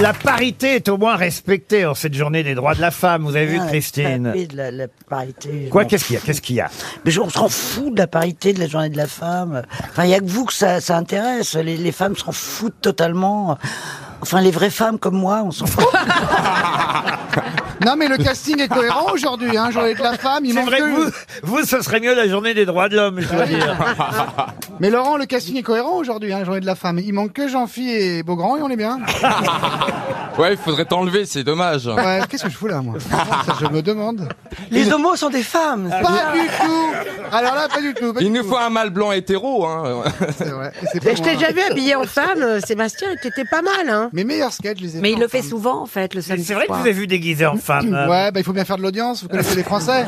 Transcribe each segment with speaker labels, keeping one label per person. Speaker 1: La parité est au moins respectée en cette journée des droits de la femme. Vous avez vu,
Speaker 2: Ah, la
Speaker 1: Christine
Speaker 2: parité de la- la parité, je
Speaker 1: Quoi
Speaker 2: m'en-
Speaker 1: Qu'est-ce qu'il y a Qu'est-ce qu'il y a
Speaker 2: Mais je- on s'en fout de la parité de la journée de la femme. Enfin, il n'y a que vous que ça, ça intéresse. Les, les femmes s'en foutent totalement. Enfin, les vraies femmes comme moi, on s'en fout.
Speaker 3: Non, mais le casting est cohérent aujourd'hui. Hein. Journée de la femme, il
Speaker 1: C'est
Speaker 3: manque
Speaker 1: vrai que
Speaker 3: que-
Speaker 1: vous, vous, ce serait mieux la journée des droits de l'homme, je dois dire.
Speaker 3: Mais Laurent, le casting est cohérent aujourd'hui. Hein. Journée de la femme. Il manque que Jean-Phi et Beaugrand et on est bien.
Speaker 4: Ouais, il faudrait t'enlever, c'est dommage.
Speaker 3: Ouais, Qu'est-ce que je fous là, moi Ça, Je me demande.
Speaker 2: Ah les homos sont des femmes.
Speaker 3: Pas du tout. Alors là, pas du tout. Pas
Speaker 4: Il
Speaker 3: du
Speaker 4: nous
Speaker 3: tout.
Speaker 4: faut un mâle blanc hétéro, hein.
Speaker 3: C'est vrai. Et c'est pas
Speaker 5: Mais je t'ai
Speaker 3: moi.
Speaker 5: déjà vu habillé en femme, euh, Sébastien, et t'étais pas mal, hein.
Speaker 3: Mes meilleurs sketchs, je les ai
Speaker 6: Mais
Speaker 3: faits
Speaker 6: il le
Speaker 3: en
Speaker 6: fait
Speaker 3: femme.
Speaker 6: souvent, en fait, le samedi
Speaker 1: C'est vrai que vous avez vu déguisé en
Speaker 2: Ah,
Speaker 1: femme. euh.
Speaker 3: Ouais, bah il faut bien faire de l'audience, vous connaissez les Français.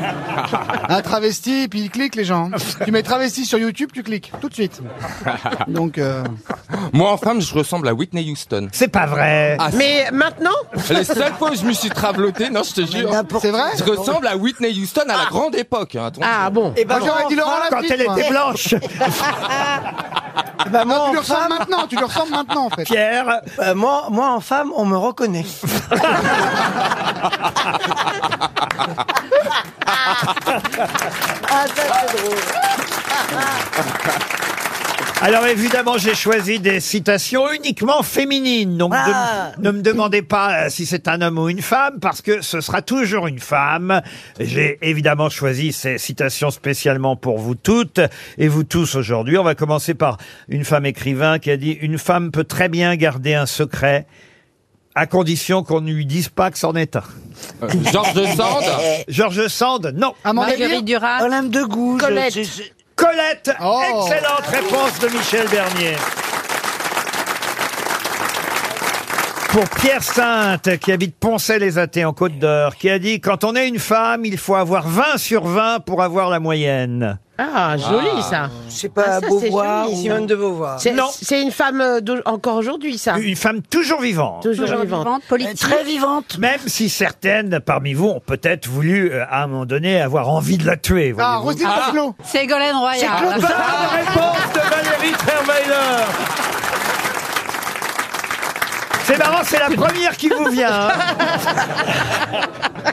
Speaker 3: Un travesti, puis ils cliquent les gens. Tu mets travesti sur YouTube, tu cliques, tout de suite. Donc, euh,
Speaker 4: Moi, en femme, je ressemble à Whitney Houston.
Speaker 1: C'est pas vrai.
Speaker 4: Ah,
Speaker 5: Mais maintenant,
Speaker 4: Les seules fois où je me suis traveloté, non, je te jure.
Speaker 2: n'importe-
Speaker 3: c'est vrai
Speaker 4: Je ressemble à Whitney Houston à la grande époque. hein, attention.
Speaker 5: ah bon,
Speaker 1: eh
Speaker 3: Moi Eh ben, j'aurais dit
Speaker 5: hein.
Speaker 3: Laurent
Speaker 1: ben, Quand
Speaker 3: Lafitte,
Speaker 1: elle
Speaker 3: moi.
Speaker 1: était blanche,
Speaker 3: Non, Eh ben, tu lui ressembles maintenant, tu lui ressembles maintenant en fait.
Speaker 1: Pierre.
Speaker 2: Euh, moi, moi, en femme, on me reconnaît. ah, ça, c'est drôle.
Speaker 1: Alors évidemment, j'ai choisi des citations uniquement féminines. Donc de-
Speaker 2: Ah.
Speaker 1: ne me demandez pas euh, si c'est un homme ou une femme, parce que ce sera toujours une femme. J'ai évidemment choisi ces citations spécialement pour vous toutes et vous tous aujourd'hui. On va commencer par une femme écrivain qui a dit Une femme peut très bien garder un secret, à condition qu'on ne lui dise pas que c'en est un.
Speaker 4: Euh, Georges Sand.
Speaker 1: George Sand, non.
Speaker 3: Amanda Lear
Speaker 6: Marguerite Duras.
Speaker 2: Olympe de Gouges.
Speaker 5: Colette.
Speaker 2: c'est- c'est-
Speaker 1: Colette,
Speaker 3: Oh.
Speaker 1: excellente réponse de Michel Bernier. Pour Pierre Sainte, qui habite Poncet-les-Athées en Côte d'Or, qui a dit Quand on est une femme, il faut avoir 20 sur 20 pour avoir la moyenne.
Speaker 5: ah joli
Speaker 4: Ah.
Speaker 5: ça.
Speaker 2: c'est pas
Speaker 5: Ah, ça,
Speaker 2: Beauvoir
Speaker 5: c'est
Speaker 2: ou
Speaker 5: joli.
Speaker 2: Simone de Beauvoir.
Speaker 5: C'est-
Speaker 1: Non.
Speaker 5: C'est une femme euh, d'au- encore aujourd'hui ça.
Speaker 1: Une femme toujours vivante.
Speaker 5: Toujours
Speaker 6: Toujours
Speaker 5: vivante.
Speaker 6: vivante,
Speaker 2: Elle est
Speaker 6: politique.
Speaker 2: Très vivante.
Speaker 1: Même si certaines parmi vous ont peut-être voulu, euh, à un moment donné, avoir envie de la tuer.
Speaker 3: Ah,
Speaker 1: voyez-vous.
Speaker 3: Roselyne Bachelot.
Speaker 6: Ségolène Royal.
Speaker 1: Bonne réponse de Valérie Trierweiler. C'est marrant, c'est la première qui vous vient. hein.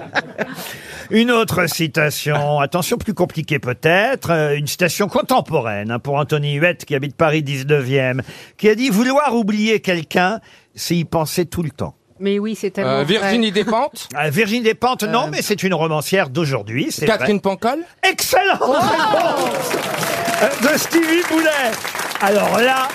Speaker 1: Une autre citation, attention, plus compliquée peut-être, euh, une citation contemporaine hein, pour Anthony Huette qui habite Paris 19e, qui a dit Vouloir oublier quelqu'un, c'est y penser tout le temps.
Speaker 6: Mais oui, c'est tellement.
Speaker 4: Euh,
Speaker 6: vrai.
Speaker 4: Virginie Despentes.
Speaker 1: Euh, Virginie Despentes, non, mais c'est une romancière d'aujourd'hui. c'est vrai.
Speaker 4: Catherine Pancol.
Speaker 1: Excellente réponse euh, de Stevie Boulet. Alors là.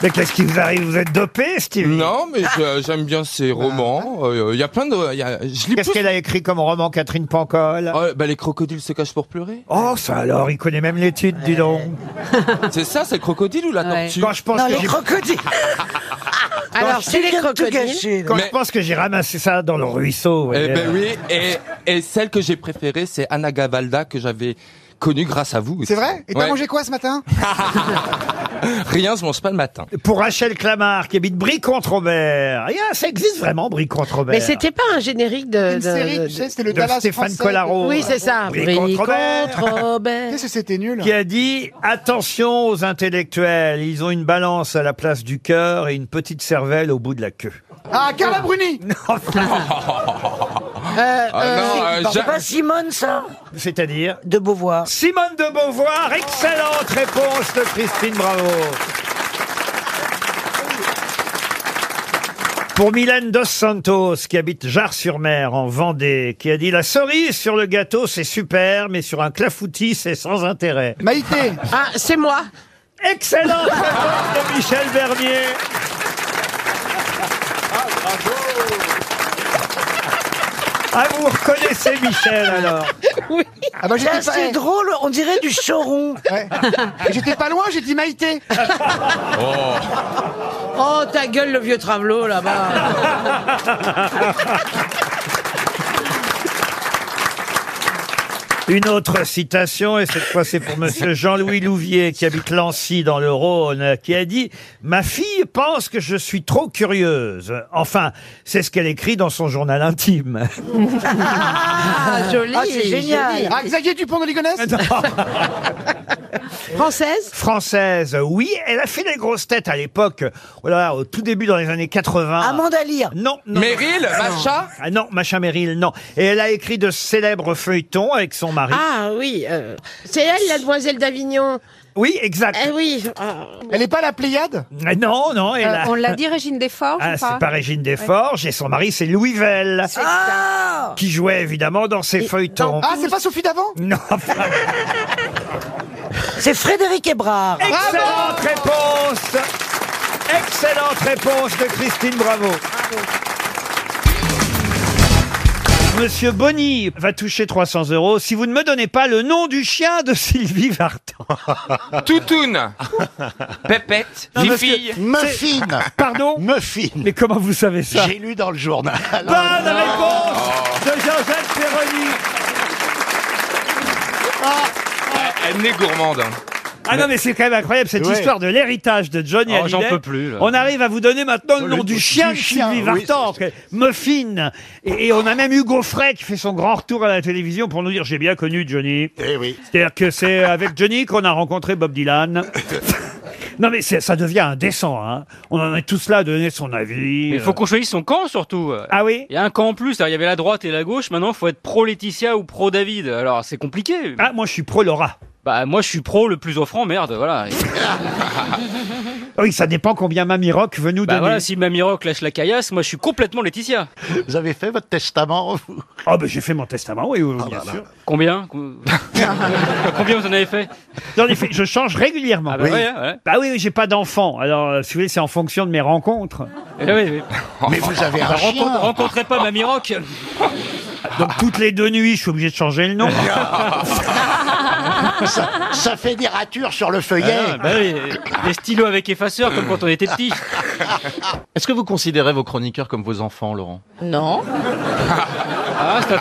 Speaker 1: Mais qu'est-ce qui vous arrive Vous êtes dopé, Stevie
Speaker 4: Non, mais je- j'aime bien
Speaker 3: Ah.
Speaker 4: ses romans. Euh, Il y a plein de. il y a- je lis plus.
Speaker 1: Qu'est-ce qu'elle a écrit comme roman, Catherine Pancol
Speaker 4: Oh, bah, les crocodiles se cachent pour pleurer.
Speaker 1: Oh, ça alors, il connaît même les titres, dis donc.
Speaker 4: C'est ça, c'est le crocodile ou la
Speaker 6: Ouais.
Speaker 4: tortue
Speaker 1: Quand je pense
Speaker 2: Non,
Speaker 1: que
Speaker 2: les
Speaker 1: j'ai-
Speaker 2: crocodiles.
Speaker 5: Alors c'est les
Speaker 2: Tu viens de tout
Speaker 5: crocodiles.
Speaker 2: gâcher, là.
Speaker 1: quand je
Speaker 4: Mais-
Speaker 1: pense que j'ai ramassé ça dans le ruisseau. vous
Speaker 4: Eh
Speaker 1: voyez.
Speaker 4: ben oui, et, et celle que j'ai préférée, c'est Anna Gavalda que j'avais connue grâce à vous. aussi.
Speaker 3: C'est vrai Et t'as
Speaker 4: Ouais.
Speaker 3: mangé quoi ce matin
Speaker 4: Rien, je mange pas le matin.
Speaker 1: Pour Rachel Clamart, qui habite Brie-Contre-Robert. Yeah, ça existe vraiment, Brie-Contre-Robert.
Speaker 5: Mais c'était pas un générique de.
Speaker 3: Une
Speaker 5: de-
Speaker 3: série,
Speaker 5: de-
Speaker 3: tu sais, c'était le
Speaker 1: de
Speaker 3: Dallas
Speaker 1: Stéphane
Speaker 3: français.
Speaker 1: Collaro.
Speaker 5: Oui c'est ça.
Speaker 1: Brie contre Robert.
Speaker 5: contre Robert.
Speaker 3: Qu'est-ce que c'était nul
Speaker 1: qui a dit attention aux intellectuels, ils ont une balance à la place du cœur et une petite cervelle au bout de la queue.
Speaker 3: Ah, Carla Bruni
Speaker 2: Ah.
Speaker 5: Euh,
Speaker 4: Ah
Speaker 5: euh,
Speaker 4: non, euh,
Speaker 2: C'est
Speaker 4: j'a-
Speaker 2: pas Simone, ça
Speaker 1: C'est-à-dire
Speaker 2: De Beauvoir.
Speaker 1: Simone de Beauvoir, excellente réponse de Christine Bravo. Pour Mylène Dos Santos, qui habite Jarre-sur-Mer, en Vendée, qui a dit La cerise sur le gâteau, c'est super, mais sur un clafoutis, c'est sans intérêt.
Speaker 3: Maïté
Speaker 5: ah c'est moi.
Speaker 1: Excellente réponse de Michel Bernier. Ah, vous reconnaissez Michel alors
Speaker 3: Ah bah
Speaker 2: Là,
Speaker 3: j'étais pas...
Speaker 2: c'est drôle, on dirait du choron.
Speaker 3: Ouais.
Speaker 4: euh.
Speaker 3: J'étais pas loin, j'ai dit Maïté
Speaker 5: Oh ta gueule le vieux travelot là-bas.
Speaker 1: Une autre citation, et cette fois c'est pour monsieur Jean-Louis Louvier qui habite Lancy dans le Rhône, qui a dit « Ma fille pense que je suis trop curieuse. Enfin, c'est ce qu'elle écrit dans son journal intime.
Speaker 7: Ah, joli.
Speaker 2: Ah, c'est génial.
Speaker 7: joli.
Speaker 8: Ah, Xavier Dupont de Ligonnès
Speaker 7: Française
Speaker 1: Française, oui, elle a fait les grosses têtes à l'époque, voilà, au tout début dans les années 80.
Speaker 2: Amanda Lear.
Speaker 1: Non, non.
Speaker 4: Meryl, Macha
Speaker 1: Ah non, Macha Meryl, non. Et elle a écrit de célèbres feuilletons avec son mari.
Speaker 7: Ah oui, euh, c'est elle, la demoiselle d'Avignon.
Speaker 1: Oui, exact.
Speaker 7: Eh oui. ah. Euh,
Speaker 8: Elle est pas la Pléiade
Speaker 1: Ah Non, non, elle a...
Speaker 6: On l'a dit, Régine Desforges
Speaker 1: Ah,
Speaker 6: ou
Speaker 1: c'est
Speaker 6: pas
Speaker 1: pas Régine Desforges et son mari c'est Louis Vell,
Speaker 2: Ah
Speaker 1: qui jouait évidemment dans ses feuilletons.
Speaker 8: Ah, c'est pas Sophie d'avant
Speaker 1: Non, enfin,
Speaker 2: C'est Frédéric Hébrard.
Speaker 1: excellente réponse Excellente réponse de Christine Bravo. Monsieur Bonny va toucher 300 euros si vous ne me donnez pas le nom du chien de Sylvie Vartan.
Speaker 4: Toutoune Pépette
Speaker 1: Non, parce
Speaker 4: Fifi
Speaker 9: Muffin
Speaker 1: Pardon
Speaker 9: Muffin
Speaker 1: Mais comment vous savez ça
Speaker 9: J'ai lu dans le journal.
Speaker 1: Bonne réponse de Jean-Jacques Perroni.
Speaker 9: Ah.
Speaker 4: Elle n'est gourmande. hein.
Speaker 1: Ah non, mais c'est quand même incroyable cette
Speaker 9: Ouais.
Speaker 1: histoire de l'héritage de Johnny
Speaker 9: Oh,
Speaker 1: Hallyday.
Speaker 9: j'en peux plus, là.
Speaker 1: On arrive à vous donner maintenant le nom
Speaker 9: Le-
Speaker 1: du
Speaker 9: du
Speaker 1: chien de
Speaker 9: chien,
Speaker 1: Sylvie
Speaker 9: oui,
Speaker 1: Vartan, que- Muffin. Et, et on a même Hugo Frey qui fait son grand retour à la télévision pour nous dire j'ai bien connu Johnny.
Speaker 9: Eh oui.
Speaker 1: C'est-à-dire que c'est avec Johnny qu'on a rencontré Bob Dylan. Non mais c'est- ça devient indécent. Hein. On en est tous là à donner son avis.
Speaker 3: Il faut qu'on choisisse son camp surtout.
Speaker 1: Ah oui
Speaker 3: Il y a un camp en plus, alors il y avait la droite et la gauche, maintenant il faut être pro Laetitia ou pro David. Alors c'est compliqué.
Speaker 1: Ah moi je suis pro Laura.
Speaker 3: Bah moi je suis pro le plus offrant, merde, voilà. Et-
Speaker 1: Oui, ça dépend combien Mamie Rock veut nous
Speaker 3: bah
Speaker 1: donner.
Speaker 3: voilà, si Mamie Rock lâche la caillasse, moi je suis complètement Laetitia.
Speaker 9: Vous avez fait votre testament, vous
Speaker 1: Oh ben j'ai fait mon testament, oui, oui,
Speaker 9: Ah
Speaker 1: oui,
Speaker 9: bah
Speaker 1: bien sûr.
Speaker 3: Combien Com- Combien vous en avez fait
Speaker 1: J'en ai fait- je change régulièrement.
Speaker 3: Ah bah ouais, ouais.
Speaker 1: Bah oui, oui, j'ai pas d'enfant. Alors, euh, si vous voulez, c'est en fonction de mes rencontres.
Speaker 3: Eh oui, oui.
Speaker 9: Mais vous avez un
Speaker 3: Bah, rencontre-
Speaker 9: chien
Speaker 3: rencontrez pas Mamie Rock.
Speaker 1: Donc, toutes les deux nuits, je suis obligé de changer le nom.
Speaker 10: Ah.
Speaker 9: ça, ça fait des ratures sur le
Speaker 3: Ah,
Speaker 9: feuillet
Speaker 3: bah oui, des stylos avec effaceur comme quand on était petit.
Speaker 11: Est-ce que vous considérez vos chroniqueurs comme vos enfants, Laurent
Speaker 7: Non.
Speaker 3: Ah, c'est un-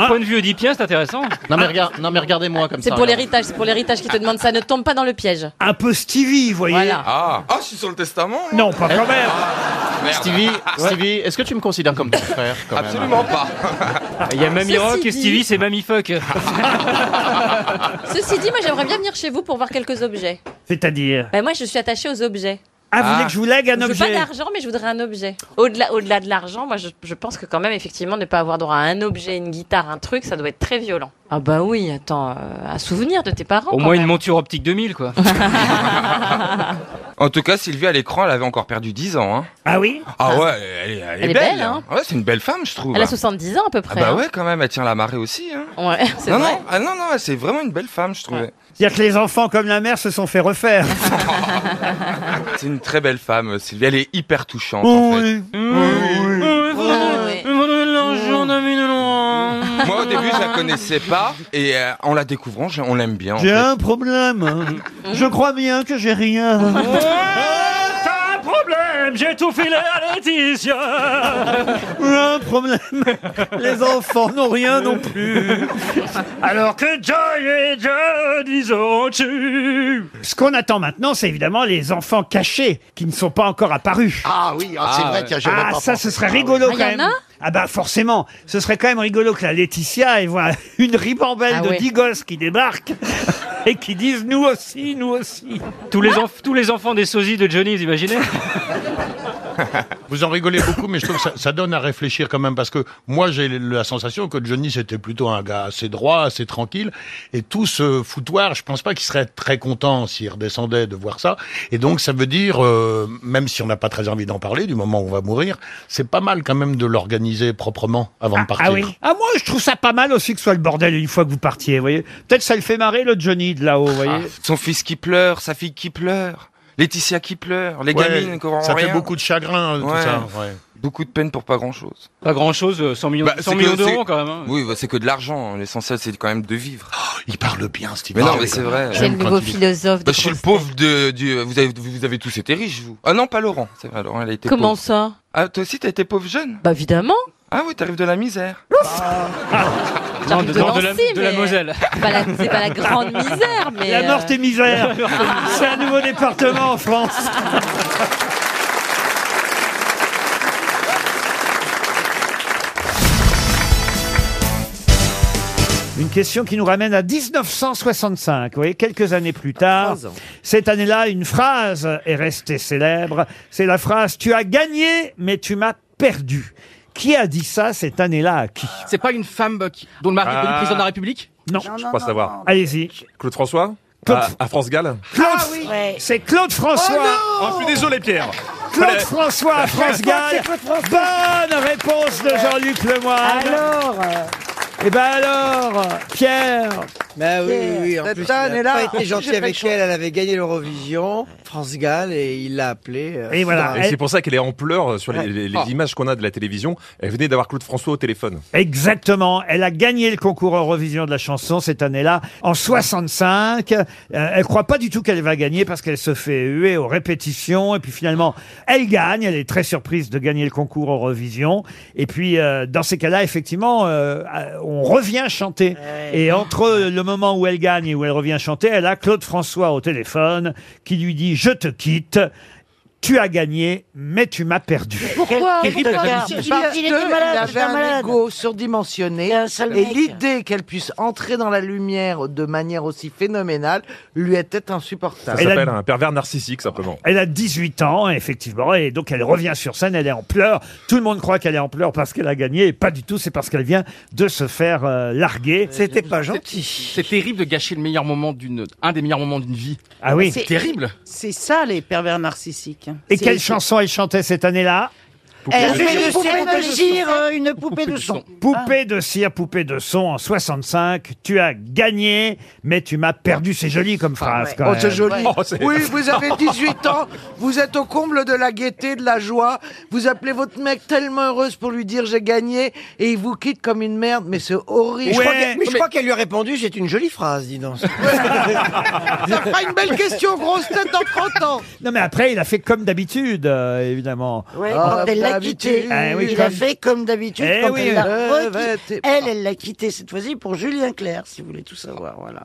Speaker 3: D'un point de vue oedipien, c'est intéressant.
Speaker 11: Ah. Non mais, regarde, non, mais regardez-moi comme
Speaker 12: Ah, C'est
Speaker 11: ça.
Speaker 12: pour
Speaker 11: regarde.
Speaker 12: l'héritage, c'est pour l'héritage qui te demande ça. Ne tombe pas dans le piège.
Speaker 1: Un peu Stevie, vous voyez.
Speaker 12: Voilà.
Speaker 4: Ah Ah, je suis sur le testament moi.
Speaker 1: Non, pas quand même.
Speaker 4: Merde.
Speaker 11: Stevie, Stevie, est-ce que tu me considères comme ton frère quand même
Speaker 4: Absolument
Speaker 3: hein.
Speaker 4: pas
Speaker 3: Il y a Mamie
Speaker 12: Ceci
Speaker 3: Rock et
Speaker 12: dit-
Speaker 3: Stevie, c'est Mamie Fuck.
Speaker 12: Ceci dit, moi j'aimerais bien venir chez vous pour voir quelques objets.
Speaker 1: C'est-à-dire.
Speaker 12: Ben moi je suis attachée aux objets.
Speaker 1: Ah, vous voulez que je vous lègue un
Speaker 12: je veux pas
Speaker 1: objet
Speaker 12: d'argent, mais je voudrais un objet. Au-delà, au-delà de l'argent, moi je, je pense que quand même effectivement ne pas avoir droit à un objet, une guitare, un truc, ça doit être très violent. Ah bah oui, attends, euh, un souvenir de tes parents.
Speaker 3: Au
Speaker 12: quand
Speaker 3: moins une
Speaker 12: même.
Speaker 3: monture optique 2000, quoi.
Speaker 4: En tout cas, Sylvie à l'écran, elle avait encore perdu 10 ans. Hein.
Speaker 1: Ah oui
Speaker 4: Ah ouais, elle, est- elle est
Speaker 12: Elle
Speaker 4: belle.
Speaker 12: est belle, hein.
Speaker 4: Ouais, c'est une belle femme, je trouve.
Speaker 12: Elle a 70 ans à peu
Speaker 4: ah
Speaker 12: près.
Speaker 4: bah
Speaker 12: hein.
Speaker 4: ouais, quand même, elle tient la marée aussi. Hein.
Speaker 12: Ouais, c'est
Speaker 4: Non,
Speaker 12: vrai.
Speaker 4: non, ah non, non, c'est vraiment une belle femme, je trouvais.
Speaker 1: C'est-à-dire que les enfants, comme la mère, se sont fait refaire.
Speaker 4: C'est une très belle femme, Sylvie. Elle est hyper touchante, en fait.
Speaker 1: Oui.
Speaker 3: Hmm.
Speaker 1: Ah
Speaker 12: oui.
Speaker 4: Oh. Moi, au début, je la connaissais pas. Et euh, en la découvrant, j'ai- on l'aime bien. en
Speaker 1: J'ai
Speaker 4: fait.
Speaker 1: un problème. hein. Je crois bien que j'ai rien.
Speaker 3: Pas de problème, j'ai tout filé à Laetitia.
Speaker 1: J'ai un problème. Les enfants n'ont rien non plus.
Speaker 3: Alors que Joy et John, ils ont tu.
Speaker 1: Ce qu'on attend maintenant, c'est évidemment les enfants cachés qui ne sont pas encore apparus.
Speaker 9: Ah oui, ah, c'est
Speaker 3: Ah,
Speaker 9: vrai,
Speaker 3: ouais.
Speaker 9: tiens, j'aurais
Speaker 1: Ah,
Speaker 9: pas
Speaker 1: ça,
Speaker 9: pensé.
Speaker 1: ce serait rigolo
Speaker 12: Ah,
Speaker 1: quand
Speaker 12: y en
Speaker 1: même.
Speaker 12: a
Speaker 1: ah, bah, forcément. Ce serait quand même rigolo que la Laetitia, elle voit une ribambelle
Speaker 12: Ah
Speaker 1: de
Speaker 12: ouais.
Speaker 1: 10 gosses qui débarquent et qui disent nous aussi, nous aussi.
Speaker 3: Tous les, enf- tous les enfants des sosies de Johnny, vous imaginez
Speaker 9: Vous en rigolez beaucoup, mais je trouve que ça, ça donne à réfléchir quand même, parce que moi j'ai la sensation que Johnny c'était plutôt un gars assez droit, assez tranquille, et tout ce foutoir, je pense pas qu'il serait très content s'il redescendait de voir ça, et donc ça veut dire, euh, même si on n'a pas très envie d'en parler, du moment où on va mourir, c'est pas mal quand même de l'organiser proprement avant de partir.
Speaker 1: Ah oui. Ah, moi, je trouve ça pas mal aussi que ce soit le bordel une fois que vous partiez, vous voyez. Peut-être ça le fait marrer le Johnny de là-haut, vous voyez.
Speaker 4: Son fils qui pleure, sa fille qui pleure, Laetitia qui pleure, les
Speaker 9: Ouais,
Speaker 4: gamines qui auront
Speaker 9: ça
Speaker 4: rien.
Speaker 9: fait beaucoup de chagrin, euh,
Speaker 4: Ouais.
Speaker 9: tout ça. ouais.
Speaker 13: Beaucoup de peine pour pas grand chose.
Speaker 14: Pas grand chose, 100 millions,
Speaker 13: Bah,
Speaker 14: 100
Speaker 13: c'est
Speaker 14: millions
Speaker 13: que-
Speaker 14: d'euros
Speaker 13: c'est-
Speaker 14: quand même. hein.
Speaker 13: Oui, bah, c'est que de l'argent. L'essentiel, c'est quand même de vivre.
Speaker 10: Oh, il parle bien, Steve.
Speaker 13: Mais non,
Speaker 10: Harvey.
Speaker 13: mais c'est vrai.
Speaker 10: C'est le J'aime nouveau quand il-
Speaker 12: philosophe
Speaker 13: Bah, je suis le pauvre de, du. Vous avez, vous avez tous été riches, vous. Ah non, pas Laurent. C'est vrai, Laurent, elle a été
Speaker 12: Comment
Speaker 13: pauvre.
Speaker 12: ça
Speaker 13: Ah, toi aussi, t'as été pauvre jeune
Speaker 12: Bah, évidemment.
Speaker 13: Ah oui, t'arrives de la misère.
Speaker 14: Non, de,
Speaker 12: Ah. de
Speaker 14: non, de la,
Speaker 12: Nancy,
Speaker 14: de la
Speaker 12: mais- Bah,
Speaker 14: Moselle.
Speaker 12: C'est pas la, c'est pas la grande misère, mais.
Speaker 1: La
Speaker 12: euh,
Speaker 1: Meurthe et Misère, c'est un nouveau département en France. Une question qui nous ramène à 1965, vous voyez, quelques années plus tard.
Speaker 15: Trois ans.
Speaker 1: Cette année-là, une phrase est restée célèbre. C'est la phrase Tu as gagné, mais tu m'as perdu. Qui a dit ça cette année-là à qui
Speaker 16: C'est pas une femme euh, qui- dont le mari est
Speaker 15: Ah.
Speaker 16: devenu président de la République
Speaker 1: Non. Oh
Speaker 15: Je crois savoir.
Speaker 1: Allez-y.
Speaker 15: Claude François Ah,
Speaker 1: Claude-
Speaker 4: Ah.
Speaker 15: à, à France Gall
Speaker 1: Claude, c'est Claude François.
Speaker 15: Oh, je suis désolé, Pierre.
Speaker 1: Claude
Speaker 15: Fallait-
Speaker 1: François à France Gall. Bonne réponse de Jean-Luc Lemoyne. Alors Eh ben alors, Pierre
Speaker 9: Bah oui, oui, oui. En
Speaker 17: Cette
Speaker 9: plus, il
Speaker 17: année-là,
Speaker 9: a pas
Speaker 17: j'ai
Speaker 9: été gentil
Speaker 17: fait
Speaker 9: avec elle. Elle avait gagné l'Eurovision, France Gall, et il l'a appelée. euh,
Speaker 15: Et c'est pour ça qu'elle est en pleurs sur les,
Speaker 9: Ouais.
Speaker 15: les- les
Speaker 9: Ah.
Speaker 15: images qu'on a de la télévision. Elle venait d'avoir Claude François au téléphone.
Speaker 1: Exactement. Elle a gagné le concours Eurovision de la chanson cette année-là, en 65. Euh, elle croit pas du tout qu'elle va gagner parce qu'elle se fait huer aux répétitions. Et puis finalement, elle gagne. Elle est très surprise de gagner le concours Eurovision. Et puis, euh, dans ces cas-là, effectivement, euh, euh, on revient chanter. Et entre le moment où elle gagne et où elle revient chanter, elle a Claude François au téléphone qui lui dit « Je te quitte ». Tu as gagné, mais tu m'as perdu.
Speaker 9: Pourquoi
Speaker 1: Quel- quel
Speaker 9: Parce
Speaker 1: retard.
Speaker 9: que
Speaker 1: Parce
Speaker 9: il
Speaker 1: que il
Speaker 9: avait un ego surdimensionné et
Speaker 1: mec.
Speaker 9: l'idée qu'elle puisse entrer dans la lumière de manière aussi phénoménale lui était
Speaker 15: Ça
Speaker 9: insupportable.
Speaker 15: s'appelle un pervers narcissique, simplement.
Speaker 1: Elle a 18 ans, effectivement, et donc elle revient sur scène, elle est en pleurs. Tout le monde croit qu'elle est en pleurs parce qu'elle a gagné, et pas du tout, c'est parce qu'elle vient de se faire euh, larguer. C'était pas
Speaker 16: C'est terrible de gâcher le meilleur moment d'une, un des meilleurs moments d'une vie.
Speaker 1: Ah oui.
Speaker 16: C'est terrible.
Speaker 5: C'est ça les pervers narcissiques.
Speaker 1: Et
Speaker 5: C'est-
Speaker 1: quelle chanson elle chantait cette année-là
Speaker 5: Elle
Speaker 2: Poupée
Speaker 5: fait
Speaker 2: de
Speaker 5: une poupée
Speaker 2: cire,
Speaker 5: de cire,
Speaker 2: euh,
Speaker 5: une poupée de son.
Speaker 1: Poupée de cire, poupée de son en 65. Tu as gagné, mais tu m'as perdu. C'est joli comme phrase. quand
Speaker 9: Oh, c'est
Speaker 1: même.
Speaker 9: joli. oui, vous avez 18 ans, vous êtes au comble de la gaieté, de la joie, vous appelez votre mec tellement heureuse pour lui dire j'ai gagné et il vous quitte comme une merde, mais c'est horrible.
Speaker 17: Mais je crois qu'elle- mais je crois qu'elle lui a répondu, c'est une jolie phrase, dis donc.
Speaker 9: Ça fera une belle question, grosse tête dans 30 ans.
Speaker 1: Non, mais après, il a fait comme d'habitude, euh, évidemment.
Speaker 2: Ouais, quand elle l'a quitté,
Speaker 1: Ah, Eh oui,
Speaker 2: il
Speaker 1: comme-
Speaker 2: a fait comme d'habitude
Speaker 1: Eh
Speaker 2: quand
Speaker 1: oui.
Speaker 2: elle l'a
Speaker 1: Euh,
Speaker 2: requitté. Elle, elle l'a quitté cette fois-ci pour Julien Clerc, si vous voulez tout savoir, voilà.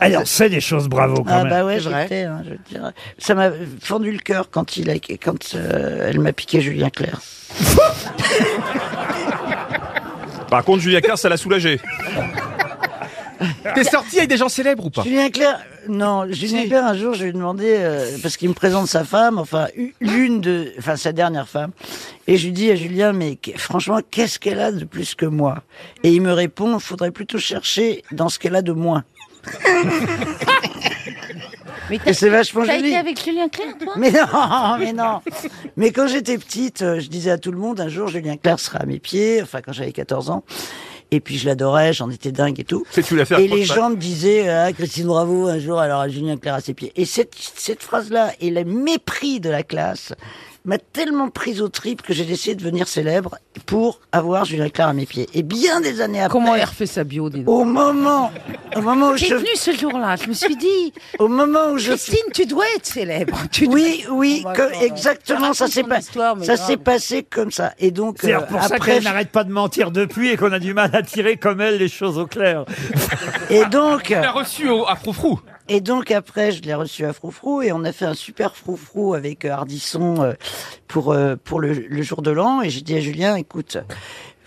Speaker 1: Alors, c'est des choses bravo quand
Speaker 2: Ah
Speaker 1: même.
Speaker 2: bah ouais, j'étais, hein, je veux dire. ça m'a fendu le cœur quand il a, quand euh, elle m'a piqué Julien Clerc.
Speaker 15: Par contre, Julia Clerc, ça l'a soulagé.
Speaker 16: T'es sorti avec des gens célèbres ou pas
Speaker 2: Julien Clerc, non, Julien Clerc, un jour, je lui ai demandé, euh, parce qu'il me présente sa femme, enfin, u- l'une de, enfin, sa dernière femme. Et je lui dis à Julien, mais qu- franchement, qu'est-ce qu'elle a de plus que moi? Et il me répond, faudrait plutôt chercher dans ce qu'elle a de moins.
Speaker 5: Mais
Speaker 2: Et c'est vachement
Speaker 5: T'as
Speaker 2: joli.
Speaker 5: été avec Julien Clerc, toi
Speaker 2: Mais non, mais non. Mais quand j'étais petite, euh, je disais à tout le monde, un jour, Julien Clerc sera à mes pieds, enfin, quand j'avais 14 ans. Et puis, je l'adorais, j'en étais dingue et tout.
Speaker 15: C'est tu l'as fait à
Speaker 2: Et les
Speaker 15: Crossman.
Speaker 2: gens me disaient, ah, Christine Bravo, un jour, alors Julien Clerc à ses pieds. Et cette, cette phrase-là et le mépris de la classe m'a tellement prise au trip que j'ai décidé de devenir célèbre pour avoir Julien Clerc à mes pieds. Et bien des années après. Comment elle refait sa bio, Au moment, au moment où
Speaker 5: J'ai
Speaker 2: je...
Speaker 5: venu ce jour-là, je me suis dit.
Speaker 2: Au moment où je...
Speaker 5: Christine, tu dois être célèbre. Tu dois-
Speaker 2: Oui, oui,
Speaker 5: Oh, bah,
Speaker 2: que-
Speaker 5: attends,
Speaker 2: exactement, ça
Speaker 5: raconte
Speaker 2: s'est
Speaker 5: ton
Speaker 2: pas-
Speaker 5: histoire, mais
Speaker 2: ça
Speaker 5: grave.
Speaker 2: s'est passé comme ça. Et donc,
Speaker 1: C'est
Speaker 2: euh,
Speaker 1: d'ailleurs pour ça
Speaker 2: après,
Speaker 1: qu'elle n'arrête pas de mentir depuis et qu'on a du mal à tirer comme elle les choses au clair.
Speaker 2: Et donc,
Speaker 16: T'as reçu au, à Froufrou.
Speaker 2: Et donc après, je l'ai reçu à Froufrou et on a fait un super Froufrou avec euh, Ardisson euh, pour euh, pour le, le jour de l'an. Et j'ai dit à Julien, écoute,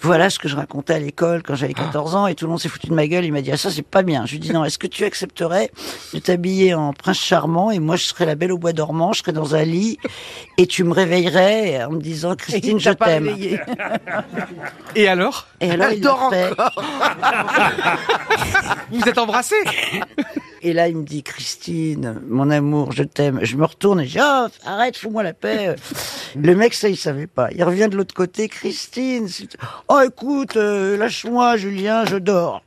Speaker 2: voilà ce que je racontais à l'école quand j'avais 14 ans et tout le monde s'est foutu de ma gueule. Il m'a dit ah, ça c'est pas bien. Je lui ai dit non, est-ce que tu accepterais de t'habiller en prince charmant et moi je serais la belle au bois dormant, je serais dans un lit et tu me réveillerais en me disant Christine je
Speaker 5: t'a pas
Speaker 2: t'aime.
Speaker 5: réveillée.
Speaker 16: Et alors
Speaker 2: Et alors,
Speaker 16: Elle
Speaker 2: il
Speaker 16: dort
Speaker 2: l'a fait.
Speaker 16: encore. Vous êtes embrassés
Speaker 2: Et là, il me dit, Christine, mon amour, je t'aime. Je me retourne et je dis, Ah, arrête, fous-moi la
Speaker 5: euh,
Speaker 2: paix. Le mec, ça, il savait pas. Il revient de l'autre côté, Christine, c'est- oh, écoute, euh, lâche-moi, Julien, je dors.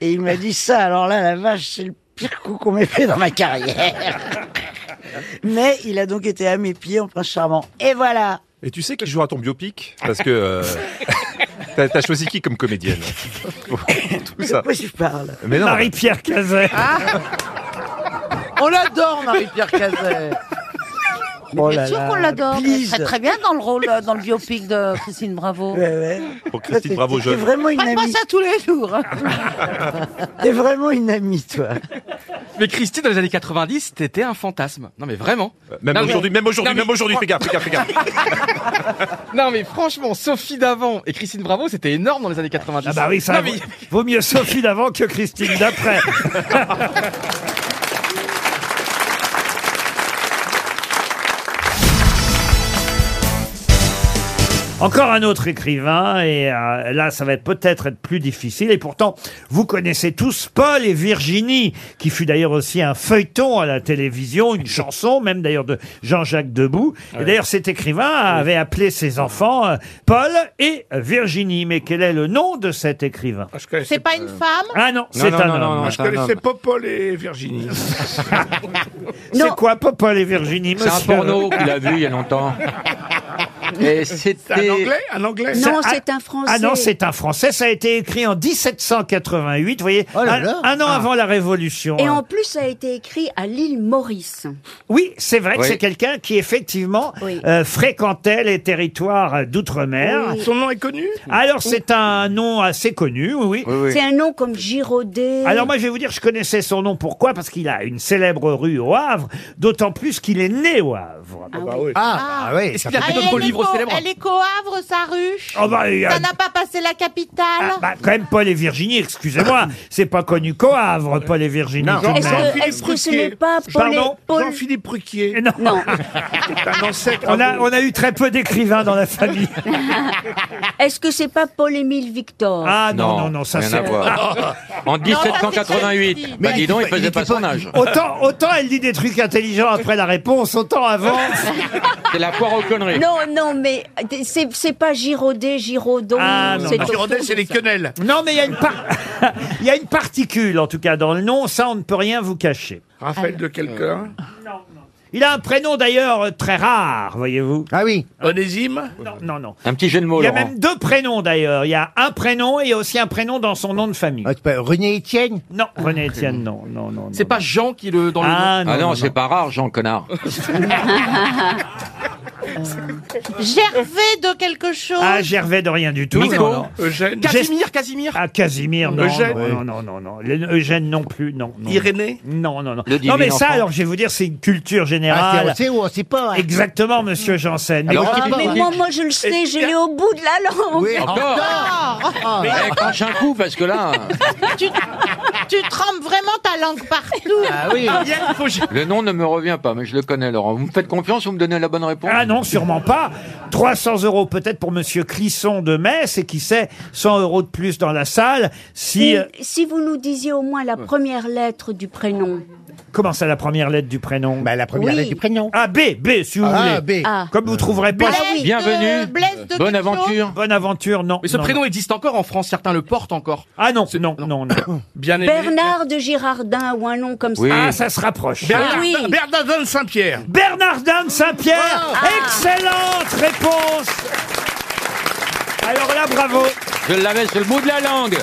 Speaker 2: Et il m'a dit ça, alors là, la vache, c'est le pire coup qu'on m'ait fait dans ma carrière. Mais il a donc été à mes pieds en prince charmant. Et voilà,
Speaker 15: Et tu sais qui jouera ton biopic Parce que euh, t'as t'as choisi qui comme comédienne Pour Tout ça.
Speaker 2: Pourquoi tu parles
Speaker 15: Mais non.
Speaker 1: Marie-Pierre Cazet.
Speaker 9: Ah. On l'adore, Marie-Pierre Cazet.
Speaker 2: Oh
Speaker 5: Bien sûr qu'on l'adore. Elle serait très bien dans le rôle, euh, dans le biopic de Christine Bravo.
Speaker 15: Pour Christine Bravo jeune.
Speaker 5: Elle passe ça tous les jours. hein.
Speaker 2: T'es vraiment une amie, toi.
Speaker 16: Mais Christine, dans les années 90, t'étais un fantasme. Non mais vraiment.
Speaker 15: Euh, Même
Speaker 16: Non, mais-
Speaker 15: aujourd'hui, même aujourd'hui,
Speaker 16: Non, mais-
Speaker 15: même aujourd'hui, fais gaffe, fais gaffe, fais gaffe.
Speaker 16: Non mais franchement, Sophie d'avant et Christine Bravo, c'était énorme dans les années 90.
Speaker 1: Ah bah oui, ça
Speaker 16: Non, mais-
Speaker 1: vaut, vaut mieux Sophie d'avant que Christine d'après. Encore un autre écrivain, et euh, là, ça va être peut-être être plus difficile. Et pourtant, vous connaissez tous Paul et Virginie, qui fut d'ailleurs aussi un feuilleton à la télévision, une chanson, même d'ailleurs de Jean-Jacques Debout. Et d'ailleurs, cet écrivain avait appelé ses enfants euh, Paul et Virginie. Mais quel est le nom de cet écrivain
Speaker 18: C'est pas une femme
Speaker 1: Ah non, c'est un homme.
Speaker 18: Moi, je connaissais pas Paul et Virginie.
Speaker 1: C'est quoi Popol et Virginie
Speaker 18: C'est un
Speaker 1: monsieur
Speaker 18: porno qu'il
Speaker 19: a vu il y a longtemps.
Speaker 1: Et
Speaker 18: C'est un anglais Un anglais
Speaker 1: Non, Euh, c'est
Speaker 5: un
Speaker 1: Ah non, c'est un français. Ça a été écrit en 1788, vous voyez,
Speaker 20: là
Speaker 1: un,
Speaker 20: là.
Speaker 1: un an avant la Révolution.
Speaker 20: Et
Speaker 1: hein.
Speaker 20: en plus, ça a été écrit à l'île Maurice.
Speaker 1: Oui, c'est vrai que
Speaker 20: Oui.
Speaker 1: c'est quelqu'un qui effectivement
Speaker 20: Oui.
Speaker 1: euh, fréquentait les territoires euh, d'outre-mer.
Speaker 18: Son nom est connu
Speaker 1: Alors c'est un nom assez connu, oui.
Speaker 20: C'est un nom comme Giraudet.
Speaker 1: Alors moi je vais vous dire, je connaissais son nom. Pourquoi Parce qu'il a une célèbre rue au Havre, d'autant plus qu'il est né au Havre. Ah, bah, oui.
Speaker 18: Ah,
Speaker 1: oui.
Speaker 18: ça fait-
Speaker 1: d'autres livres
Speaker 18: beau,
Speaker 1: célèbres.
Speaker 18: elle
Speaker 19: Les Havre, sa ruche.
Speaker 1: Oh bah, il y a-
Speaker 19: Ça n'a pas passé la capitale.
Speaker 1: Bah, quand même, Paul et Virginie, excusez-moi, c'est pas connu qu'au Havre, Paul et Virginie.
Speaker 18: Non.
Speaker 1: tout de
Speaker 18: Est-ce
Speaker 1: même.
Speaker 18: que- est-ce que ce n'est pas Paul et-
Speaker 1: Pardon
Speaker 18: Paul-
Speaker 1: Jean-Philippe Ruquier. Non.
Speaker 18: C'est un ancêtre.
Speaker 1: on, a, on a eu très peu d'écrivains dans la famille.
Speaker 20: Est-ce que c'est pas Paul-Émile Victor
Speaker 1: Ah non, non, non, ça
Speaker 19: rien
Speaker 1: c'est.
Speaker 19: à
Speaker 1: Ah
Speaker 19: voir. En 1788. Bah dis donc, il faisait pas son âge.
Speaker 1: Autant, autant elle dit des trucs intelligents après la réponse, autant avant.
Speaker 19: C'est la poire aux conneries.
Speaker 20: Non, non, mais c'est c'est pas Giraudet, Giraudon. c'est autre chose, ça.
Speaker 1: quenelles. Ah, Non, mais il y, a une par- il y a une particule, en tout cas, dans le nom, ça, on ne peut rien vous cacher.
Speaker 20: Ah
Speaker 18: Raphaël de quelqu'un
Speaker 1: Il a un prénom d'ailleurs euh, très rare, voyez-vous. Ah oui.
Speaker 18: Onésime
Speaker 1: Non, non, non.
Speaker 19: Un petit jeu
Speaker 16: Oh,
Speaker 19: de mots,
Speaker 1: Il y a même deux prénoms d'ailleurs. Il y a un prénom et aussi un prénom dans son nom de
Speaker 18: Ah,
Speaker 1: famille. René Étienne Non, René Étienne, non, non, non.
Speaker 16: C'est pas Jean qui le dans le
Speaker 1: Ah,
Speaker 19: Ah non, c'est pas rare, Jean Connard. Gervais de quelque chose.
Speaker 1: Ah, Gervais de rien du tout.
Speaker 19: Nico,
Speaker 1: non, non.
Speaker 18: Eugène.
Speaker 1: Gest-
Speaker 16: Casimir, Casimir.
Speaker 1: Ah, Casimir, non,
Speaker 18: Eugène.
Speaker 1: non, non, non, non, non. Le- Eugène non plus, non. non.
Speaker 18: Irénée
Speaker 1: Non, non, non.
Speaker 18: Le
Speaker 1: non, mais
Speaker 18: divin
Speaker 1: ça,
Speaker 18: enfant.
Speaker 1: alors, je vais vous dire, c'est une culture générale.
Speaker 18: Ah, c'est- on sait où, on sait pas, hein.
Speaker 1: Exactement, monsieur Janssen.
Speaker 20: Ah, mais moi, moi, je le sais, je l'ai au bout de la langue.
Speaker 19: Oui, encore.
Speaker 5: Oh,
Speaker 1: Ah,
Speaker 19: Mais eh, crache un coup parce que là.
Speaker 20: Tu-
Speaker 19: Tu trempes vraiment ta langue partout. Ah oui. Le nom ne me revient pas, mais je le connais, Laurent. Vous me faites confiance, vous me donnez la bonne réponse.
Speaker 1: Ah non, sûrement pas. 300 euros peut-être pour Monsieur Clisson de Metz et qui sait 100 euros de plus dans la salle si.
Speaker 20: Si,
Speaker 1: euh,
Speaker 20: si vous nous disiez au moins la première lettre du prénom.
Speaker 1: Comment ça, la première lettre du prénom bah, La
Speaker 20: première Oui. lettre du
Speaker 1: prénom. Ah, B, B, si vous
Speaker 20: Ah,
Speaker 1: voulez.
Speaker 20: B. Ah.
Speaker 1: Comme vous trouverez pas.
Speaker 20: Blaise Ah oui. Bienvenue. de- Blaise de Bonne quelque aventure. chose
Speaker 1: Bonne aventure, non.
Speaker 16: Mais ce
Speaker 1: non,
Speaker 16: prénom
Speaker 1: non.
Speaker 16: existe encore en France, certains le portent encore.
Speaker 1: Ah non, non, non, non.
Speaker 16: Bien aimé.
Speaker 20: Bernard de Girardin ou un nom comme ça.
Speaker 1: Ah, ça se rapproche.
Speaker 20: Bernard- Oui.
Speaker 18: Bernardin de Saint-Pierre.
Speaker 1: Bernardin de Saint-Pierre.
Speaker 18: Ah.
Speaker 1: Excellente réponse. Alors là, bravo.
Speaker 19: Je l'avais sur le bout de la langue.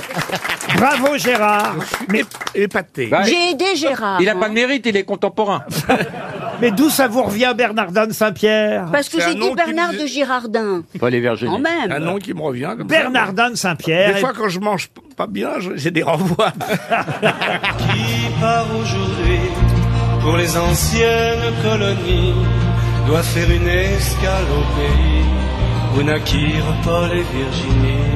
Speaker 1: Bravo Gérard.
Speaker 18: Mais épaté.
Speaker 3: Bah,
Speaker 20: J'ai aidé Gérard.
Speaker 19: Il a
Speaker 20: hein.
Speaker 19: pas de mérite, il est contemporain.
Speaker 1: Mais d'où ça vous revient, Bernardin de Saint-Pierre
Speaker 20: Parce que
Speaker 18: C'est un
Speaker 20: j'ai
Speaker 18: nom
Speaker 20: dit
Speaker 18: qui
Speaker 20: Bernard
Speaker 18: me
Speaker 20: de Girardin.
Speaker 19: Pas les
Speaker 20: Quand même.
Speaker 18: Un nom qui me revient. comme ça.
Speaker 1: Bernardin de Saint-Pierre.
Speaker 18: Des fois, quand je mange p- pas bien, je- j'ai des renvois.
Speaker 21: qui part aujourd'hui pour les anciennes colonies doit faire une escale au pays où naquirent Paul et Virginie.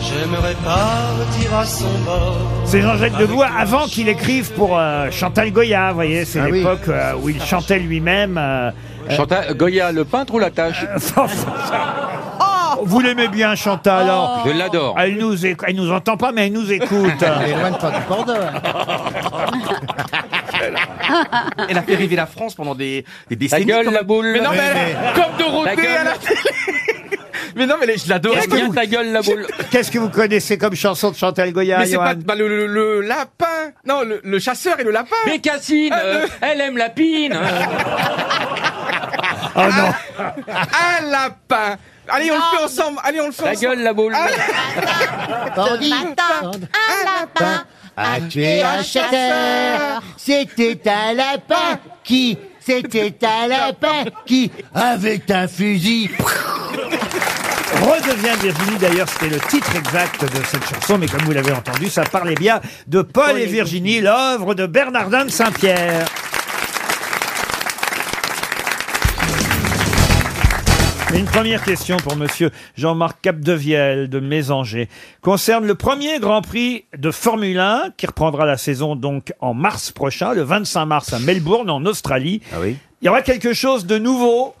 Speaker 21: J'aimerais partir à son bord.
Speaker 1: C'est Jean-Jacques Debois avant qu'il écrive pour euh, Chantal Goya, vous voyez,
Speaker 16: Ah
Speaker 1: c'est l'époque euh, où il chantait lui-même. euh, euh,
Speaker 19: Chantal, Goya, le peintre ou la tâche Oh.
Speaker 1: Vous l'aimez bien, Chantal alors
Speaker 19: Je l'adore.
Speaker 1: Elle nous, éc- elle nous entend pas, mais elle nous écoute.
Speaker 19: Elle est loin de
Speaker 16: Elle a fait rêver la France pendant des, des décennies.
Speaker 19: gueule,
Speaker 16: comme-
Speaker 19: la boule.
Speaker 16: Mais non, mais,
Speaker 19: Ouais,
Speaker 16: elle a-
Speaker 19: mais-
Speaker 16: comme
Speaker 19: La
Speaker 16: Dorothée
Speaker 19: gueule.
Speaker 16: à la télé. mais non, mais elle- je l'adore.
Speaker 1: Qu'est-ce que vous-
Speaker 19: gueule, la boule.
Speaker 1: Qu'est-ce que vous connaissez comme chanson de Chantal Goya,
Speaker 16: Mais c'est pas
Speaker 1: Johan
Speaker 16: bah, le, le- le lapin. Non, le, le chasseur et le lapin.
Speaker 19: Mais Cassine,
Speaker 16: Ah,
Speaker 19: euh,
Speaker 16: le-
Speaker 19: elle aime la pine.
Speaker 1: Oh non.
Speaker 16: Un lapin. Allez, on le fait ensemble. Allez, on le fait
Speaker 19: Ta
Speaker 16: ensemble.
Speaker 19: gueule, la boule.
Speaker 16: Ah, Bandit.
Speaker 19: Ah,
Speaker 16: ah,
Speaker 22: A tué un chasseur, c'était un lapin qui, c'était un lapin qui avait un fusil.
Speaker 1: Redevient Virginie, d'ailleurs, c'était le titre exact de cette chanson, mais comme vous l'avez entendu, ça parlait bien de Paul et Virginie, l'œuvre de Bernardin de Saint-Pierre. Une première question pour monsieur Jean-Marc Capdevielle de Mésanger concerne le premier Grand Prix de Formule 1 qui reprendra la saison donc en mars prochain, le 25 mars à Melbourne en Australie. Il y aura quelque chose de nouveau,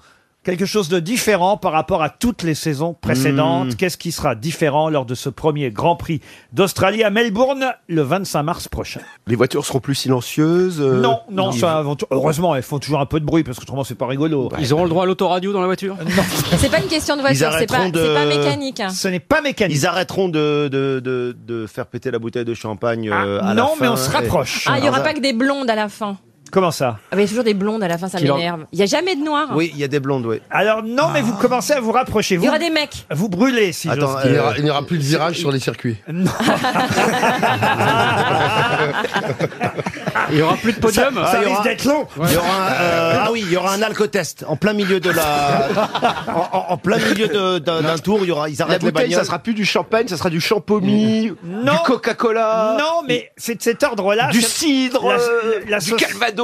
Speaker 1: quelque chose de différent par rapport à toutes les saisons précédentes. Qu'est-ce qui sera différent lors de ce premier Grand Prix d'Australie à Melbourne le 25 mars prochain
Speaker 23: Les voitures seront plus silencieuses euh,
Speaker 1: Non, non,
Speaker 23: ils-
Speaker 1: ça avant tout- heureusement, elles font toujours un peu de bruit parce que autrement c'est pas rigolo. Euh,
Speaker 14: Ils auront le droit à l'autoradio dans la voiture
Speaker 12: C'est pas une question de voiture, c'est pas, c'est pas mécanique. hein.
Speaker 1: n'est pas mécanique.
Speaker 22: Ils arrêteront de, de, de, de faire péter la bouteille de champagne euh, à la
Speaker 1: Ah, non,
Speaker 22: fin,
Speaker 1: mais on se
Speaker 22: et-
Speaker 1: rapproche.
Speaker 12: Ah, il y aura
Speaker 22: Alors,
Speaker 12: pas que des blondes à la fin.
Speaker 1: Comment ça
Speaker 12: Ah, mais toujours des blondes à la fin, ça
Speaker 22: Qui leur-
Speaker 12: m'énerve. Il y a jamais de noirs.
Speaker 22: Oui, il y a des blondes, oui.
Speaker 1: Alors non, mais vous commencez à vous rapprocher.
Speaker 12: Il
Speaker 1: Vous,
Speaker 12: y aura des mecs.
Speaker 1: vous brûlez, si j'ose
Speaker 23: Attends,
Speaker 1: dire.
Speaker 23: il
Speaker 3: euh,
Speaker 23: n'y aura- il n'y aura
Speaker 1: plus de virage sur les circuits. euh, Non.
Speaker 23: Il n'y aura plus de
Speaker 1: podium. Ça- ça risque d'être long.
Speaker 22: Ah, Il y aura un, euh, ah oui, il y aura un alcotest en plein milieu de la, en, Ah en- en plein milieu de- d'un d'un tour. Il y aura, ils
Speaker 23: La
Speaker 22: arrêtent les
Speaker 23: bouteille,
Speaker 22: bagnoles.
Speaker 23: ça sera plus du champagne, ça sera du champomis,
Speaker 1: Non.
Speaker 23: du Coca-Cola.
Speaker 1: Non, mais c'est de cet ordre-là.
Speaker 23: Du
Speaker 1: Ah, C'est-
Speaker 23: cidre, euh, du
Speaker 1: Calvados.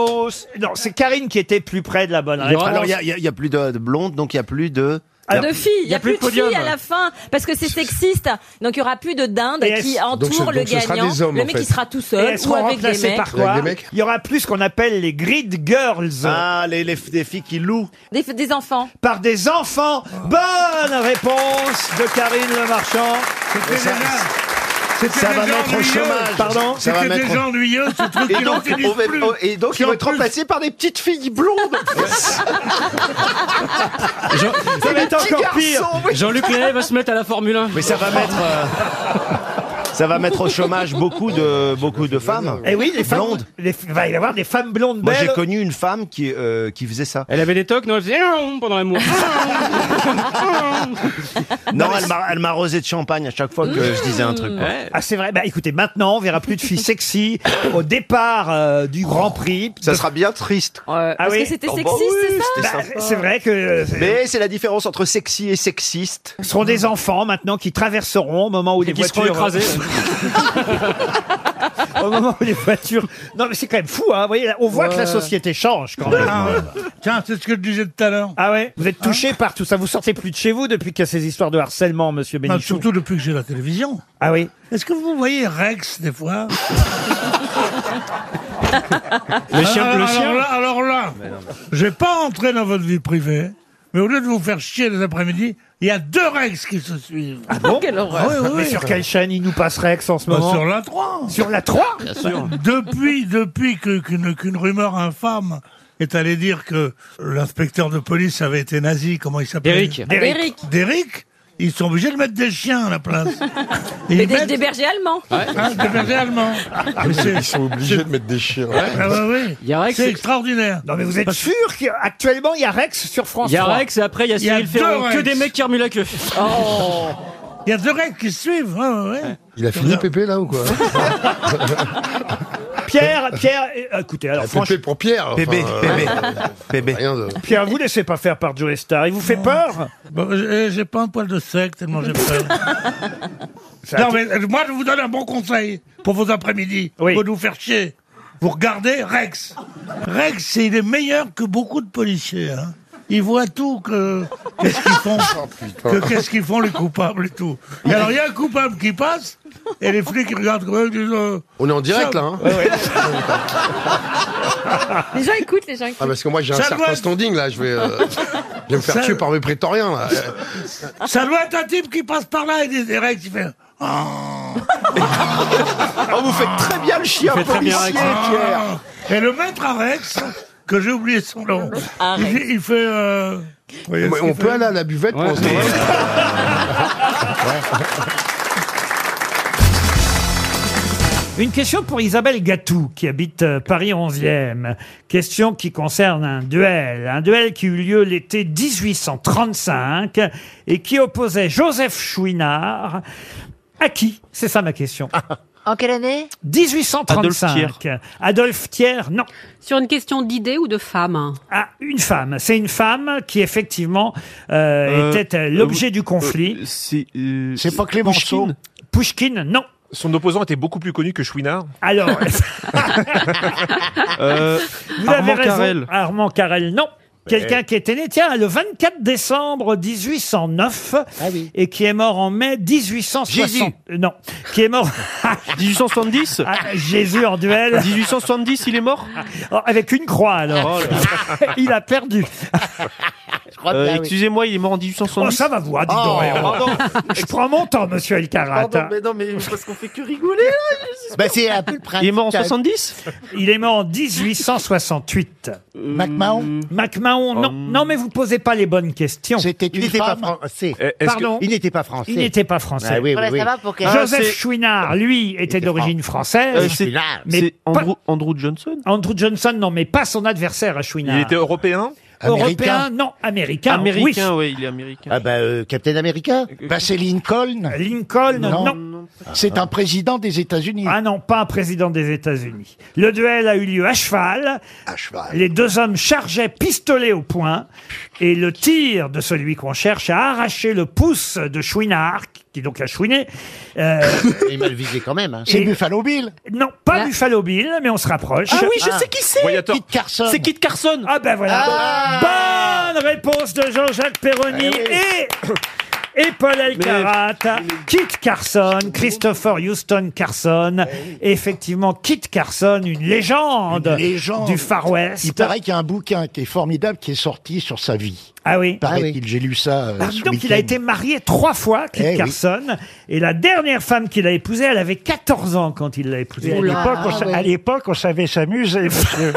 Speaker 1: Non, c'est Karine qui était plus près de la bonne réponse.
Speaker 22: Alors il y a, il y a- il y a plus de, de blondes, donc il y a plus de.
Speaker 12: Ah, de filles, il y a, plus, de
Speaker 22: podium.
Speaker 12: filles à la fin parce que c'est sexiste. Donc il y aura plus de dindes
Speaker 1: Et
Speaker 12: qui
Speaker 1: est-ce-
Speaker 12: entourent
Speaker 23: donc
Speaker 12: le
Speaker 23: ce sera
Speaker 12: gagnant,
Speaker 23: des hommes,
Speaker 12: le
Speaker 23: en
Speaker 12: mec
Speaker 23: fait.
Speaker 12: qui sera tout
Speaker 1: Et
Speaker 12: seul
Speaker 1: elles
Speaker 12: ou
Speaker 1: seront
Speaker 12: avec des
Speaker 1: remplacées
Speaker 12: mecs.
Speaker 1: par quoi Il y aura plus ce qu'on appelle les grid girls.
Speaker 22: Ah, les, les, les filles qui louent.
Speaker 12: Des, des enfants.
Speaker 1: Par des enfants. Bonne réponse de Karine Le Marchand.
Speaker 22: Et ça-
Speaker 18: C'était
Speaker 22: Ça va
Speaker 18: déjà
Speaker 22: mettre au
Speaker 18: ennuyeux.
Speaker 22: chômage.
Speaker 1: Pardon
Speaker 22: Ça va
Speaker 18: C'était
Speaker 22: mettre-
Speaker 18: déjà ennuyeux, ce truc
Speaker 22: Et
Speaker 18: qui n'en
Speaker 22: donc,
Speaker 18: finit
Speaker 22: on va-
Speaker 18: plus.
Speaker 22: oh, et donc,
Speaker 18: Qui
Speaker 22: ils vont
Speaker 18: en
Speaker 22: être
Speaker 18: plus-
Speaker 22: remplacés par des petites filles blondes.
Speaker 1: Ça va être encore pire.
Speaker 14: Jean-Luc Lévy va se mettre à la Formule 1.
Speaker 22: Mais ça va mettre. euh, ça va mettre au chômage beaucoup de, beaucoup de femmes.
Speaker 1: Et Eh oui, les femmes
Speaker 22: blondes.
Speaker 1: les- il va y avoir des femmes blondes
Speaker 22: Moi, j'ai
Speaker 1: belles.
Speaker 22: connu une femme qui, euh, qui faisait ça.
Speaker 14: Elle avait des tocs, non Elle faisait Ah, pendant l'amour.
Speaker 22: Non, elle m'a- elle m'arrosait de champagne à chaque fois que je disais un truc. quoi.
Speaker 1: Ah c'est vrai. Bah écoutez, maintenant on verra plus de filles sexy au départ euh, du Grand Prix.
Speaker 23: Ça sera bien triste.
Speaker 1: Ah
Speaker 12: parce
Speaker 1: oui.
Speaker 12: que c'était
Speaker 1: Oh, bah
Speaker 12: sexiste, c'est ça
Speaker 1: Bah, c'est vrai que euh, c'est-
Speaker 22: Mais c'est la différence entre sexy et sexiste.
Speaker 1: ce seront des enfants maintenant qui traverseront au moment où les
Speaker 14: qui
Speaker 1: voitures
Speaker 14: seront écrasés.
Speaker 1: au moment où les voitures. Non mais c'est quand même fou hein. Vous voyez, là, on voit que la
Speaker 18: Ouais.
Speaker 1: société change quand même.
Speaker 18: Ah, ouais. Tiens, c'est ce que je disais tout à l'heure. Hein
Speaker 1: Ah ouais, vous êtes touché par tout ça. Vous sortez plus de chez vous depuis qu'il y a ces histoires de harcèlement, Monsieur
Speaker 18: Non,
Speaker 1: Bénichou.
Speaker 18: surtout depuis que j'ai la télévision.
Speaker 1: Ah oui.
Speaker 18: Est-ce que vous voyez Rex des fois
Speaker 14: Le chien-
Speaker 18: Ah, alors,
Speaker 14: le chien
Speaker 18: alors là, alors là, je vais pas entrer dans votre vie privée, mais au lieu de vous faire chier les après-midi, il y a deux Rex qui se suivent.
Speaker 1: Ah bon
Speaker 18: Ah oui, oui,
Speaker 1: Mais
Speaker 18: oui.
Speaker 1: sur quelle chaîne il nous passe Rex en ce
Speaker 18: Bah,
Speaker 1: moment
Speaker 18: sur la 3
Speaker 1: Sur la 3
Speaker 18: Depuis, depuis que- qu'une qu'une rumeur infâme est allée dire que l'inspecteur de police avait été nazi, comment il s'appelle
Speaker 14: Derrick.
Speaker 12: Derrick.
Speaker 18: Derrick, ils sont obligés de mettre des chiens à la place. Et
Speaker 12: Mais
Speaker 18: ils
Speaker 12: des,
Speaker 18: mettent-
Speaker 12: des bergers allemands.
Speaker 18: Hein, des bergers allemands. Ah, Mais c'est-
Speaker 10: Ah, Ils sont obligés de mettre des chiens.
Speaker 18: Ah bah oui.
Speaker 14: Il y a Rex,
Speaker 18: C'est
Speaker 14: c'est-
Speaker 18: extraordinaire.
Speaker 1: Non mais vous êtes sûr qu'actuellement il y a Rex sur France
Speaker 14: Il y a
Speaker 1: 3
Speaker 14: Rex et après il y a
Speaker 18: Il y a
Speaker 14: Cyril
Speaker 18: deux
Speaker 14: Ferron.
Speaker 18: Rex.
Speaker 14: Que des mecs qui remuent la queue.
Speaker 18: Il y a deux règles qui se suivent. hein, ouais.
Speaker 10: Il a fini Pépé là ou quoi
Speaker 1: Pierre, Pierre, euh, écoutez, alors franchement,
Speaker 10: Pépé pour Pierre. enfin,
Speaker 22: Bébé,
Speaker 10: euh,
Speaker 22: bébé, bébé.
Speaker 10: Rien de.
Speaker 1: Pierre, vous laissez pas faire par Joe Star. Il vous fait peur
Speaker 18: Bon, j'ai j'ai pas un poil de sec tellement j'ai peur.
Speaker 1: Ça a
Speaker 18: non
Speaker 1: été-
Speaker 18: mais euh, moi je vous donne un bon conseil pour vos après-midi.
Speaker 1: Oui.
Speaker 18: Pour nous faire chier. Vous regardez Rex. Rex, c'est- il est meilleur que beaucoup de policiers. hein. Il voit tout que qu'est-ce qu'ils font,
Speaker 10: Oh,
Speaker 18: que qu'est-ce qu'ils font les coupables et tout. Et alors il y a un coupable qui passe et les flics ils regardent comme eux, ils disent. euh,
Speaker 10: On est en direct
Speaker 18: Ça-
Speaker 10: là. hein
Speaker 12: Les gens écoutent, les gens écoutent.
Speaker 10: Ah parce que moi j'ai un
Speaker 18: Ça doit
Speaker 10: certain
Speaker 18: être-
Speaker 10: standing là. Je vais, euh, je vais me faire
Speaker 18: Ça-
Speaker 10: tuer par mes prétoriens là.
Speaker 18: Ça doit être un type qui passe par là et, dit, et Rex il fait. Oh.
Speaker 22: Oh, vous faites très bien le chien
Speaker 14: faites très bien
Speaker 22: policier,
Speaker 18: Ah.
Speaker 22: Pierre.
Speaker 18: Et le maître à Rex, que j'ai oublié son nom, il,
Speaker 12: Arrête.
Speaker 18: dit- il fait. euh, vous voyez ce
Speaker 10: On
Speaker 18: qu'il
Speaker 10: peut
Speaker 18: fait
Speaker 10: aller à la buvette pour se
Speaker 1: Une question pour Isabelle Gatou, qui habite euh, Paris 11e. Question qui concerne un duel. Un duel qui eut lieu l'été 1835 et qui opposait Joseph Chouinard à qui C'est ça ma question.
Speaker 24: En quelle année
Speaker 1: 1835.
Speaker 24: Adolphe
Speaker 1: Adolphe Thiers, non.
Speaker 24: Sur une question d'idée ou de femme
Speaker 1: Ah, une femme. C'est une femme qui, effectivement, euh,
Speaker 3: Euh,
Speaker 1: était euh,
Speaker 3: euh,
Speaker 1: l'objet
Speaker 3: oui,
Speaker 1: du conflit.
Speaker 3: euh, c'est euh,
Speaker 1: C'est pas Clémenceau.
Speaker 3: Pouchkine
Speaker 1: Pouchkine, non. Ah,
Speaker 3: Son opposant était beaucoup plus connu que Chouinard.
Speaker 1: Alors,
Speaker 3: Euh,
Speaker 1: vous
Speaker 3: Armand
Speaker 1: avez raison.
Speaker 3: Carrel.
Speaker 1: Armand Carrel, non. Quelqu'un qui était né, tiens, le 24 décembre 1809
Speaker 25: Ah
Speaker 1: et qui est mort en mai 1860.
Speaker 3: Jésus.
Speaker 1: Euh, Non, qui est mort. Ah,
Speaker 3: 1870
Speaker 1: Jésus en duel.
Speaker 3: 1870, il est mort Oh
Speaker 1: Oh, Avec une croix alors. il a perdu.
Speaker 3: Euh, Excusez-moi, il est mort en 1870.
Speaker 1: Oh, ça va voir, dites donc. eh, Je prends mon temps, monsieur El Karat. hein.
Speaker 25: Pardon, mais Oh, non, mais parce qu'on fait que rigoler là.
Speaker 1: Bah, c'est un peu le
Speaker 25: principe. Il est mort en
Speaker 1: 70 Il est mort en 1868. MacMahon MacMahon, non. Non, mais vous posez pas les bonnes questions. C'était
Speaker 10: Il n'était pas français.
Speaker 1: Pardon
Speaker 10: Il n'était pas français.
Speaker 1: Il n'était pas français.
Speaker 10: Ah, oui, oui, oui.
Speaker 1: Joseph Chouinard, lui, était d'origine française.
Speaker 3: Euh, c'est-
Speaker 1: mais
Speaker 3: c'est
Speaker 1: pas-
Speaker 3: Andrew, Andrew Johnson
Speaker 1: Andrew Johnson, non, mais pas son adversaire à Chouinard.
Speaker 3: Il était européen
Speaker 1: Européen, non, américain.
Speaker 3: Américain,
Speaker 1: oui.
Speaker 3: oui, il est américain.
Speaker 10: Ah bah, euh, Captain America Bah, c'est Lincoln.
Speaker 1: Lincoln, non.
Speaker 10: C'est un président des États-Unis.
Speaker 1: Ah non, pas un président des États-Unis. Le duel a eu lieu à cheval. Les deux hommes chargeaient pistolet au poing et le tir de celui qu'on cherche a arraché le pouce de Chouinard, qui donc a chouiné. Euh,
Speaker 10: Il m'a le visé quand même. hein.
Speaker 1: et- Non, pas Buffalo Bill, mais on se rapproche.
Speaker 10: Ah oui, je sais qui c'est. Voyateur. Kit Carson. C'est
Speaker 1: Kit Carson. Ah ben voilà.
Speaker 3: Ah.
Speaker 1: Bonne réponse de Jean-Jacques Perroni et et Paul Elkarat, Kit Carson, Christopher Houston Carson,
Speaker 10: Eh
Speaker 1: effectivement Kit Carson, une légende, du Far West.
Speaker 10: Il paraît qu'il y a un bouquin qui est formidable qui est sorti sur sa vie.
Speaker 1: Ah oui.
Speaker 10: Paraît-il, j'ai lu ça. euh,
Speaker 1: Ah,
Speaker 10: ce
Speaker 1: donc, il a
Speaker 10: week-end.
Speaker 1: été marié trois fois, Kit
Speaker 10: Eh oui.
Speaker 1: Carson. Et la dernière femme qu'il a épousée, elle avait 14 ans quand il l'a épousée.
Speaker 10: Et
Speaker 1: Oh
Speaker 10: à Oula, l'époque, on ah sa- ouais. à
Speaker 1: l'époque, on savait s'amuser, monsieur.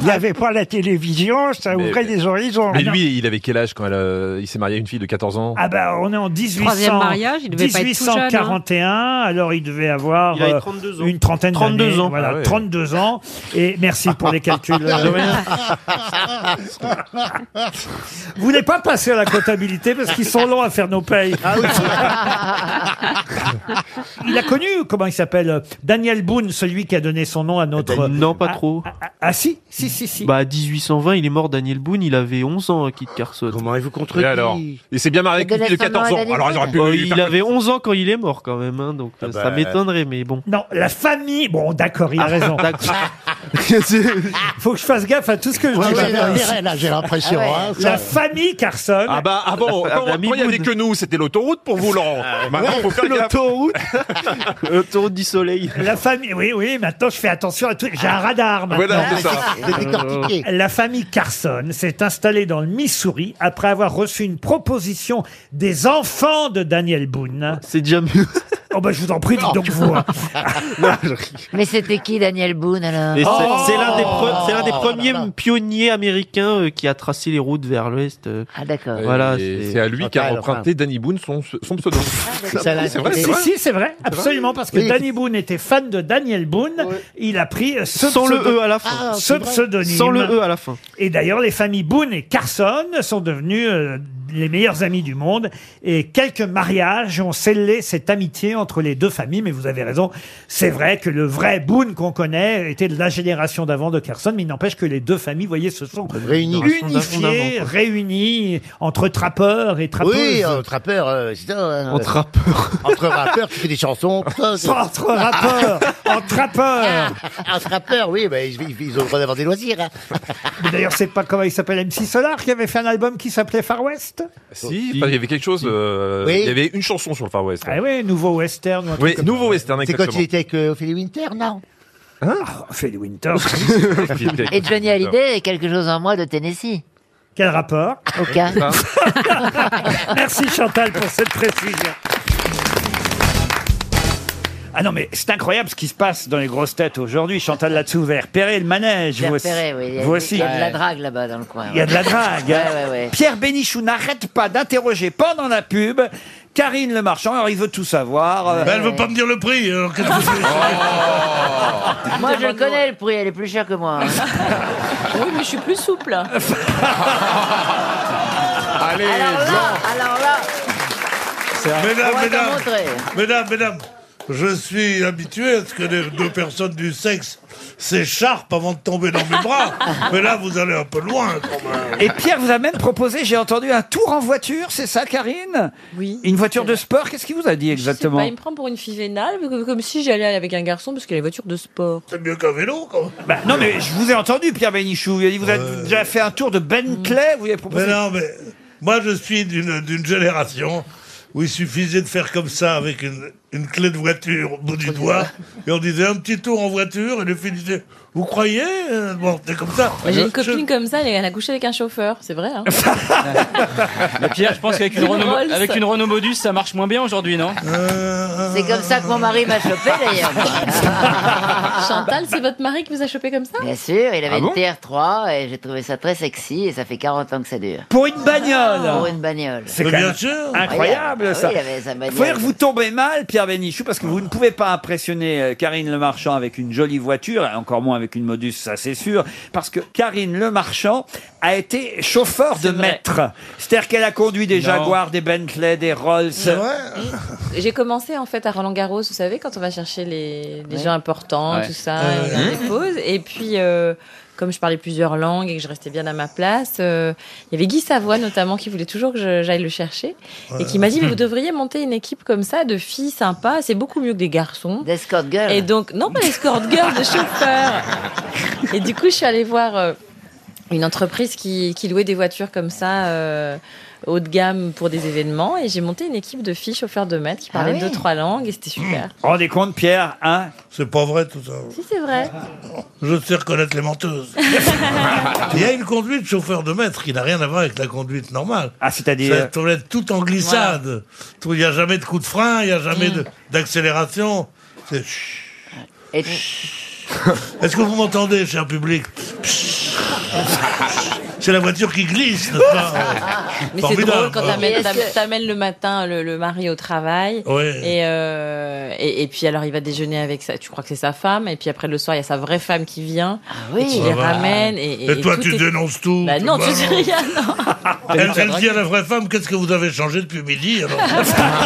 Speaker 10: Il n'y avait pas la télévision,
Speaker 3: Ah,
Speaker 10: ça
Speaker 4: Mais-
Speaker 10: ouvrait des horizons.
Speaker 4: Mais lui, il avait quel âge quand elle, euh, il s'est marié à une fille de 14 ans
Speaker 1: Ah bah on est en 1800,
Speaker 4: Troisième mariage, il devait pas être tout jeune, hein.
Speaker 1: 1841, alors il devait avoir
Speaker 4: Il avait
Speaker 1: euh,
Speaker 4: 32 ans.
Speaker 1: une trentaine
Speaker 4: 32
Speaker 1: d'années,
Speaker 4: ans.
Speaker 1: voilà,
Speaker 4: Ah ouais.
Speaker 1: 32 ans, et merci pour les calculs. euh,
Speaker 4: De rien.
Speaker 1: Vous voulez pas passer à la comptabilité parce qu'ils sont longs à faire nos payes.
Speaker 4: Ah
Speaker 14: Ah.
Speaker 1: il a connu, comment il s'appelle, euh, Daniel Boone, celui qui a donné son nom à
Speaker 4: Eh ben,
Speaker 1: notre...
Speaker 3: Non, pas trop.
Speaker 1: Ah, ah, si, si, si, si.
Speaker 3: Bah, 1820, il est mort Daniel Boone, il avait 11 ans, Kit Carson. Comment avez-vous
Speaker 4: Et alors Il s'est bien marié avec une fille de 14 ans. Alors, ils auraient pu. lui
Speaker 3: Oh,
Speaker 4: faire-
Speaker 3: il avait 11 ans quand il est mort, quand même, hein, donc euh, ça
Speaker 4: bah.
Speaker 3: m'étonnerait, mais bon.
Speaker 1: Non, la famille... Bon, d'accord, il a
Speaker 3: Ah,
Speaker 1: raison.
Speaker 3: d'accord.
Speaker 1: Faut que je fasse gaffe à tout ce que je
Speaker 10: Ouais,
Speaker 1: dis.
Speaker 10: ouais,
Speaker 1: maintenant
Speaker 10: ouais,
Speaker 1: ici.
Speaker 10: ouais, là, j'ai l'impression, Ah ouais. hein, ça.
Speaker 1: La famille Carson.
Speaker 4: Ah bah avant,
Speaker 1: La
Speaker 4: quand quand
Speaker 1: famille
Speaker 4: il n'y avait
Speaker 1: Boone.
Speaker 4: que nous, c'était l'autoroute pour vous, Laurent. Ah,
Speaker 3: Ah,
Speaker 4: Maintenant, faut faire gaffe.
Speaker 3: L'autoroute L'autoroute du soleil.
Speaker 1: La famille, oui, oui, maintenant je fais attention à tout. J'ai un radar maintenant.
Speaker 4: Voilà, Ah, c'est ça. De décortiquer.
Speaker 1: La famille Carson s'est installée dans le Missouri après avoir reçu une proposition des enfants de Daniel Boone.
Speaker 3: C'est déjà mieux.
Speaker 1: Oh bah je vous en prie, dites donc vous. hein.
Speaker 24: Mais c'était qui Daniel Boone alors Oh,
Speaker 3: Et c'est-
Speaker 1: Oh.
Speaker 3: c'est l'un des, pre- c'est l'un
Speaker 14: Oh
Speaker 3: des premiers pionniers américains euh, qui a tracé les routes vers l'ouest. euh.
Speaker 24: Ah d'accord.
Speaker 4: Et
Speaker 3: Voilà,
Speaker 4: c'est à lui qu'a emprunté Danny Boone son, son pseudo.
Speaker 3: Ça l'a-
Speaker 4: Oui, c'est vrai, c'est
Speaker 1: si,
Speaker 4: vrai.
Speaker 1: si, c'est vrai, absolument, parce que
Speaker 4: Oui.
Speaker 1: Danny Boone était fan de Daniel Boone. Il a pris euh, ce
Speaker 3: Sans le
Speaker 1: pseudo-
Speaker 3: E à la fin. Ah,
Speaker 1: ce
Speaker 3: c'est vrai.
Speaker 1: pseudonyme.
Speaker 3: Sans le E à la fin.
Speaker 1: Et d'ailleurs, les familles Boone et Carson sont devenues euh, les meilleures amies du monde. Et quelques mariages ont scellé cette amitié entre les deux familles. Mais vous avez raison, c'est vrai que le vrai Boone qu'on connaît était de la génération d'avant de Carson. Mais il n'empêche que les deux familles, voyez, se sont
Speaker 10: Réunies. Génération d'avant,
Speaker 1: unifiées,
Speaker 10: quoi.
Speaker 1: réunies entre trappeurs et trappeuses.
Speaker 10: Oui, entre rappeurs, euh, c'est ça, hein,
Speaker 1: Entre
Speaker 10: euh,
Speaker 3: rappeurs.
Speaker 10: Entre rappeurs, tu fais des chansons.
Speaker 1: Entre rappeurs, entre rappeurs.
Speaker 10: Entre rappeurs, Ah, oui, bah, ils, ils ont le droit d'avoir des loisirs. hein.
Speaker 1: Mais D'ailleurs, c'est pas comment il s'appelle MC Solar qui avait fait un album qui s'appelait Far West.
Speaker 4: Si, enfin, il y avait quelque chose. euh,
Speaker 10: Oui.
Speaker 4: Il y avait une chanson sur le Far West.
Speaker 1: Ah oui, nouveau western. ou un
Speaker 4: Oui,
Speaker 1: truc comme
Speaker 4: nouveau western,
Speaker 10: C'est quand
Speaker 4: exactement.
Speaker 10: il était avec euh, Ophélie Winter, non
Speaker 1: Ah, Ophélie Winter.
Speaker 24: Et Johnny Hallyday est quelque chose en moi de Tennessee.
Speaker 1: Quel rapport
Speaker 24: Aucun.
Speaker 1: Merci Chantal pour cette précision. Ah non, mais c'est incroyable ce qui se passe dans les grosses têtes aujourd'hui. Chantal là-dessous, vous avez repéré le manège.
Speaker 24: Pierre
Speaker 1: vous aussi.
Speaker 24: Perret, oui. Il y a,
Speaker 1: Vous aussi.
Speaker 24: il y a de la drague là-bas dans le coin.
Speaker 1: Il y a de la drague.
Speaker 24: Ouais,
Speaker 1: hein.
Speaker 24: ouais, ouais.
Speaker 1: Pierre Bénichou n'arrête pas d'interroger pendant la pub Karine Le Marchand. Alors, il veut tout savoir. euh.
Speaker 18: Ben, elle veut pas me dire le prix. alors qu'est-ce que c'est
Speaker 4: Oh.
Speaker 12: Oh.
Speaker 24: Moi, je le connais le prix, elle est plus chère que moi. hein.
Speaker 12: Oui, mais je suis plus souple.
Speaker 24: Allez, alors là, alors là,
Speaker 18: Mesdames,
Speaker 24: on va te
Speaker 18: mesdames,
Speaker 24: montrer.
Speaker 18: mesdames, mesdames, je suis habitué à ce que les deux personnes du sexe s'écharpent avant de tomber dans mes bras. Mais là, vous allez un peu loin quand même.
Speaker 1: Et Pierre vous a même proposé, j'ai entendu, un tour en voiture, c'est ça, Karine
Speaker 12: Oui.
Speaker 1: Une voiture de sport, qu'est-ce qu'il vous a dit exactement
Speaker 12: Bah, il me prend pour une fille vénale, comme- comme si j'allais aller avec un garçon, parce qu'il y a les voitures de sport.
Speaker 18: C'est mieux qu'un vélo, quand même.
Speaker 1: Bah, non, mais je vous ai entendu, Pierre Bénichou. Il a dit, vous avez déjà fait un tour de
Speaker 18: Mmh.
Speaker 1: Bentley, vous lui avez proposé.
Speaker 18: Mais non, mais moi, je suis d'une d'une génération où il suffisait de faire comme ça avec une, une clé de voiture au bout du doigt, et on disait un petit tour en voiture, et le fils disait Vous croyez euh, Bon, c'est comme ça.
Speaker 12: J'ai une
Speaker 18: Je-
Speaker 12: copine comme ça, elle est- elle a couché avec un chauffeur, c'est vrai. Hein
Speaker 14: Mais Pierre, je pense qu'avec une,
Speaker 12: Une
Speaker 14: Renault-
Speaker 12: Rolls.
Speaker 14: avec une Renault Modus, ça marche moins bien aujourd'hui, non
Speaker 3: Euh,
Speaker 24: C'est comme ça que mon mari m'a chopé d'ailleurs.
Speaker 12: Chantal, c'est votre mari qui vous a chopé comme ça
Speaker 24: Bien sûr, il avait
Speaker 12: Ah bon
Speaker 24: une TR3 et j'ai trouvé ça très sexy et ça fait 40 ans que ça dure.
Speaker 1: Pour une bagnole
Speaker 24: Pour une bagnole.
Speaker 1: C'est quand même incroyable
Speaker 24: Ah Oui,
Speaker 1: ça.
Speaker 24: il avait sa bagnole.
Speaker 1: Faut dire que vous tombez mal, Pierre Bénichou, parce que vous ne pouvez pas impressionner euh, Karine Le Marchand avec une jolie voiture, et encore moins avec une Modus, ça c'est sûr, parce que Karine Le Marchand a été chauffeur de maître. C'est-à-dire qu'elle a conduit des
Speaker 14: Non.
Speaker 1: Jaguars, des Bentley, des Rolls.
Speaker 12: J'ai commencé en fait à Roland Garros, vous savez, quand on va chercher les, les gens importants,
Speaker 24: Ouais.
Speaker 12: tout ça,
Speaker 24: Ouais.
Speaker 12: et on
Speaker 24: Mmh.
Speaker 12: les pose. Et puis, euh, comme je parlais plusieurs langues et que je restais bien à ma place, euh, il y avait Guy Savoie notamment qui voulait toujours que je- j'aille le chercher et qui m'a dit
Speaker 24: Ouais.
Speaker 12: mais vous devriez monter une équipe comme ça de filles sympas, c'est beaucoup mieux que des garçons. D'escort girl. Et donc non pas escort girl, de chauffeur. Et du coup, je suis allée voir euh, une entreprise qui, qui louait des voitures comme ça, euh, haut de gamme, pour des événements. Et j'ai monté une équipe de filles chauffeurs de maître
Speaker 24: Ah
Speaker 12: qui parlaient
Speaker 1: oui.
Speaker 12: deux, trois langues et c'était
Speaker 24: Mmh.
Speaker 12: super.
Speaker 1: Rendez compte, Pierre, hein
Speaker 18: C'est pas vrai tout ça.
Speaker 12: Si, c'est vrai.
Speaker 18: Je sais reconnaître les menteuses. Il y a une conduite chauffeur de maître qui n'a rien à voir avec la conduite normale.
Speaker 1: Ah, c'est-à-dire
Speaker 18: Ça tourne tout en glissade. Tout- Il n'y a jamais de coup de frein, il n'y a
Speaker 12: Mm.
Speaker 18: jamais de- d'accélération. C'est-
Speaker 24: Et-
Speaker 18: Est-ce que vous m'entendez, cher public C'est la voiture qui glisse, n'est-ce pas
Speaker 12: Mais c'est
Speaker 18: Formidable.
Speaker 12: drôle quand t'amènes,
Speaker 24: Et est-ce que-
Speaker 12: t'amènes le matin le, le mari au travail.
Speaker 18: Ouais.
Speaker 12: Et, euh, et, et puis alors il va déjeuner avec sa, tu crois que c'est sa femme. Et puis après le soir, il y a sa vraie femme qui vient.
Speaker 24: oui.
Speaker 12: Et qui les
Speaker 18: Ah bah.
Speaker 12: ramène. Et, et-
Speaker 18: Et toi,
Speaker 12: tout
Speaker 18: tu
Speaker 12: est- Ah,
Speaker 18: dénonces tout.
Speaker 12: Bah non,
Speaker 18: Bah
Speaker 12: tu dis
Speaker 18: non.
Speaker 12: rien, non.
Speaker 18: Elle, elle dit à la vraie femme, qu'est-ce que vous avez changé depuis midi alors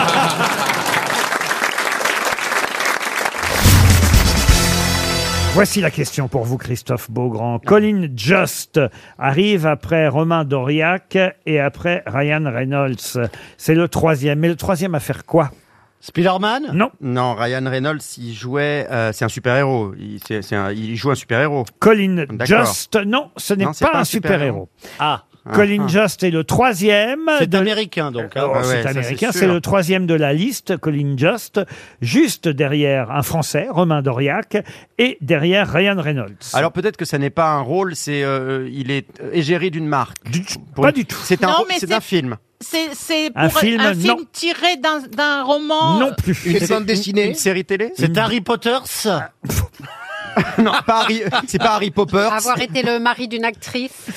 Speaker 1: Voici la question pour vous, Christophe Beaugrand. Colin Just arrive après Romain Doriac et après Ryan Reynolds. C'est le troisième. Mais le troisième à faire quoi
Speaker 3: Spider-Man
Speaker 1: Non.
Speaker 3: Non, Ryan Reynolds, il jouait. euh, c'est un super-héros. Il, c'est- c'est un- il joue un super-héros.
Speaker 1: Colin
Speaker 3: D'accord.
Speaker 1: Just, non, ce n'est
Speaker 3: Non,
Speaker 1: pas,
Speaker 3: c'est
Speaker 1: un super-héros.
Speaker 3: Ah.
Speaker 1: Colin
Speaker 3: Ah.
Speaker 1: Just est le troisième.
Speaker 3: C'est
Speaker 1: de-
Speaker 3: américain, donc, hein.
Speaker 1: Oh,
Speaker 3: Ah ouais,
Speaker 1: c'est
Speaker 3: ça, c'est
Speaker 1: américain.
Speaker 3: sûr.
Speaker 1: C'est le troisième de la liste, Colin Just, juste derrière un Français, Romain Doriac, et derrière Ryan Reynolds.
Speaker 3: Alors peut-être que ça n'est pas un rôle, c'est euh, il est euh, égérie d'une marque.
Speaker 1: pas du tout.
Speaker 3: C'est un,
Speaker 1: Non,
Speaker 3: rôle-
Speaker 1: mais
Speaker 3: c'est
Speaker 1: c'est-
Speaker 3: un film.
Speaker 5: C'est c'est pour
Speaker 3: Un film,
Speaker 5: un
Speaker 3: non.
Speaker 5: film tiré d'un d'un roman. euh,
Speaker 3: Non plus. Une bande dessinée Une série télé
Speaker 22: C'est
Speaker 3: Une-
Speaker 22: Harry Potters
Speaker 1: Ah.
Speaker 3: non, pas Harry, c'est pas Harry Popper.
Speaker 6: Avoir été le mari d'une actrice.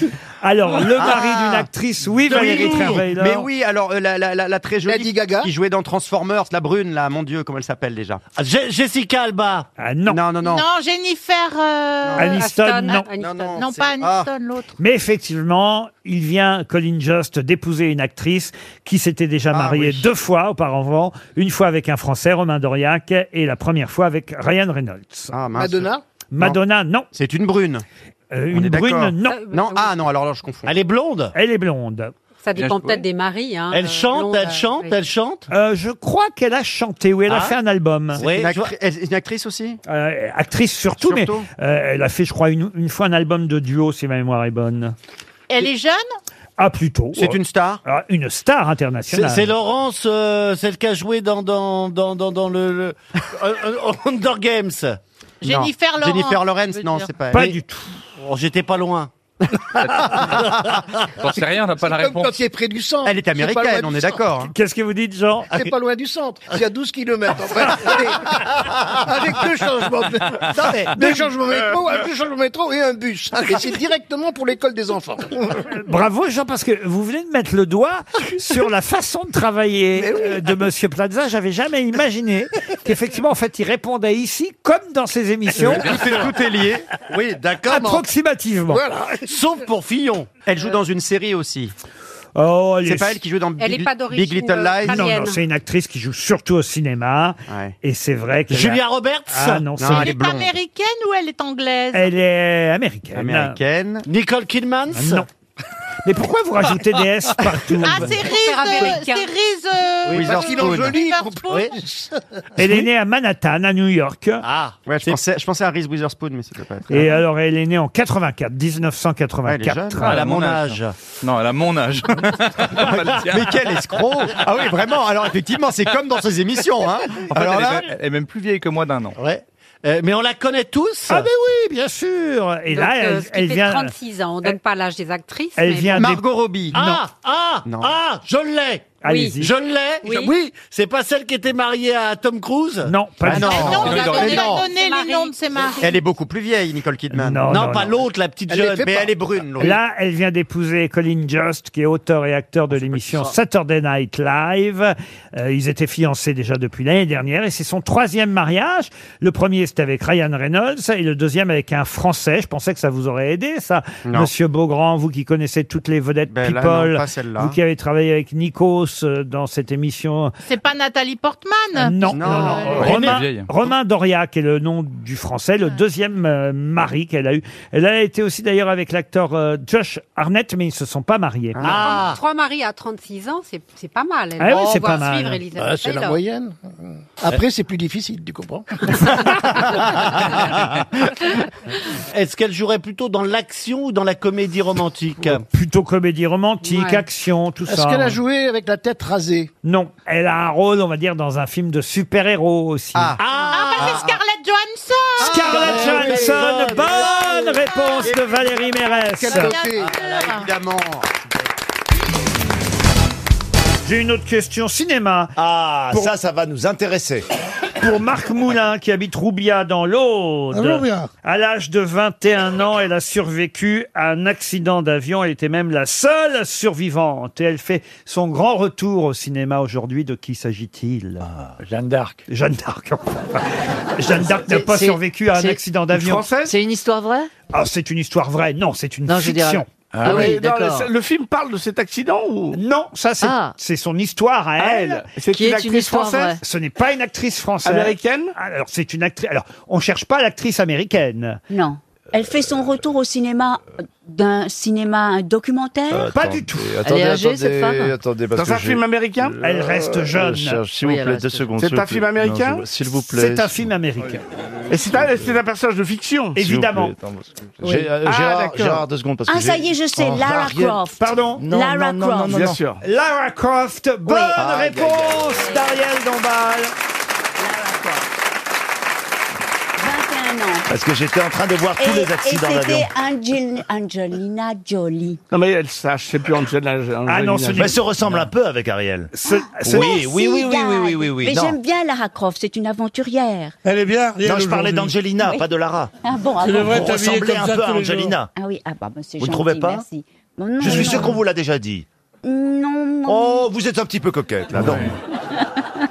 Speaker 1: Alors le
Speaker 3: Ah.
Speaker 1: mari d'une actrice, oui, Valérie Trierweiler.
Speaker 3: Mais oui, alors euh, la, la- la- la très jolie qui jouait dans Transformers, la brune là, mon dieu, comment elle s'appelle déjà
Speaker 1: Ah,
Speaker 3: Ah,
Speaker 22: Jessica Alba.
Speaker 1: non.
Speaker 3: Non, non,
Speaker 5: Non, Jennifer. euh,
Speaker 1: Aniston, Aston, non.
Speaker 3: Non, non,
Speaker 5: Non,
Speaker 3: c'est-
Speaker 5: pas
Speaker 3: Ah.
Speaker 5: Aniston, l'autre.
Speaker 1: Mais effectivement, il vient, Colin Just, d'épouser une actrice qui s'était déjà
Speaker 3: Ah,
Speaker 1: mariée deux fois auparavant. Une fois avec un Français, Romain Doriac, et la première fois avec Ryan Reynolds.
Speaker 3: Ah, Madonna
Speaker 1: Madonna, non.
Speaker 3: C'est une brune. On
Speaker 1: une
Speaker 3: est d'accord
Speaker 1: brune, non.
Speaker 3: Non, ah non, alors, alors je confonds.
Speaker 1: Elle est blonde Elle est blonde.
Speaker 6: Ça
Speaker 1: Bien
Speaker 6: dépend
Speaker 1: joué.
Speaker 6: peut-être des maris. hein.
Speaker 3: Elle
Speaker 6: Euh,
Speaker 3: chante,
Speaker 6: blonde,
Speaker 3: elle
Speaker 6: euh,
Speaker 3: chante,
Speaker 6: oui.
Speaker 3: elle
Speaker 22: chante
Speaker 1: Euh, je crois qu'elle a chanté, oui, elle a
Speaker 3: Ah.
Speaker 1: fait un album.
Speaker 3: C'est une, actri- elle- une actrice aussi
Speaker 1: Euh, actrice surtout,
Speaker 3: Surtout.
Speaker 1: mais euh, elle a fait, je crois, une, une fois un album de duo, si ma mémoire est bonne.
Speaker 5: Elle est jeune
Speaker 1: Ah, plutôt. Ah,
Speaker 3: C'est une star
Speaker 1: Une star
Speaker 22: C'est
Speaker 1: internationale.
Speaker 22: c'est Laurence, euh, celle qui a joué dans, dans, dans, dans, dans le, le- euh, euh, Hunger Games.
Speaker 3: Jennifer Non. Lawrence, Jennifer Lawrence, je veux non, dire. c'est pas elle.
Speaker 1: Pas
Speaker 22: Mais-
Speaker 1: du tout.
Speaker 22: Oh, J'étais pas loin.
Speaker 21: J'en sais rien, on n'a pas la
Speaker 10: Comme
Speaker 21: réponse.
Speaker 10: quand tu es près du centre.
Speaker 21: Elle est
Speaker 10: C'est pas loin
Speaker 21: américaine,
Speaker 10: du
Speaker 21: on est
Speaker 10: centre.
Speaker 21: d'accord, hein. Qu'est-ce que vous dites, Jean
Speaker 10: C'est pas loin du centre. C'est à 12 km, en fait. Avec, avec deux changements de... Non, mais, deux changements de métro, deux changements de métro et un bus. Et c'est directement pour l'école des enfants.
Speaker 1: Euh, Bravo Jean, parce que vous venez de mettre le doigt sur la façon de travailler euh, de Monsieur Plaza. J'avais jamais imaginé qu'effectivement, en fait, il répondait ici comme dans ses émissions.
Speaker 3: Tout est, Euh, tout est lié.
Speaker 1: Oui, d'accord. Approximativement.
Speaker 3: Sauf pour Fillon. Elle joue dans une série aussi.
Speaker 1: Oh,
Speaker 3: C'est pas elle qui joue dans
Speaker 6: Elle
Speaker 3: Big,
Speaker 6: est pas d'origine,
Speaker 3: Big Little
Speaker 6: euh,
Speaker 3: Lies
Speaker 1: Non, non, c'est une actrice qui joue surtout au cinéma. Et c'est vrai que.
Speaker 10: Julia Roberts
Speaker 1: Ah non, c'est-
Speaker 10: elle est blonde.
Speaker 5: Américaine ou elle est anglaise
Speaker 1: Elle est Euh, américaine. Euh,
Speaker 3: Américaine.
Speaker 10: Nicole Kidman
Speaker 1: Non. Mais pourquoi vous rajoutez des S partout
Speaker 5: Ah, c'est Riz,
Speaker 6: américain.
Speaker 5: c'est Riz, euh,
Speaker 1: Oui, parce qu'il est
Speaker 5: Witherspoon.
Speaker 1: joli,
Speaker 5: Witherspoon.
Speaker 1: Elle est née à Manhattan, à New York.
Speaker 3: Ah, ouais, je, pensais, je pensais à Reese Witherspoon, mais ça peut pas être.
Speaker 1: Et alors, elle est née en 84,
Speaker 3: Ah Elle est jeune. hein.
Speaker 5: Ah,
Speaker 1: 1984.
Speaker 3: Elle a mon âge.
Speaker 21: Non, elle a mon âge.
Speaker 3: Mais quel escroc Ah oui, vraiment. Alors effectivement, c'est comme dans ces émissions. Hein.
Speaker 21: En fait,
Speaker 3: Alors
Speaker 21: elle,
Speaker 3: là, Euh,
Speaker 21: est, même- elle est même plus vieille que moi d'un an.
Speaker 10: Ouais. mais on la connaît tous.
Speaker 1: Ah, mais oui, bien sûr. Et
Speaker 6: Donc,
Speaker 1: là,
Speaker 6: euh,
Speaker 1: elle,
Speaker 6: ce qui
Speaker 1: elle
Speaker 6: fait
Speaker 1: vient.
Speaker 6: 36 ans. On donne pas l'âge des actrices.
Speaker 1: elle
Speaker 6: mais
Speaker 1: vient
Speaker 6: bon.
Speaker 1: des- Margot
Speaker 3: Robbie.
Speaker 5: Ah, ah,
Speaker 1: Non.
Speaker 5: ah, je l'ai.
Speaker 1: Allez-y.
Speaker 5: Je l'ai. Oui. c'est pas celle qui était mariée à Tom Cruise
Speaker 1: Non, pas
Speaker 5: ah
Speaker 3: du
Speaker 5: non.
Speaker 3: tout.
Speaker 5: Non,
Speaker 3: Sinon,
Speaker 5: on
Speaker 3: il
Speaker 5: a
Speaker 3: aurait
Speaker 5: donné-
Speaker 3: dit non.
Speaker 5: on a donné les noms de ses maris.
Speaker 3: elle est beaucoup plus vieille, Nicole Kidman.
Speaker 5: Non, pas l'autre, la petite
Speaker 3: Elle
Speaker 5: jeune,
Speaker 3: était
Speaker 5: mais
Speaker 3: pas-
Speaker 5: elle est brune. l'autre.
Speaker 1: Là, elle vient d'épouser Colin Jost, qui est auteur et acteur de l'émission Saturday Night Live. Euh, ils étaient fiancés déjà depuis l'année dernière et c'est son troisième mariage. Le premier, c'était avec Ryan Reynolds et le deuxième avec un Français. Je pensais que ça vous aurait aidé, ça.
Speaker 3: Non.
Speaker 1: Monsieur Beaugrand, vous qui connaissez toutes les vedettes
Speaker 3: Ben là,
Speaker 1: people,
Speaker 3: non, pas celle-là.
Speaker 1: vous qui avez travaillé avec Nikos euh, dans cette émission.
Speaker 5: C'est pas Nathalie Portman
Speaker 1: Ah, Non, non, non. Romain, Romain Doriac est le nom du français, le deuxième euh, mari qu'elle a eu. Elle a été aussi d'ailleurs avec l'acteur euh, Josh Arnett, mais ils ne se sont pas mariés.
Speaker 6: Trois- Trois maris à 36 ans, c'est c'est pas mal. Elle
Speaker 1: Ah oui,
Speaker 6: va
Speaker 1: c'est pas
Speaker 6: pouvoir
Speaker 1: mal.
Speaker 6: suivre Elisabeth
Speaker 5: Ah, c'est la
Speaker 6: Taylor.
Speaker 5: moyenne. Après, c'est plus difficile, tu comprends Est-ce qu'elle jouerait plutôt dans l'action ou dans la comédie romantique
Speaker 1: Plutôt comédie romantique,
Speaker 5: Ouais.
Speaker 1: action, Oh, tout
Speaker 5: Est-ce
Speaker 1: ça. hein.
Speaker 5: qu'elle a joué avec la tête rasée
Speaker 1: Non, elle a un rôle, on va dire, dans un film de super-héros aussi.
Speaker 5: Ah, bah c'est Scarlett Johansson
Speaker 1: Scarlett Johansson, bonne réponse de Valérie
Speaker 5: Quelle
Speaker 1: Mérès.
Speaker 5: beauté.
Speaker 1: Ah,
Speaker 3: Évidemment.
Speaker 1: J'ai une autre question cinéma. Ah, ça, ça va nous intéresser. Pour Marc Moulin, qui habite Roubia dans l'Aude.
Speaker 26: Ah, Roubia.
Speaker 1: À l'âge de 21 ans, elle a survécu à un accident d'avion. Elle était même la seule survivante. Et elle fait son grand retour au cinéma aujourd'hui. De qui s'agit-il
Speaker 27: Ah,
Speaker 1: Jeanne d'Arc. Jeanne d'Arc. Jeanne d'Arc n'a
Speaker 27: C'est-
Speaker 1: pas
Speaker 27: c'est-
Speaker 1: survécu à un
Speaker 27: c'est
Speaker 1: accident d'avion.
Speaker 27: une Française
Speaker 1: C'est une histoire vraie Ah, c'est une histoire vraie. Non, c'est une
Speaker 27: Non, je veux dire-
Speaker 1: fiction.
Speaker 27: Ah Ah oui, oui, d'accord. d'accord.
Speaker 1: le film parle de cet accident ou Non, ça c'est c'est son histoire à elle.
Speaker 27: C'est Qui une est une actrice histoire française vraie.
Speaker 1: Ce n'est pas une actrice française.
Speaker 27: Américaine
Speaker 1: Alors c'est une actrice. Alors on cherche pas l'actrice américaine.
Speaker 20: Non. Elle fait son retour au cinéma d'un cinéma un documentaire
Speaker 1: Pas du tout.
Speaker 20: Elle est âgée, cette femme
Speaker 18: Euh, attendez, parce
Speaker 20: Dans
Speaker 18: que
Speaker 20: un
Speaker 18: j'ai-
Speaker 20: film
Speaker 18: américain
Speaker 1: Elle reste jeune.
Speaker 18: Je cherche, S'il vous
Speaker 20: Oui, elle
Speaker 18: plaît,
Speaker 20: reste
Speaker 18: deux
Speaker 20: jeune.
Speaker 18: secondes. C'est s'il un vous film plaît. américain Non, S'il vous plaît.
Speaker 1: C'est un film américain.
Speaker 18: Et c'est un, personnage de fiction
Speaker 1: Évidemment.
Speaker 18: Oui. Gé- euh, Gérard- Gérard, deux secondes, parce
Speaker 20: Ah,
Speaker 18: que
Speaker 20: ça
Speaker 18: j'ai-
Speaker 20: y est, je sais,
Speaker 18: Oh,
Speaker 20: Lara
Speaker 18: Ariel.
Speaker 20: Croft.
Speaker 1: Pardon
Speaker 18: Non,
Speaker 20: Lara
Speaker 18: non, non,
Speaker 20: Croft.
Speaker 18: non, non, Bien non. sûr.
Speaker 1: Lara Croft, bonne
Speaker 18: Aïe, aïe,
Speaker 1: réponse d'Ariel Dombal.
Speaker 20: 21 ans.
Speaker 18: Parce que j'étais en train de voir tous
Speaker 20: Et-
Speaker 18: les accidents
Speaker 20: et
Speaker 18: d'avion.
Speaker 20: c'était Angel- Angelina Jolie.
Speaker 18: Non mais elle sache, c'est plus Angela.
Speaker 1: Ah non, ce n'est-
Speaker 18: Mais se ressemble un peu avec Ariel.
Speaker 1: ce-
Speaker 18: Oui, oui, oui, oui, oui, oui, oui, oui.
Speaker 20: Mais
Speaker 18: non.
Speaker 20: j'aime bien Lara Croft, c'est une aventurière.
Speaker 1: Elle est bien.
Speaker 18: Non, je parlais
Speaker 20: aujourd'hui.
Speaker 18: d'Angelina,
Speaker 20: Oui.
Speaker 18: pas de Lara.
Speaker 20: Ah bon, ah
Speaker 18: Tu
Speaker 20: bon.
Speaker 18: devrais Vous t'habiller ressemblez comme un ça peu à tous les jours. Angelina.
Speaker 20: Ah oui, ah bah, bah, c'est
Speaker 18: Vous
Speaker 20: gentil,
Speaker 18: ne trouvez pas
Speaker 20: merci. Bon, non,
Speaker 18: je suis
Speaker 20: non.
Speaker 18: sûr qu'on vous l'a déjà dit.
Speaker 20: Non, non.
Speaker 18: Oh, vous êtes un petit peu coquette, là, non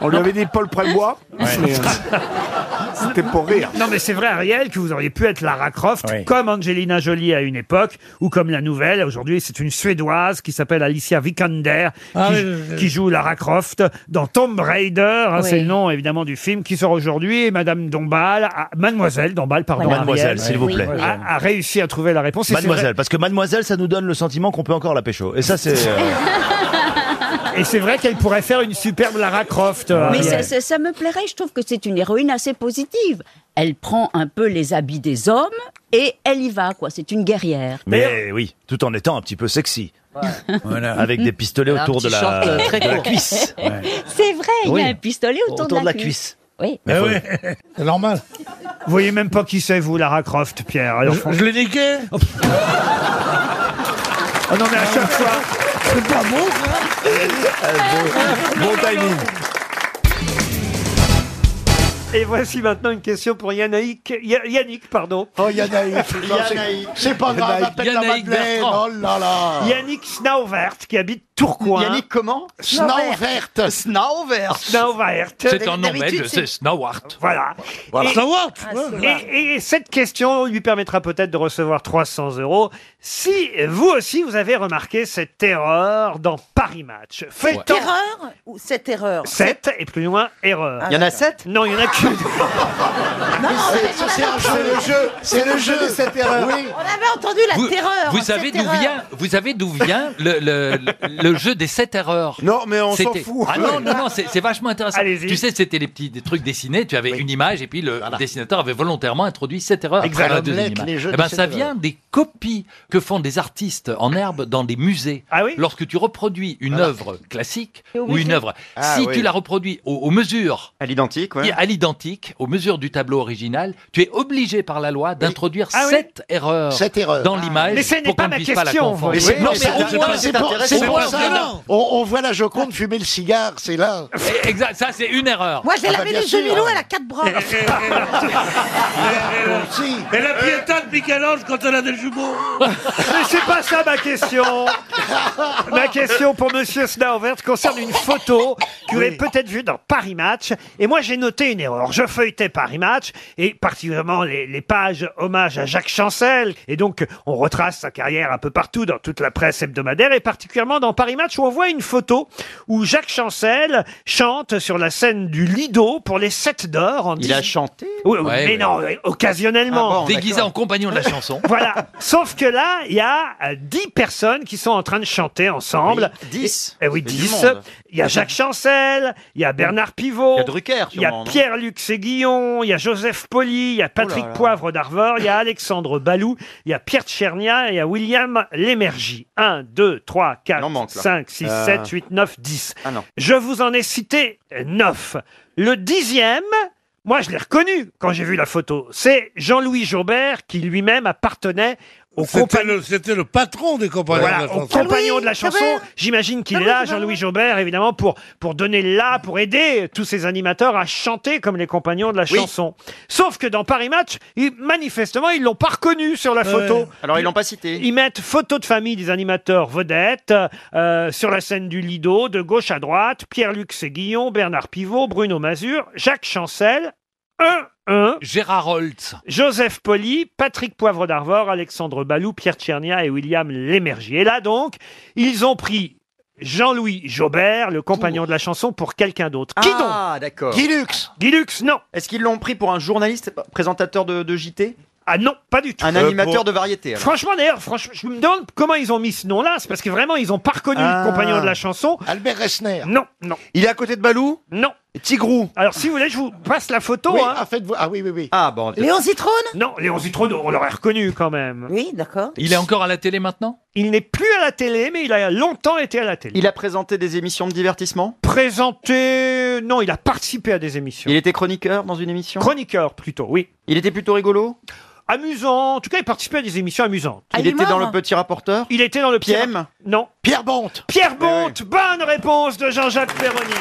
Speaker 18: On lui avait dit Paul Prébois.
Speaker 1: euh, C'était pour rire. Non, mais c'est vrai, Ariel, que vous auriez pu être Lara Croft, comme Angelina Jolie à une époque, ou comme la nouvelle. Aujourd'hui, c'est une Suédoise qui s'appelle Alicia Vikander,
Speaker 26: Ah
Speaker 1: qui,
Speaker 26: oui, oui, oui.
Speaker 1: qui joue Lara Croft dans Tomb Raider. hein,
Speaker 18: Oui.
Speaker 1: C'est le nom, évidemment, du film qui sort aujourd'hui. Et Madame Dombal, ah, Mademoiselle Dombal, pardon.
Speaker 18: Voilà. Mademoiselle,
Speaker 1: Ariel,
Speaker 18: s'il vous plaît. Oui.
Speaker 1: A, a réussi à trouver la réponse. Et c'est vrai-
Speaker 18: Mademoiselle, parce que mademoiselle, ça nous donne le sentiment qu'on peut encore la pécho. Et ça, c'est... euh,
Speaker 1: Et c'est vrai qu'elle pourrait faire une superbe Lara Croft.
Speaker 18: bah,
Speaker 1: euh,
Speaker 20: Mais ça,
Speaker 1: Ariel.
Speaker 20: ça- ça me plairait, je trouve que c'est une héroïne assez positive. Elle prend un peu les habits des hommes et elle y va, quoi. C'est une guerrière.
Speaker 18: Mais oui, tout en étant un petit peu sexy. Avec des pistolets
Speaker 20: Elle a un
Speaker 18: autour de
Speaker 20: petit
Speaker 18: la,
Speaker 20: short, euh,
Speaker 18: de
Speaker 20: très
Speaker 18: la
Speaker 20: court.
Speaker 18: cuisse.
Speaker 20: C'est vrai,
Speaker 18: Oui.
Speaker 20: il a un pistolet autour, de la, cuisse. Eh Oui.
Speaker 18: Mais faut-
Speaker 1: Eh C'est normal. Vous voyez même pas qui c'est, vous, Lara Croft, Pierre. Alors,
Speaker 26: Je l'ai niqué
Speaker 1: Oh non, mais à chaque fois. C'est pas bon,
Speaker 18: Euh,
Speaker 28: bon, timing.
Speaker 1: Et voici maintenant une question pour Yannick. Ya- Yannick, pardon.
Speaker 2: Oh, Yannick. Non, c'est- Yannick. c'est pas grave, appelle la Madeleine. Oh là là.
Speaker 1: Yannick Snauvert, qui habite Tourcoing.
Speaker 3: Yannick
Speaker 1: comment
Speaker 2: Snauvert.
Speaker 1: Snauvert.
Speaker 2: C'est un nom belge, c'est
Speaker 1: Snauvert. Voilà.
Speaker 2: Voilà.
Speaker 1: Et-
Speaker 2: Snauvert,
Speaker 1: Et,
Speaker 2: ouais.
Speaker 1: et- et cette question lui permettra peut-être de recevoir 300 euros si vous aussi vous avez remarqué cette erreur dans Paris Match.
Speaker 5: Cette
Speaker 1: Fait-on
Speaker 5: erreur ou cette erreur
Speaker 1: 7 et plus loin erreur.
Speaker 5: Ah, Il y en a d'accord.
Speaker 1: 7 Non, il y en a qu'une.
Speaker 5: Non,
Speaker 28: c'est- ça, c'est un jeu. C'est le jeu de cette erreur.
Speaker 5: Oui. On avait entendu la
Speaker 19: Vous,
Speaker 5: terreur.
Speaker 19: vous
Speaker 5: cette
Speaker 19: savez d'où
Speaker 5: erreur.
Speaker 19: vient, vous savez d'où vient le, le, le- le jeu des sept erreurs
Speaker 28: Non, mais on s'en
Speaker 19: C'était-
Speaker 28: fout.
Speaker 19: Ah non, non, non, c'est c'est vachement intéressant.
Speaker 28: Allez-y.
Speaker 19: Tu sais, c'était les petits des trucs dessinés. Tu avais une image et puis le dessinateur avait volontairement introduit sept erreurs. après
Speaker 1: Exact.
Speaker 19: la deuxième
Speaker 1: Omelette,
Speaker 19: image.
Speaker 1: les jeux
Speaker 19: Eh ben,
Speaker 1: des sept
Speaker 19: ça
Speaker 1: erreurs.
Speaker 19: vient des copies que font des artistes en herbe dans des musées. Lorsque tu reproduis une œuvre classique
Speaker 3: T'es
Speaker 19: ou
Speaker 3: obligé.
Speaker 19: une œuvre,
Speaker 3: Ah,
Speaker 19: si
Speaker 3: oui.
Speaker 19: tu la reproduis aux, aux mesures.
Speaker 3: À l'identique,
Speaker 19: Et
Speaker 3: ouais.
Speaker 19: à l'identique, aux mesures du tableau original, tu es obligé par la loi d'introduire
Speaker 1: Ah oui.
Speaker 19: sept erreurs
Speaker 1: Sept erreurs.
Speaker 19: dans
Speaker 1: Ah.
Speaker 19: l'image.
Speaker 1: Mais ce n'est
Speaker 19: pour
Speaker 1: pas
Speaker 19: qu'on ne
Speaker 1: ma
Speaker 19: puisse la
Speaker 1: question,
Speaker 19: confondre.
Speaker 1: vous voyez.
Speaker 19: Non,
Speaker 1: Mais
Speaker 19: mais au moins,
Speaker 2: C'est pour, c'est pour ça, non. on, on voit la Joconde fumer le cigare, c'est là.
Speaker 19: Exact, ça c'est une erreur.
Speaker 5: Moi, j'ai
Speaker 2: Ah bah,
Speaker 5: lavé
Speaker 2: bien
Speaker 5: les
Speaker 2: sûr.
Speaker 5: genoux, elle a quatre
Speaker 1: Eh,
Speaker 5: bras.
Speaker 18: Eh, Et la piéta de Michel-Ange quand elle a des jumeaux
Speaker 1: Mais c'est pas ça ma question. Ma question pour Monsieur Snauvert concerne une photo que vous avez peut-être vue dans Paris Match. Et moi, j'ai noté une erreur. Je feuilletais Paris Match et particulièrement les, les pages hommage à Jacques Chancel. Et donc, on retrace sa carrière un peu partout dans toute la presse hebdomadaire et particulièrement dans Paris Match où on voit une photo où Jacques Chancel chante sur la scène du Lido pour les 7 d'or. en
Speaker 3: Il a
Speaker 1: 18
Speaker 3: chanté
Speaker 1: Oui, oui,
Speaker 19: Ouais,
Speaker 1: mais
Speaker 19: ouais.
Speaker 1: non, occasionnellement.
Speaker 19: Ah bon, Déguisé en compagnon de la chanson.
Speaker 1: Voilà. Sauf que là, il y a euh, 10 personnes qui sont en train de chanter ensemble.
Speaker 3: 10.
Speaker 1: Eh oui,
Speaker 3: C'est du
Speaker 1: 10.
Speaker 3: monde.
Speaker 1: Il y a Jacques Chancel, il y a Bernard Pivot.
Speaker 3: Il y a Drucker,
Speaker 1: Il y a
Speaker 3: sûrement, non Oh
Speaker 1: Pierre-Luc Séguillon, il y a Joseph Poli, il y a Patrick
Speaker 3: là.
Speaker 1: Poivre d'Arvor, il y a Alexandre Balou, il y a Pierre Tchernia, il y a William Lémergie. 1, 2, 3, 4,
Speaker 3: manque, là.
Speaker 1: 5, 6,
Speaker 3: Euh.
Speaker 1: 7, 8, 9, 10.
Speaker 3: Ah non.
Speaker 1: Je vous en ai cité 9. Le dixième, moi je l'ai reconnu quand j'ai vu la photo, c'est Jean-Louis Jobert qui lui-même appartenait au
Speaker 18: C'était
Speaker 1: compagnon.
Speaker 18: le, c'était le patron des compagnons
Speaker 1: Voilà,
Speaker 18: de la
Speaker 1: au
Speaker 18: chanson.
Speaker 1: compagnon de la chanson, j'imagine qu'il est là, Jean-Louis Jobert, évidemment, pour, pour donner là, pour aider tous ces animateurs à chanter comme les compagnons de la chanson. Sauf que dans Paris Match, ils- manifestement, ils l'ont pas reconnu sur la
Speaker 3: Ouais.
Speaker 1: photo.
Speaker 3: Alors, ils l'ont pas cité.
Speaker 1: Ils mettent photo de famille des animateurs vedettes euh, sur la scène du Lido, de gauche à droite, Pierre-Luc Séguillon, Bernard Pivot, Bruno Mazur, Jacques Chancel, 1-1.
Speaker 19: Gérard Holtz.
Speaker 1: Joseph Poli, Patrick Poivre d'Arvor, Alexandre Balou, Pierre Tchernia et William Lémergie. Et là donc, ils ont pris Jean-Louis Jobert, le compagnon de la chanson, pour quelqu'un d'autre. Qui donc
Speaker 3: Ah, d'accord.
Speaker 1: Guy Lux. Guy Lux, non.
Speaker 3: Est-ce qu'ils l'ont pris pour un journaliste, présentateur de, de JT
Speaker 1: Ah non, pas du tout.
Speaker 3: Un
Speaker 1: Euh,
Speaker 3: animateur
Speaker 1: pour-
Speaker 3: de variété. alors.
Speaker 1: Franchement, d'ailleurs, franchement, je me demande comment ils ont mis ce nom-là. C'est parce que vraiment, ils n'ont pas reconnu
Speaker 3: Ah.
Speaker 1: le compagnon de la chanson.
Speaker 2: Albert Resner.
Speaker 1: Non, non.
Speaker 28: Il est à côté de Balou
Speaker 1: Non.
Speaker 28: Tigrou.
Speaker 1: Alors, si vous voulez, je vous passe la photo.
Speaker 2: Oui,
Speaker 1: hein.
Speaker 2: ah, faites-vous- ah oui, oui, oui.
Speaker 3: Ah bon.
Speaker 2: Léon
Speaker 1: Zitrone Non, Léon Zitrone, on l'aurait reconnu quand même.
Speaker 5: Oui, d'accord.
Speaker 19: Il est encore à la télé maintenant
Speaker 1: Il n'est plus à la télé, mais il a longtemps été à la télé.
Speaker 3: Il a présenté des émissions de divertissement
Speaker 1: Présenté. Non, il a participé à des émissions.
Speaker 3: Il était chroniqueur dans une émission
Speaker 1: Chroniqueur plutôt, oui.
Speaker 3: Il était plutôt rigolo
Speaker 1: Amusant. En tout cas, il participait à des émissions amusantes.
Speaker 3: Il était dans le petit rapporteur
Speaker 1: Il était dans le Pierre.
Speaker 3: Piem
Speaker 1: Non.
Speaker 2: Pierre Bonte.
Speaker 3: Eh
Speaker 1: Pierre Bonte, bonne réponse de Jean-Jacques Perroni.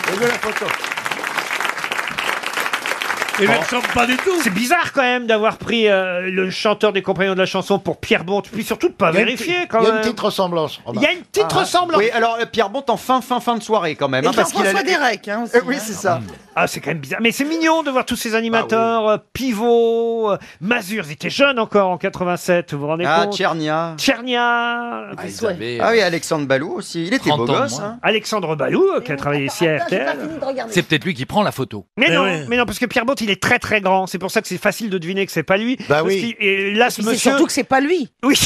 Speaker 18: Il ne ressemble pas du tout.
Speaker 1: C'est bizarre quand même d'avoir pris euh, le chanteur des compagnons de la chanson pour Pierre Bonte, puis surtout de pas
Speaker 2: Il y a une
Speaker 1: vérifier
Speaker 2: petite-
Speaker 1: quand
Speaker 2: Il y a
Speaker 1: même.
Speaker 2: une petite ressemblance.
Speaker 1: Il y a une petite
Speaker 3: Ah.
Speaker 1: ressemblance.
Speaker 3: Oui, alors euh, Pierre Bonte en fin, fin, fin de soirée quand même.
Speaker 5: Et
Speaker 3: hein, parce qu'il
Speaker 5: Jean-François
Speaker 3: a-
Speaker 5: Derek. Hein, aussi,
Speaker 3: Euh, oui,
Speaker 5: hein.
Speaker 3: c'est ça. Ah,
Speaker 1: Ah, c'est quand même bizarre. Mais c'est mignon de voir tous ces animateurs, euh, Pivot, euh, Mazur, ils étaient jeunes encore en 87, vous vous rendez
Speaker 3: Ah,
Speaker 1: compte
Speaker 3: Tchernia.
Speaker 1: Tchernia.
Speaker 3: Ah oui, Alexandre Balou aussi. Il était
Speaker 19: 30
Speaker 3: beau
Speaker 19: ans de
Speaker 3: gosse.
Speaker 19: moins.
Speaker 3: hein.
Speaker 1: Alexandre Balou, euh, qui a travaillé ici à RTL.
Speaker 19: C'est peut-être lui qui prend la photo.
Speaker 3: Ben
Speaker 1: Mais,
Speaker 19: Mais
Speaker 1: non,
Speaker 19: ouais.
Speaker 1: mais non, parce que Pierre Bonte, il est très très grand. C'est pour ça que c'est facile de deviner que c'est pas lui.
Speaker 2: Bah
Speaker 1: Parce
Speaker 2: oui.
Speaker 1: qu'il- Et là, ce
Speaker 5: Puis c'est
Speaker 1: monsieur.
Speaker 5: surtout que c'est pas lui.
Speaker 1: Oui.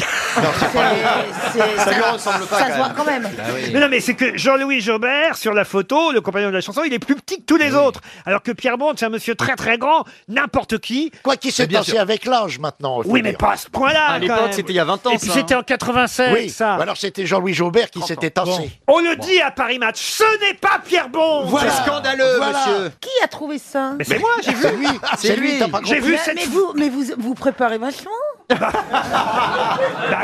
Speaker 5: C'est-
Speaker 28: Ça lui
Speaker 5: ça-
Speaker 28: ressemble pas,
Speaker 5: Ça
Speaker 28: quand
Speaker 5: se voit
Speaker 28: même.
Speaker 5: quand même.
Speaker 1: Mais non, mais c'est que Jean-Louis Jobert, sur la photo, le compagnon de la chanson, il est plus petit que tous les autres. Alors que Pierre Bonte, c'est un monsieur très très grand, n'importe qui.
Speaker 2: Quoi qu'il s'est passé avec l'âge maintenant. faut
Speaker 1: Oui, mais
Speaker 2: dire.
Speaker 1: pas à ce point-là.
Speaker 2: À
Speaker 1: quand
Speaker 2: l'époque,
Speaker 1: même.
Speaker 2: c'était il y a 20 ans,
Speaker 1: Et puis
Speaker 2: ça,
Speaker 1: c'était
Speaker 2: hein.
Speaker 1: en 87,
Speaker 2: Oui,
Speaker 1: ça.
Speaker 2: ou alors c'était Jean-Louis Jobert qui s'était tassé.
Speaker 1: On le dit à Paris Match, ce n'est pas Pierre Bonte.
Speaker 2: Voilà.
Speaker 1: C'est scandaleux.
Speaker 3: Scandaleux,
Speaker 2: Voilà.
Speaker 3: monsieur.
Speaker 5: Qui a trouvé ça
Speaker 1: Mais c'est moi, j'ai vu.
Speaker 2: C'est lui, c'est lui, t'as pas
Speaker 1: J'ai
Speaker 2: compris.
Speaker 1: vu
Speaker 5: Mais-
Speaker 1: cette.
Speaker 5: Ah, Mais vous, mais vous, vous préparez vachement.
Speaker 1: Bah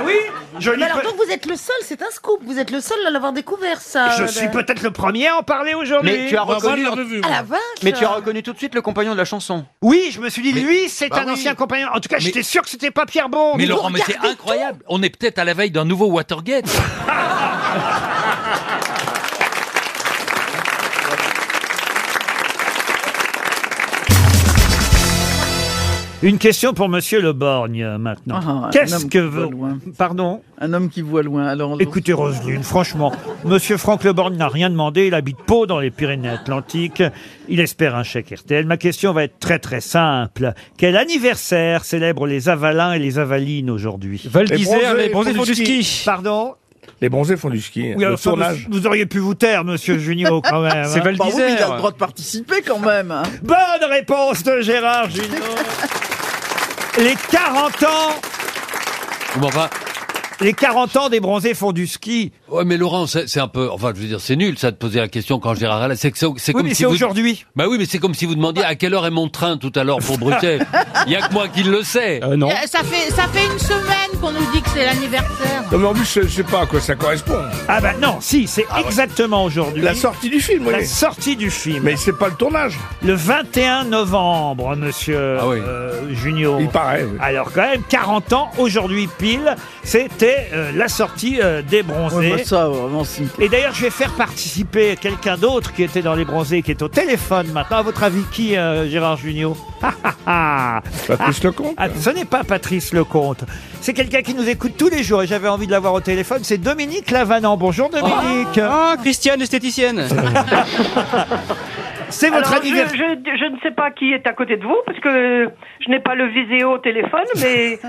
Speaker 1: oui. Jolie
Speaker 17: Mais alors,
Speaker 1: pe-
Speaker 17: donc vous êtes le seul, c'est un scoop. Vous êtes le seul à l'avoir découvert,
Speaker 16: Ah,
Speaker 17: ça.
Speaker 1: Je
Speaker 17: euh,
Speaker 1: suis
Speaker 17: de-
Speaker 1: peut-être le premier à en parler aujourd'hui.
Speaker 3: Mais tu as reconnu.
Speaker 17: Ah la vache
Speaker 3: Mais tu as reconnu tout de suite le compagnon de la chanson.
Speaker 1: Oui, je me suis dit, lui, c'est
Speaker 3: bah
Speaker 1: un
Speaker 3: oui.
Speaker 1: ancien compagnon. En tout cas, j'étais sûr que c'était pas Pierre Bon.
Speaker 19: Mais Laurent, mais c'est incroyable. On est peut-être à la veille d'un nouveau Watergate.
Speaker 1: Une question pour Monsieur Le Borgne euh, maintenant.
Speaker 16: Ah, un
Speaker 1: Qu'est-ce
Speaker 16: homme qui
Speaker 1: que
Speaker 16: voit
Speaker 1: vous...
Speaker 16: loin.
Speaker 1: Pardon
Speaker 16: Un homme qui voit loin. Alors,
Speaker 1: Écoutez Roselyne, franchement, Monsieur Franck Le Borgne n'a rien demandé. Il habite Pau dans les Pyrénées-Atlantiques. Il espère un chèque RTL. Ma question va être très très simple. Quel anniversaire célèbrent les Avalins et les Avalines aujourd'hui
Speaker 16: Val
Speaker 1: hein,
Speaker 16: d'Isère, Les bronzés les bronzés font font du du ski. ski.
Speaker 1: Pardon
Speaker 28: Les bronzés font du ski.
Speaker 1: Oui, alors ça, vous, vous auriez pu vous taire, Monsieur Junio, quand même. hein.
Speaker 16: Bah oui, mais il a le droit de participer quand même. hein.
Speaker 1: Bonne réponse de Gérard Junior. Les 40 ans. Les 40 ans des bronzés font du ski.
Speaker 20: Ouais, mais Laurent, c'est c'est un peu. Enfin, je veux dire, c'est nul, ça, de poser la question quand Gérard est là. C'est que ça- c'est
Speaker 1: Oui,
Speaker 20: comme
Speaker 1: mais
Speaker 20: si
Speaker 1: c'est
Speaker 20: vous-
Speaker 1: aujourd'hui.
Speaker 20: Bah oui, mais c'est comme si vous demandiez à quelle heure est mon train tout à l'heure pour Bruxelles. Il y a que moi qui le sais.
Speaker 16: non.
Speaker 21: Euh, Ça fait, ça fait une semaine qu'on nous dit que c'est l'anniversaire.
Speaker 28: Non, mais en plus, je, je sais pas à quoi ça correspond.
Speaker 1: Ah bah non, si, c'est exactement aujourd'hui.
Speaker 28: La sortie du film, oui.
Speaker 1: La sortie du film.
Speaker 28: Mais c'est pas le tournage. Ah
Speaker 1: Le 21 novembre, monsieur euh, Junio.
Speaker 28: Il paraît, oui.
Speaker 1: Alors quand même, 40 ans, aujourd'hui pile, c'était euh, la sortie euh, des bronzés.
Speaker 16: Ouais, bah ça, vraiment, si.
Speaker 1: Et d'ailleurs, je vais faire participer quelqu'un d'autre qui était dans les bronzés, qui est au téléphone maintenant. À votre avis, qui, euh, Gérard ah, Junior
Speaker 28: Patrice
Speaker 1: Lecomte Ah, Ce n'est pas Patrice Lecomte. C'est quelqu'un qui nous écoute tous les jours et j'avais envie de l'avoir au téléphone. C'est Dominique Lavanant. Bonjour, Dominique. Oh. Ah, Christiane, esthéticienne. C'est votre
Speaker 23: Alors, je-
Speaker 1: anniversaire.
Speaker 23: Je, je ne sais pas qui est à côté de vous parce que je n'ai pas le viséo au téléphone, mais,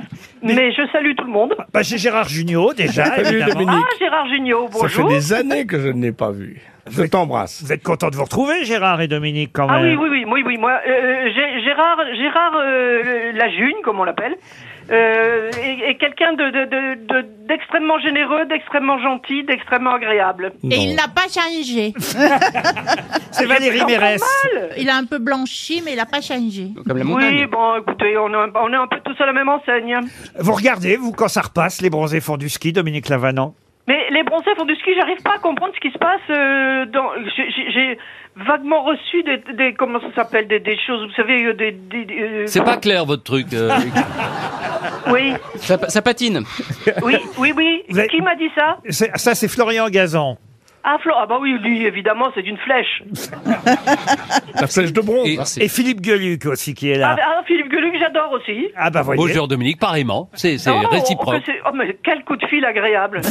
Speaker 23: mais, je salue tout le monde.
Speaker 1: Bah, j'ai Gérard Junior, déjà.
Speaker 28: Salut,
Speaker 1: évidemment.
Speaker 28: Dominique.
Speaker 23: Ah, Gérard Junior, bonjour.
Speaker 28: Ça fait des années que je ne l'ai pas vu. Je t'embrasse.
Speaker 1: Vous êtes content de vous retrouver, Gérard et Dominique, quand même.
Speaker 23: Ah oui, oui, oui, oui, oui, moi, euh, Gé- Gérard, Gérard euh, Lajune, comme on l'appelle, euh, est, est quelqu'un de, de- de- de- d'extrêmement généreux, d'extrêmement gentil, d'extrêmement agréable.
Speaker 21: Et il n'a pas changé.
Speaker 1: C'est Valérie Mérès.
Speaker 21: Il a un peu blanchi, mais il n'a pas changé.
Speaker 1: Comme la
Speaker 23: Oui,
Speaker 1: montagne.
Speaker 23: bon, écoutez, on est, un- on est un peu tous à la même enseigne.
Speaker 1: Vous regardez, vous, quand ça repasse, les bronzés font du ski, Dominique Lavanant
Speaker 23: Mais les bronzés font du ski, j'arrive pas à comprendre ce qui se passe. euh, dans, j'ai- j'ai j'ai vaguement reçu des, des comment ça s'appelle, des, des choses, vous savez, euh, des. des- euh,
Speaker 21: C'est
Speaker 20: Pas clair, votre truc. euh,
Speaker 23: Oui,
Speaker 1: ça, patine.
Speaker 23: oui, oui, oui. Qui m'a dit ça
Speaker 1: Ça, c'est Florian Gazan.
Speaker 23: ah, Flo, ah bah oui, lui, évidemment, c'est d'une flèche.
Speaker 1: Ah. La flèche de bronze. Et,
Speaker 20: c'est-
Speaker 1: et Philippe Gueluc aussi qui est là.
Speaker 23: Ah, bah, ah, Philippe Gueluc, j'adore aussi.
Speaker 1: Ah bah voyez.
Speaker 20: Bonjour, Dominique, pareillement. C'est c'est
Speaker 23: Oh,
Speaker 20: réciproque.
Speaker 23: que c'est- Oh, mais quel coup de fil agréable.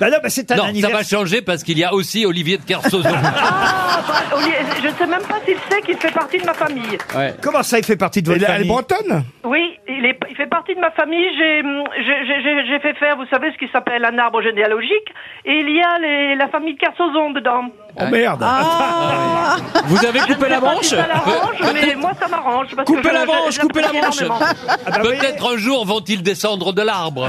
Speaker 1: Bah c'est
Speaker 20: non, ça va changer parce qu'il y a aussi Olivier de Kersauzon.
Speaker 23: Ah, bah, Oli- je ne sais même pas s'il sait qu'il fait partie de ma famille.
Speaker 1: Comment ça, il fait partie de votre
Speaker 28: Elle, est
Speaker 1: famille
Speaker 28: bretonne
Speaker 23: Oui, il, est, il fait partie de ma famille. J'ai hum, j'ai- j'ai- j'ai- j'ai fait faire, vous savez, ce qui s'appelle un arbre généalogique. Et il y a les- la famille de Carsozon dedans.
Speaker 28: Oh merde
Speaker 20: Ah. Vous avez
Speaker 23: Je ne sais pas si Ça l'arrange, mais moi ça m'arrange. parce que je- je- j'apprécie énormément.
Speaker 1: Ah bah
Speaker 20: Peut-être un jour vont-ils descendre de l'arbre.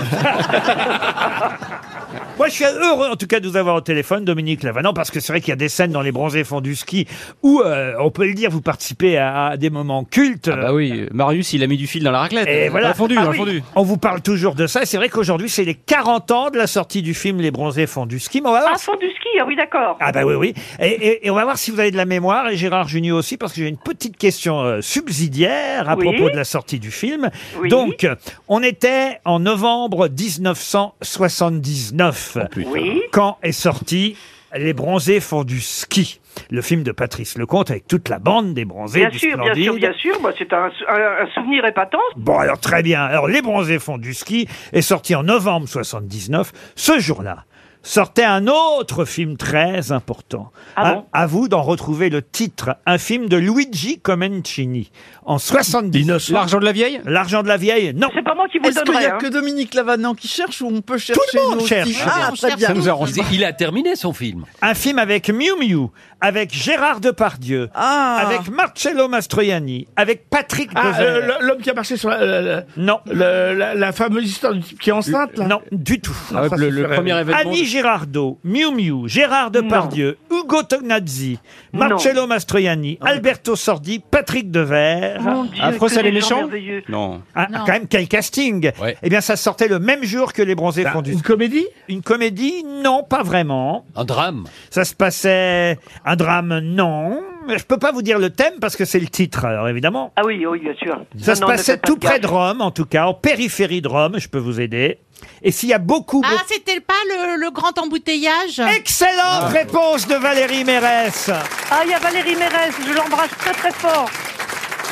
Speaker 1: Moi, je suis heureux, en tout cas, de vous avoir au téléphone, Dominique Lavanant, parce que c'est vrai qu'il y a des scènes dans les bronzés fonds du ski où, euh, on peut le dire, vous participez à, à des moments cultes.
Speaker 14: Ah bah oui, Marius, il a mis du fil dans la raclette.
Speaker 1: Et voilà.
Speaker 14: Dans le fondu,
Speaker 1: Ah
Speaker 14: dans le
Speaker 1: oui,
Speaker 14: fondu.
Speaker 1: On vous parle toujours de ça. et C'est vrai qu'aujourd'hui, c'est les 40 ans de la sortie du film Les bronzés font du ski. Mais on va voir
Speaker 23: Ah, fond du ski, ah oui, d'accord.
Speaker 1: Ah bah oui, oui. Et, et- et on va voir si vous avez de la mémoire, et Gérard Junior aussi, parce que j'ai une petite question euh, subsidiaire à
Speaker 23: Oui.
Speaker 1: propos de la sortie du film.
Speaker 23: Oui.
Speaker 1: Donc, euh, on était en novembre 1979,
Speaker 23: Oui.
Speaker 1: quand est sorti Les bronzés font du ski. Le film de Patrice Lecomte avec toute la bande des bronzés.
Speaker 23: Bien
Speaker 1: du
Speaker 23: sûr, bien sûr,
Speaker 1: Splendide.
Speaker 23: bien sûr. Bah, c'est un, sou- un- un souvenir épatant.
Speaker 1: Bon, alors très bien. Alors, Les Bronzés font du ski est sorti en novembre 79. Ce jour-là, sortait un autre film très important.
Speaker 23: Ah
Speaker 1: À-
Speaker 23: bon
Speaker 1: à, vous d'en retrouver le titre. Un film de Luigi Comencini. En 79.
Speaker 14: L'argent de la vieille
Speaker 1: L'argent de la vieille, non.
Speaker 23: C'est pas moi qui
Speaker 16: Est-ce qu'il n'y
Speaker 10: hein
Speaker 16: a que Dominique Lavanant qui cherche ou on peut chercher
Speaker 1: le monde
Speaker 16: nous aussi
Speaker 1: cherche.
Speaker 16: Ah,
Speaker 1: On
Speaker 16: très
Speaker 1: cherche
Speaker 16: bien.
Speaker 1: tous. Ça nous arrange
Speaker 20: Il- Il a terminé son film.
Speaker 1: Un film avec Miu Miu, avec Gérard Depardieu,
Speaker 16: Ah.
Speaker 1: avec Marcello Mastroianni, avec Patrick
Speaker 28: Ah,
Speaker 1: Devers.
Speaker 28: euh, le- l'homme qui a marché sur la, la- la-
Speaker 1: Non.
Speaker 28: le- la- la fameuse histoire du type qui est enceinte, là
Speaker 1: Non, du tout.
Speaker 28: Ah ouais, le- le premier événement
Speaker 1: Annie
Speaker 28: de-
Speaker 1: Girardot, Miu Miu, Gérard Depardieu, Hugo Tognazzi, Marcello Mastroianni, Alberto Sordi, Patrick Devers.
Speaker 14: Mon
Speaker 23: Ah,
Speaker 14: Dieu, Afro, que ça, les des gens méchants merveilleux.
Speaker 1: Non. Quand même, quel casting Eh bien, ça sortait le même jour que Les
Speaker 23: Bah,
Speaker 1: Bronzés Fondus. Une comédie Une comédie Non, pas vraiment. Un drame Ça se passait... Un drame, non. Mais Je peux pas vous dire le thème parce que c'est le titre, alors évidemment.
Speaker 23: Ah oui, oui, bien sûr.
Speaker 1: Ça
Speaker 23: Non,
Speaker 1: se
Speaker 23: non, ne
Speaker 1: passait
Speaker 23: faites pas
Speaker 1: tout
Speaker 23: de
Speaker 1: près de
Speaker 23: gaffe.
Speaker 1: Rome, en tout cas, en périphérie de Rome, je peux vous aider. Et s'il y a beaucoup...
Speaker 21: Ah,
Speaker 1: beaucoup-
Speaker 21: c'était pas le, le grand embouteillage
Speaker 5: Ah.
Speaker 1: Excellente réponse de Valérie Mérès.
Speaker 23: Ah, il y a Valérie Mérez, je l'embrasse très très fort.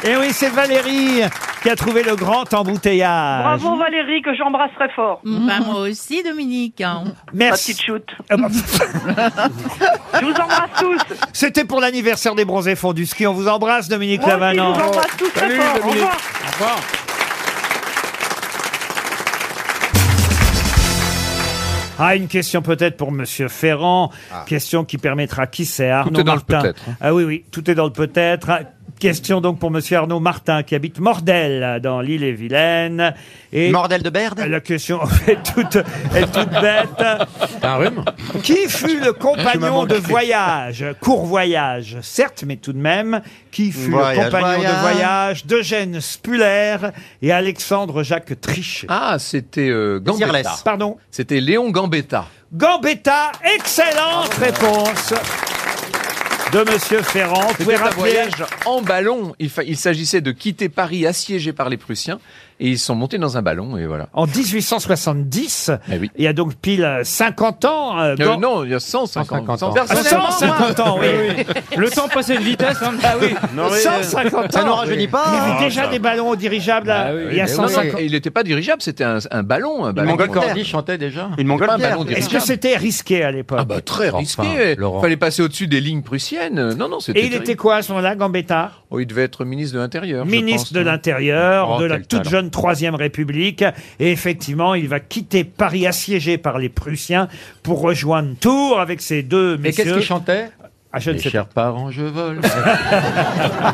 Speaker 1: Et Eh oui, c'est Valérie qui a trouvé le grand embouteillage.
Speaker 23: Bravo Valérie, que j'embrasse très fort.
Speaker 5: Mm.
Speaker 21: Bah, moi aussi, Dominique. hein.
Speaker 1: Merci. Ah bah,
Speaker 23: Je vous embrasse tous.
Speaker 1: C'était pour l'anniversaire des bronzés fonds du ski. On vous embrasse, Dominique
Speaker 23: Moi aussi,
Speaker 1: Lavanant.
Speaker 23: je vous embrasse tous très fort. Au revoir.
Speaker 1: Ah, une question peut-être pour Monsieur Ferrand. Question qui permettra qui c'est Arnaud
Speaker 10: Ah. est dans le
Speaker 1: Martin.
Speaker 10: peut-être, hein.
Speaker 1: Ah oui, oui, tout est dans le peut-être. Ah, Question donc pour Monsieur Arnaud Martin qui habite Mordel dans l'île et Vilaine. Et Mordel de Berde La question elle est toute, elle est toute bête.
Speaker 28: Ah,
Speaker 12: un rhume
Speaker 1: Qui fut le compagnon
Speaker 12: maman
Speaker 1: de
Speaker 12: qui fait.
Speaker 1: voyage, court voyage, certes, mais tout de même, qui fut le
Speaker 12: Voyage,
Speaker 1: compagnon de
Speaker 12: voyage.
Speaker 1: voyage d'Eugène Spuller et Alexandre Jacques Trichet
Speaker 12: Ah, c'était euh, Gambetta.
Speaker 1: Sirless. Pardon
Speaker 12: C'était Léon Gambetta.
Speaker 1: Gambetta, excellente
Speaker 12: Ah
Speaker 1: réponse de Monsieur Ferrand. Vous pouvez
Speaker 12: C'était un
Speaker 1: rappeler-
Speaker 12: voyage en ballon. Il, fa- il s'agissait de quitter Paris assiégé par les Prussiens et ils sont montés dans un ballon et voilà. Eh
Speaker 1: En 1870, il y a donc pile euh, 50 ans. euh,
Speaker 12: Euh,
Speaker 1: Gam-
Speaker 12: non, il y a 150 ans.
Speaker 1: Ah, 150 ans, oui.
Speaker 12: Le temps passait de vitesse. Ah oui.
Speaker 1: 150 ans. Il y avait déjà des ballons dirigeables à-
Speaker 12: Eh
Speaker 1: il y a 150
Speaker 12: Ah, Il n'était pas dirigeable, c'était un, un ballon. Un ballon
Speaker 1: Mongol
Speaker 12: militaire.
Speaker 1: Cordy
Speaker 3: chantait déjà.
Speaker 12: Une Mongole Pas un
Speaker 1: Pierre,
Speaker 12: ballon
Speaker 1: Est-ce que
Speaker 12: dirigeable.
Speaker 1: c'était risqué à l'époque
Speaker 12: Ah bah très risqué.
Speaker 1: Laurent.
Speaker 12: Il fallait passer au-dessus des lignes prussiennes. Non, non, c'était.
Speaker 1: Et il était quoi à ce moment-là, Gambetta
Speaker 12: Oh, il devait être ministre de l'Intérieur. je
Speaker 1: Ministre
Speaker 12: pense,
Speaker 1: de
Speaker 12: hein.
Speaker 1: l'Intérieur,
Speaker 12: Oh,
Speaker 1: de la
Speaker 12: quel
Speaker 1: toute
Speaker 12: talent.
Speaker 1: jeune Troisième République. Et effectivement, il va quitter Paris assiégé par les Prussiens pour rejoindre Tours avec ses deux
Speaker 3: Mais
Speaker 1: messieurs.
Speaker 3: qu'est-ce qu'il chantait
Speaker 1: Ah, je ne
Speaker 3: Mes
Speaker 1: sais
Speaker 3: chers parents, je vole.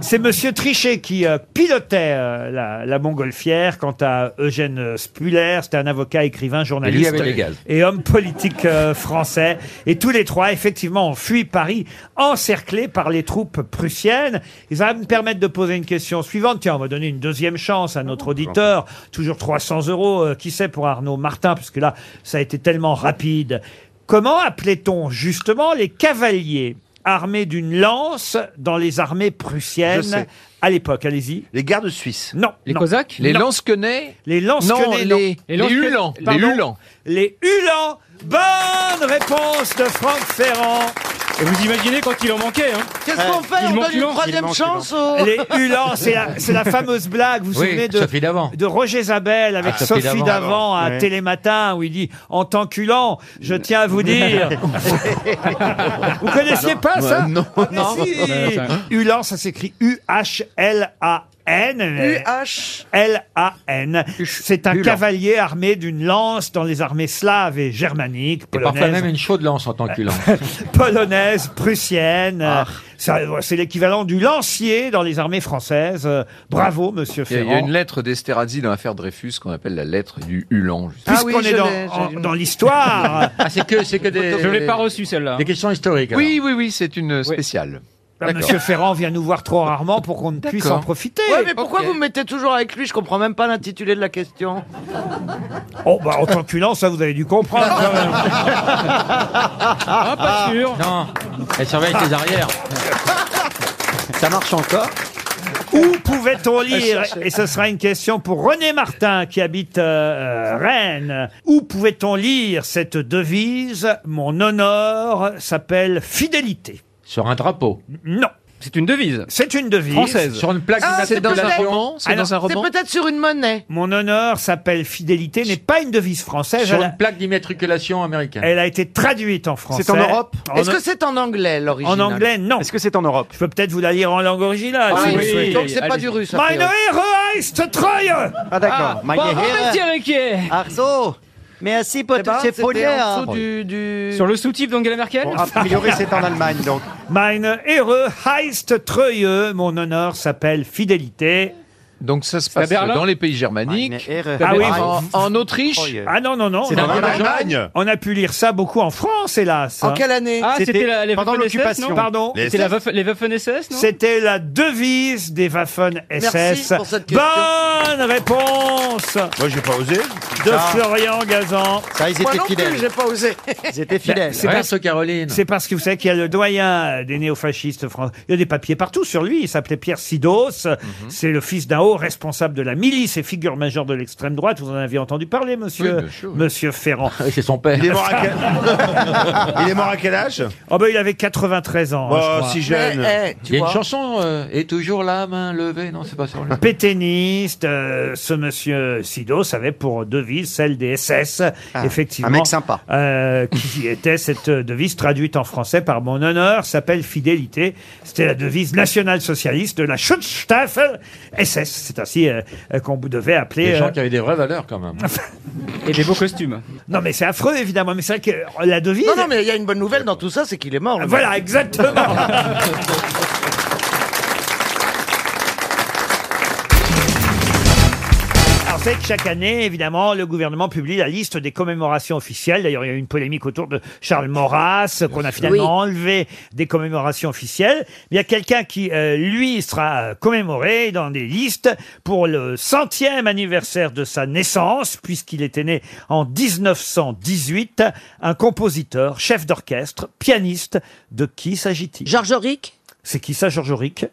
Speaker 1: C'est Monsieur Trichet qui euh, pilotait euh, la, la montgolfière. Quant à Eugène Spuller, c'était un avocat, écrivain, journaliste
Speaker 12: avait les gaz.
Speaker 1: et homme politique euh, français. Et tous les trois, effectivement, ont fui Paris, encerclés par les troupes prussiennes. Et ça va me permettre de poser une question suivante. Tiens, on va donner une deuxième chance à notre auditeur. Toujours 300 euros, euh, qui sait, pour Arnaud Martin, puisque là, ça a été tellement rapide. Comment appelait-on justement les cavaliers armés d'une lance dans les armées
Speaker 12: Je
Speaker 1: prussiennes
Speaker 12: sais.
Speaker 1: à l'époque Allez-y. Les gardes suisses. Non. Les cosaques
Speaker 12: Les lansquenets
Speaker 1: Les lansquenets,
Speaker 12: Non,
Speaker 1: non.
Speaker 12: les- Les les lansquenets- hulans, les
Speaker 1: Pardon
Speaker 12: hulans.
Speaker 1: Les hulans. Bonne réponse de Franck Ferrand. Et vous imaginez quand il en manquait, hein
Speaker 17: Qu'est-ce qu'on fait On donne une troisième chance aux...
Speaker 1: Les hulans, c'est la, c'est la fameuse blague, vous vous
Speaker 12: Oui,
Speaker 1: souvenez de,
Speaker 12: Sophie Davant.
Speaker 1: de Roger Zabel avec
Speaker 12: Ah,
Speaker 1: Sophie,
Speaker 12: Sophie
Speaker 1: Davant,
Speaker 12: Davant.
Speaker 1: à
Speaker 12: Ouais.
Speaker 1: Télématin où il dit En tant qu'hulan, je tiens à vous dire. vous connaissiez
Speaker 12: Non.
Speaker 1: pas ça
Speaker 12: Ouais, non.
Speaker 1: Ah, mais
Speaker 12: Non.
Speaker 1: si.
Speaker 12: Ouais, ça-
Speaker 1: Hulan, ça s'écrit U-H-L-A-N. L-A-N. C'est un
Speaker 12: Hulan.
Speaker 1: cavalier armé d'une lance dans les armées slaves et germaniques,
Speaker 12: Et parfois
Speaker 1: polonaises,
Speaker 12: même une
Speaker 3: chaude lance en tant que lance.
Speaker 1: polonaise, prussienne.
Speaker 12: Ah.
Speaker 1: Ça, C'est l'équivalent du lancier dans les armées françaises. Euh, Bravo, monsieur
Speaker 12: Il y a-
Speaker 1: Ferrand.
Speaker 12: il y a une lettre d'Esterhazy dans l'affaire Dreyfus qu'on appelle la lettre du Hulan. justement.
Speaker 1: Puisqu'on est dans, en- dans l'histoire.
Speaker 3: Ah, c'est que, c'est que des.
Speaker 12: Je l'ai pas
Speaker 3: reçu celle-là. Des questions historiques. alors.
Speaker 12: Oui, oui, oui, c'est une spéciale.
Speaker 1: Bah, Monsieur Ferrand vient nous voir trop rarement pour qu'on ne puisse en
Speaker 12: D'accord.
Speaker 1: profiter.
Speaker 13: Ouais, mais pourquoi vous me mettez toujours avec lui Je comprends même pas l'intitulé de la question.
Speaker 1: Oh, bah, en tant qu'hulan, ça, vous avez dû comprendre. quand même.
Speaker 3: Ah, pas sûr. Non, elle
Speaker 19: Ah,
Speaker 3: surveille tes arrières. Ça marche encore.
Speaker 1: Où pouvait-on lire Et ce sera une question pour René Martin qui habite euh, euh, Rennes. Où pouvait-on lire cette devise Mon honneur s'appelle fidélité.
Speaker 3: Sur un drapeau.
Speaker 1: Non.
Speaker 3: C'est une devise.
Speaker 1: C'est une devise.
Speaker 3: Française. Sur une plaque
Speaker 17: Ah, c'est peut-être-
Speaker 1: Alors,
Speaker 17: C'est peut-être sur une monnaie.
Speaker 1: Mon honneur s'appelle fidélité n'est pas une devise française.
Speaker 3: Sur
Speaker 1: elle,
Speaker 3: une
Speaker 1: a,
Speaker 3: plaque d'immatriculation américaine.
Speaker 1: elle a été traduite en français. En
Speaker 17: Est-ce
Speaker 1: o-
Speaker 17: que c'est en anglais, l'origine
Speaker 1: en anglais, non. Est-ce que c'est en Europe Je peux peut-être vous la lire en langue originale.
Speaker 17: Ah
Speaker 1: si
Speaker 17: oui,
Speaker 1: vous le souhaitez.
Speaker 17: donc c'est pas du russe. a
Speaker 1: Meine
Speaker 17: priori.
Speaker 3: Ah,
Speaker 1: Ehre heißt Treue
Speaker 13: Ah d'accord.
Speaker 1: Meine Ehre.
Speaker 13: Arso Merci pour toutes ces folies.
Speaker 3: hein.
Speaker 14: Sur le soutif d'Angela Merkel
Speaker 1: donc. Meine Ehre heißt Treue, mon honneur s'appelle fidélité.
Speaker 12: Donc ça se
Speaker 1: C'est à
Speaker 12: passe
Speaker 1: Berlin
Speaker 12: dans les pays germaniques.
Speaker 1: Ah oui,
Speaker 12: en, en Autriche.
Speaker 3: Oh,
Speaker 1: Ah non, non, non.
Speaker 12: C'est
Speaker 1: on a-
Speaker 12: dans
Speaker 1: on a-
Speaker 12: l'Allemagne.
Speaker 1: On a pu lire ça beaucoup en France, hélas. hein.
Speaker 14: En quelle année Ah, c'était la- les
Speaker 1: pendant
Speaker 14: Waffen-SS,
Speaker 1: l'occupation.
Speaker 14: non
Speaker 1: Pardon
Speaker 14: Les C'était la SS? Waffen- les Waffen-SS, non
Speaker 1: C'était la devise des Waffen-SS.
Speaker 14: Merci pour cette question.
Speaker 1: Bonne réponse
Speaker 28: Moi, j'ai pas osé.
Speaker 1: de
Speaker 28: Ça.
Speaker 1: Florian Gazan.
Speaker 13: Ah,
Speaker 28: Ça, ils étaient Moi non plus, fidèles. j'ai
Speaker 13: pas osé.
Speaker 28: Ils étaient fidèles.
Speaker 1: Bah, C'est
Speaker 28: Ouais,
Speaker 1: parce, c'est parce que vous savez qu'il y a le doyen des néofascistes français. Il y a des papiers partout sur lui. Il s'appelait Pierre Sidos. C'est le fils d'un haut responsable de la milice et figure majeure de l'extrême droite. Vous en avez entendu parler, monsieur,
Speaker 12: Oui, bien sûr, oui.
Speaker 1: monsieur Ferrand.
Speaker 19: c'est son père.
Speaker 12: Il est mort à quel-
Speaker 1: il est mort à quel âge Oh ben il avait 93 ans. Oh, hein,
Speaker 28: Bah,
Speaker 1: je crois.
Speaker 19: Bah,
Speaker 3: eh,
Speaker 19: Il y a une chanson, euh, et toujours la main levée. Non, c'est pas ça.
Speaker 1: pétainiste. euh, ce monsieur Sidos avait pour devise celle des SS,
Speaker 17: Ah,
Speaker 1: effectivement.
Speaker 10: un mec sympa.
Speaker 1: euh, qui était cette devise traduite en français par mon honneur, s'appelle fidélité. C'était la devise nationale-socialiste de la Schutzstaffel SS. C'est ainsi euh, euh, qu'on devait appeler.
Speaker 19: Des gens
Speaker 1: euh,
Speaker 19: qui avaient des vraies valeurs quand même.
Speaker 14: Et des beaux costumes.
Speaker 1: Non, mais c'est affreux, évidemment. Mais c'est vrai que euh, la devise.
Speaker 17: Non, non, mais il y a une bonne nouvelle dans tout ça, c'est qu'il est mort. le mec.
Speaker 1: Voilà, exactement. Alors, vous savez que chaque année, évidemment, le gouvernement publie la liste des commémorations officielles. D'ailleurs, il y a eu une polémique autour de Charles Maurras, qu'on a finalement enlevé des commémorations officielles. Mais Il y a quelqu'un qui, euh, lui, sera euh, commémoré dans des listes pour le centième anniversaire de sa naissance, puisqu'il était né en 1918, un compositeur, chef d'orchestre, pianiste. De qui s'agit-il Georges Auric c'est qui ça, Georges Auric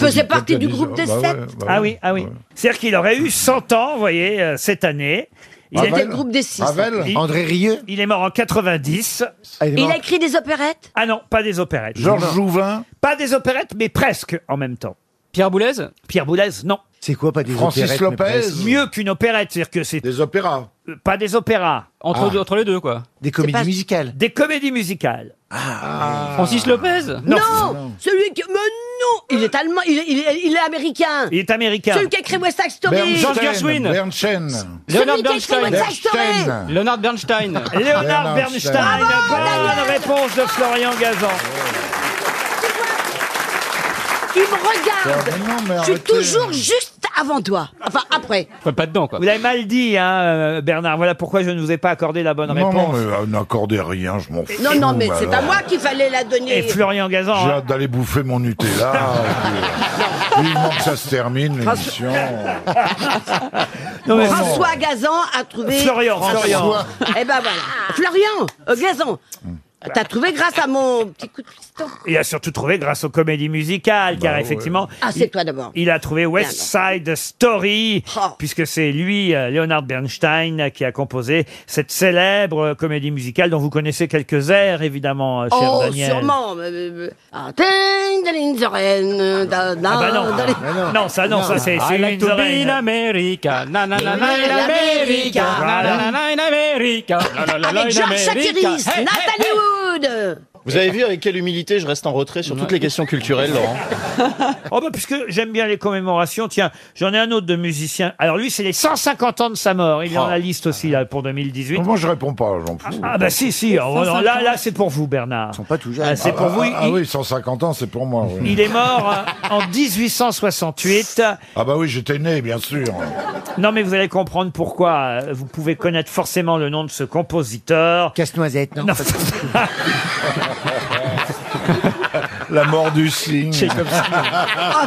Speaker 5: Faisait partie du
Speaker 10: oh,
Speaker 5: groupe des
Speaker 10: bah
Speaker 5: sept.
Speaker 1: ah oui, ah oui. C'est-à-dire qu'il aurait eu 100 ans, vous voyez, euh, cette année.
Speaker 5: C'était Ravel le groupe des six. Ravel André
Speaker 1: Rieu Il est mort en 90.
Speaker 10: Ah,
Speaker 5: Il a écrit des opérettes
Speaker 1: Ah non, pas des opérettes.
Speaker 10: Georges
Speaker 1: Jouvin Pas des opérettes, mais presque en même temps. Pierre Boulez Pierre Boulez, non.
Speaker 10: C'est quoi, pas des
Speaker 14: Francis
Speaker 10: opérettes, mais
Speaker 14: Lopez
Speaker 10: presque.
Speaker 1: Mieux qu'une opérette, c'est-à-dire que c'est... Des opéras Pas des opéras.
Speaker 14: Entre, deux- entre les deux, quoi.
Speaker 10: Ah. Des comédies musicales Ah.
Speaker 1: Des comédies musicales.
Speaker 14: Francis Lopez
Speaker 1: Non.
Speaker 5: Non, Celui qui. Mais non Il est allemand, il est, il est- il est américain
Speaker 1: Il est américain.
Speaker 5: Celui qui a écrit West Side Story
Speaker 10: Bernstein.
Speaker 5: Leonard Bernstein.
Speaker 10: Bernstein.
Speaker 14: Leonard Bernstein.
Speaker 1: Léonard Bernstein,
Speaker 3: Ah
Speaker 1: bonne réponse de Florian Gazan.
Speaker 5: Il me regarde
Speaker 10: Ah, mais non, mais
Speaker 5: Je suis
Speaker 10: arrêtez.
Speaker 5: toujours juste avant toi. Enfin, après.
Speaker 1: Pas dedans, quoi. Vous l'avez mal dit, hein, euh, Bernard. Voilà pourquoi je ne vous ai pas accordé la bonne
Speaker 10: Non, non,
Speaker 1: réponse.
Speaker 28: Euh, N'accordez rien, je m'en fous.
Speaker 5: Non, non, mais c'est à
Speaker 28: alors.
Speaker 5: moi qu'il fallait la donner.
Speaker 1: Oh Et Florian Gazan. hein.
Speaker 28: J'ai hâte d'aller bouffer mon Nutella. puis, euh, Vivement que ça se termine,
Speaker 5: François-
Speaker 28: l'émission.
Speaker 1: Non, mais-
Speaker 5: François Gazan a trouvé.
Speaker 1: Florian,
Speaker 5: François.
Speaker 1: Florian. Mm.
Speaker 5: Eh ben voilà. Florian euh, Gazan, t'as trouvé grâce à mon petit coup de piston.
Speaker 1: Il a surtout trouvé grâce aux comédies musicales,
Speaker 10: Bah
Speaker 1: car effectivement,
Speaker 5: Ah, c'est toi d'abord.
Speaker 1: il a trouvé West Side Story,
Speaker 5: Oh.
Speaker 1: puisque c'est lui, euh, Leonard Bernstein, euh, qui a composé cette célèbre euh, comédie musicale dont vous connaissez quelques airs, évidemment, euh, cher
Speaker 5: oh,
Speaker 1: Daniel.
Speaker 5: sûrement. mais- mais- mais- Ah, ding, ding, ding, ding, da, da,
Speaker 1: Ah bah non,
Speaker 5: da, da.
Speaker 1: non, ça non, ça c'est c'est
Speaker 14: Ah, I like
Speaker 1: une
Speaker 14: to be
Speaker 1: oreille.
Speaker 14: in America. Na, na, na, na, in America. Na,
Speaker 1: Voilà.
Speaker 14: na, na, na, in America. La, la, la, la, in
Speaker 5: Avec Georges
Speaker 14: America.
Speaker 5: Chakiris,
Speaker 14: Hey, hey,
Speaker 5: Nathalie
Speaker 14: hey.
Speaker 5: Wood.
Speaker 15: Vous avez vu avec quelle humilité je reste en retrait sur toutes les questions culturelles, Laurent
Speaker 1: Oh bah puisque j'aime bien les commémorations, tiens, j'en ai un autre de musicien. Alors lui, c'est les 150 ans de sa mort.
Speaker 14: Oh.
Speaker 1: Il est dans la liste aussi là pour 2018.
Speaker 28: Moi, je réponds pas, j'en fous.
Speaker 1: Ah bah si si, oh, non, là là c'est pour vous Bernard. Ils sont pas tout jeunes. c'est pour
Speaker 28: Ah,
Speaker 1: vous.
Speaker 28: Ah, ah
Speaker 1: il,
Speaker 28: oui, 150 ans, c'est pour moi. oui.
Speaker 1: il est mort euh, en 1868.
Speaker 28: Ah bah oui, j'étais né, bien sûr.
Speaker 1: Non mais vous allez comprendre pourquoi euh, vous pouvez connaître forcément le nom de ce compositeur.
Speaker 10: Casse-noisette, non,
Speaker 28: La mort du cygne.
Speaker 5: Offenbach, Ah,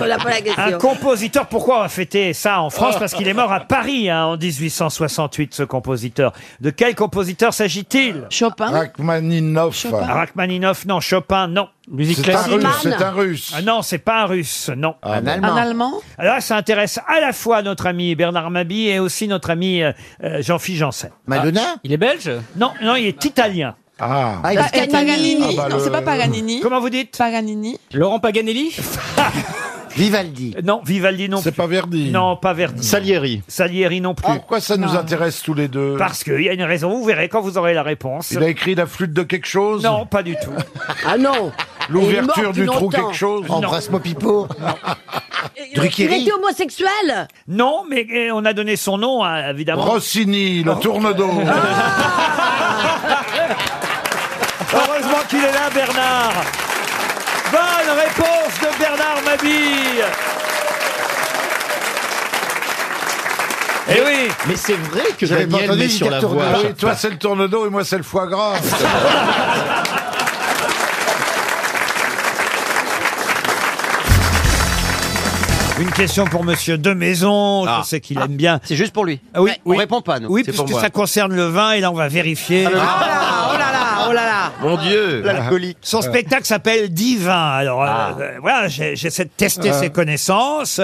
Speaker 5: on n'a pas la
Speaker 1: Un
Speaker 5: question.
Speaker 1: compositeur, pourquoi on va fêter ça en France
Speaker 5: Oh.
Speaker 1: Parce qu'il est mort à Paris hein, en 1868, ce compositeur. De quel compositeur s'agit-il Chopin
Speaker 28: Rachmaninoff.
Speaker 1: Rachmaninoff, non. Chopin, non. Musique
Speaker 28: C'est un classique. Russe, c'est un russe. Ah,
Speaker 1: Ah non, c'est pas un russe, non.
Speaker 28: Un Allemand. Un
Speaker 5: Allemand
Speaker 1: Alors là, ça intéresse à la fois notre ami Bernard Mabi et aussi notre ami euh, euh, Jean-Philippe Janssen.
Speaker 10: Madonna
Speaker 1: Il est belge Non, non, il est italien.
Speaker 28: Ah,
Speaker 10: Ah, bah, il est italien.
Speaker 22: Paganini.
Speaker 1: bah,
Speaker 22: non, c'est pas Paganini.
Speaker 1: Comment vous dites
Speaker 22: Paganini.
Speaker 1: Laurent Paganelli Vivaldi. Euh, Non, Vivaldi non. C'est
Speaker 28: pas Verdi.
Speaker 1: Non, pas Verdi. Salieri. Salieri non plus.
Speaker 28: Pourquoi ça nous intéresse tous les deux
Speaker 1: Parce qu'il y a une raison, vous verrez quand vous aurez la réponse.
Speaker 28: Il a écrit la flûte de quelque chose
Speaker 1: Non, pas du tout.
Speaker 5: Ah non
Speaker 28: L'ouverture du trou quelque chose
Speaker 10: Embrasse-moi Pipo.
Speaker 5: Il était homosexuel
Speaker 1: Non, mais eh, on a donné son nom, hein, évidemment.
Speaker 28: Rossini,
Speaker 1: Ah
Speaker 28: le tourne-dos.
Speaker 1: Heureusement qu'il est là, Bernard. Bonne réponse de Bernard Mabille. Eh oui
Speaker 29: Mais c'est vrai que
Speaker 1: J'avais pas
Speaker 29: Daniel
Speaker 1: entendu,
Speaker 29: met
Speaker 1: il
Speaker 29: sur
Speaker 1: dit
Speaker 29: la
Speaker 1: tourne-
Speaker 29: voie.
Speaker 1: Ah oui,
Speaker 28: Toi, c'est le tourne-dos et moi, c'est le foie gras.
Speaker 1: Une question pour Monsieur de Maison. Je sais qu'il aime bien. Ah. C'est juste pour lui. oui, oui. On répond pas,
Speaker 16: nous.
Speaker 1: Oui,
Speaker 16: C'est
Speaker 1: puisque
Speaker 16: pour moi.
Speaker 1: ça concerne le vin et là, on va vérifier.
Speaker 11: Oh là là, oh là là.
Speaker 1: Mon Dieu
Speaker 11: L'alcoolique.
Speaker 1: Son spectacle s'appelle Divin. Alors euh,
Speaker 3: Ah.
Speaker 1: euh, voilà, j'ai- j'essaie de tester
Speaker 16: Ah.
Speaker 1: ses connaissances.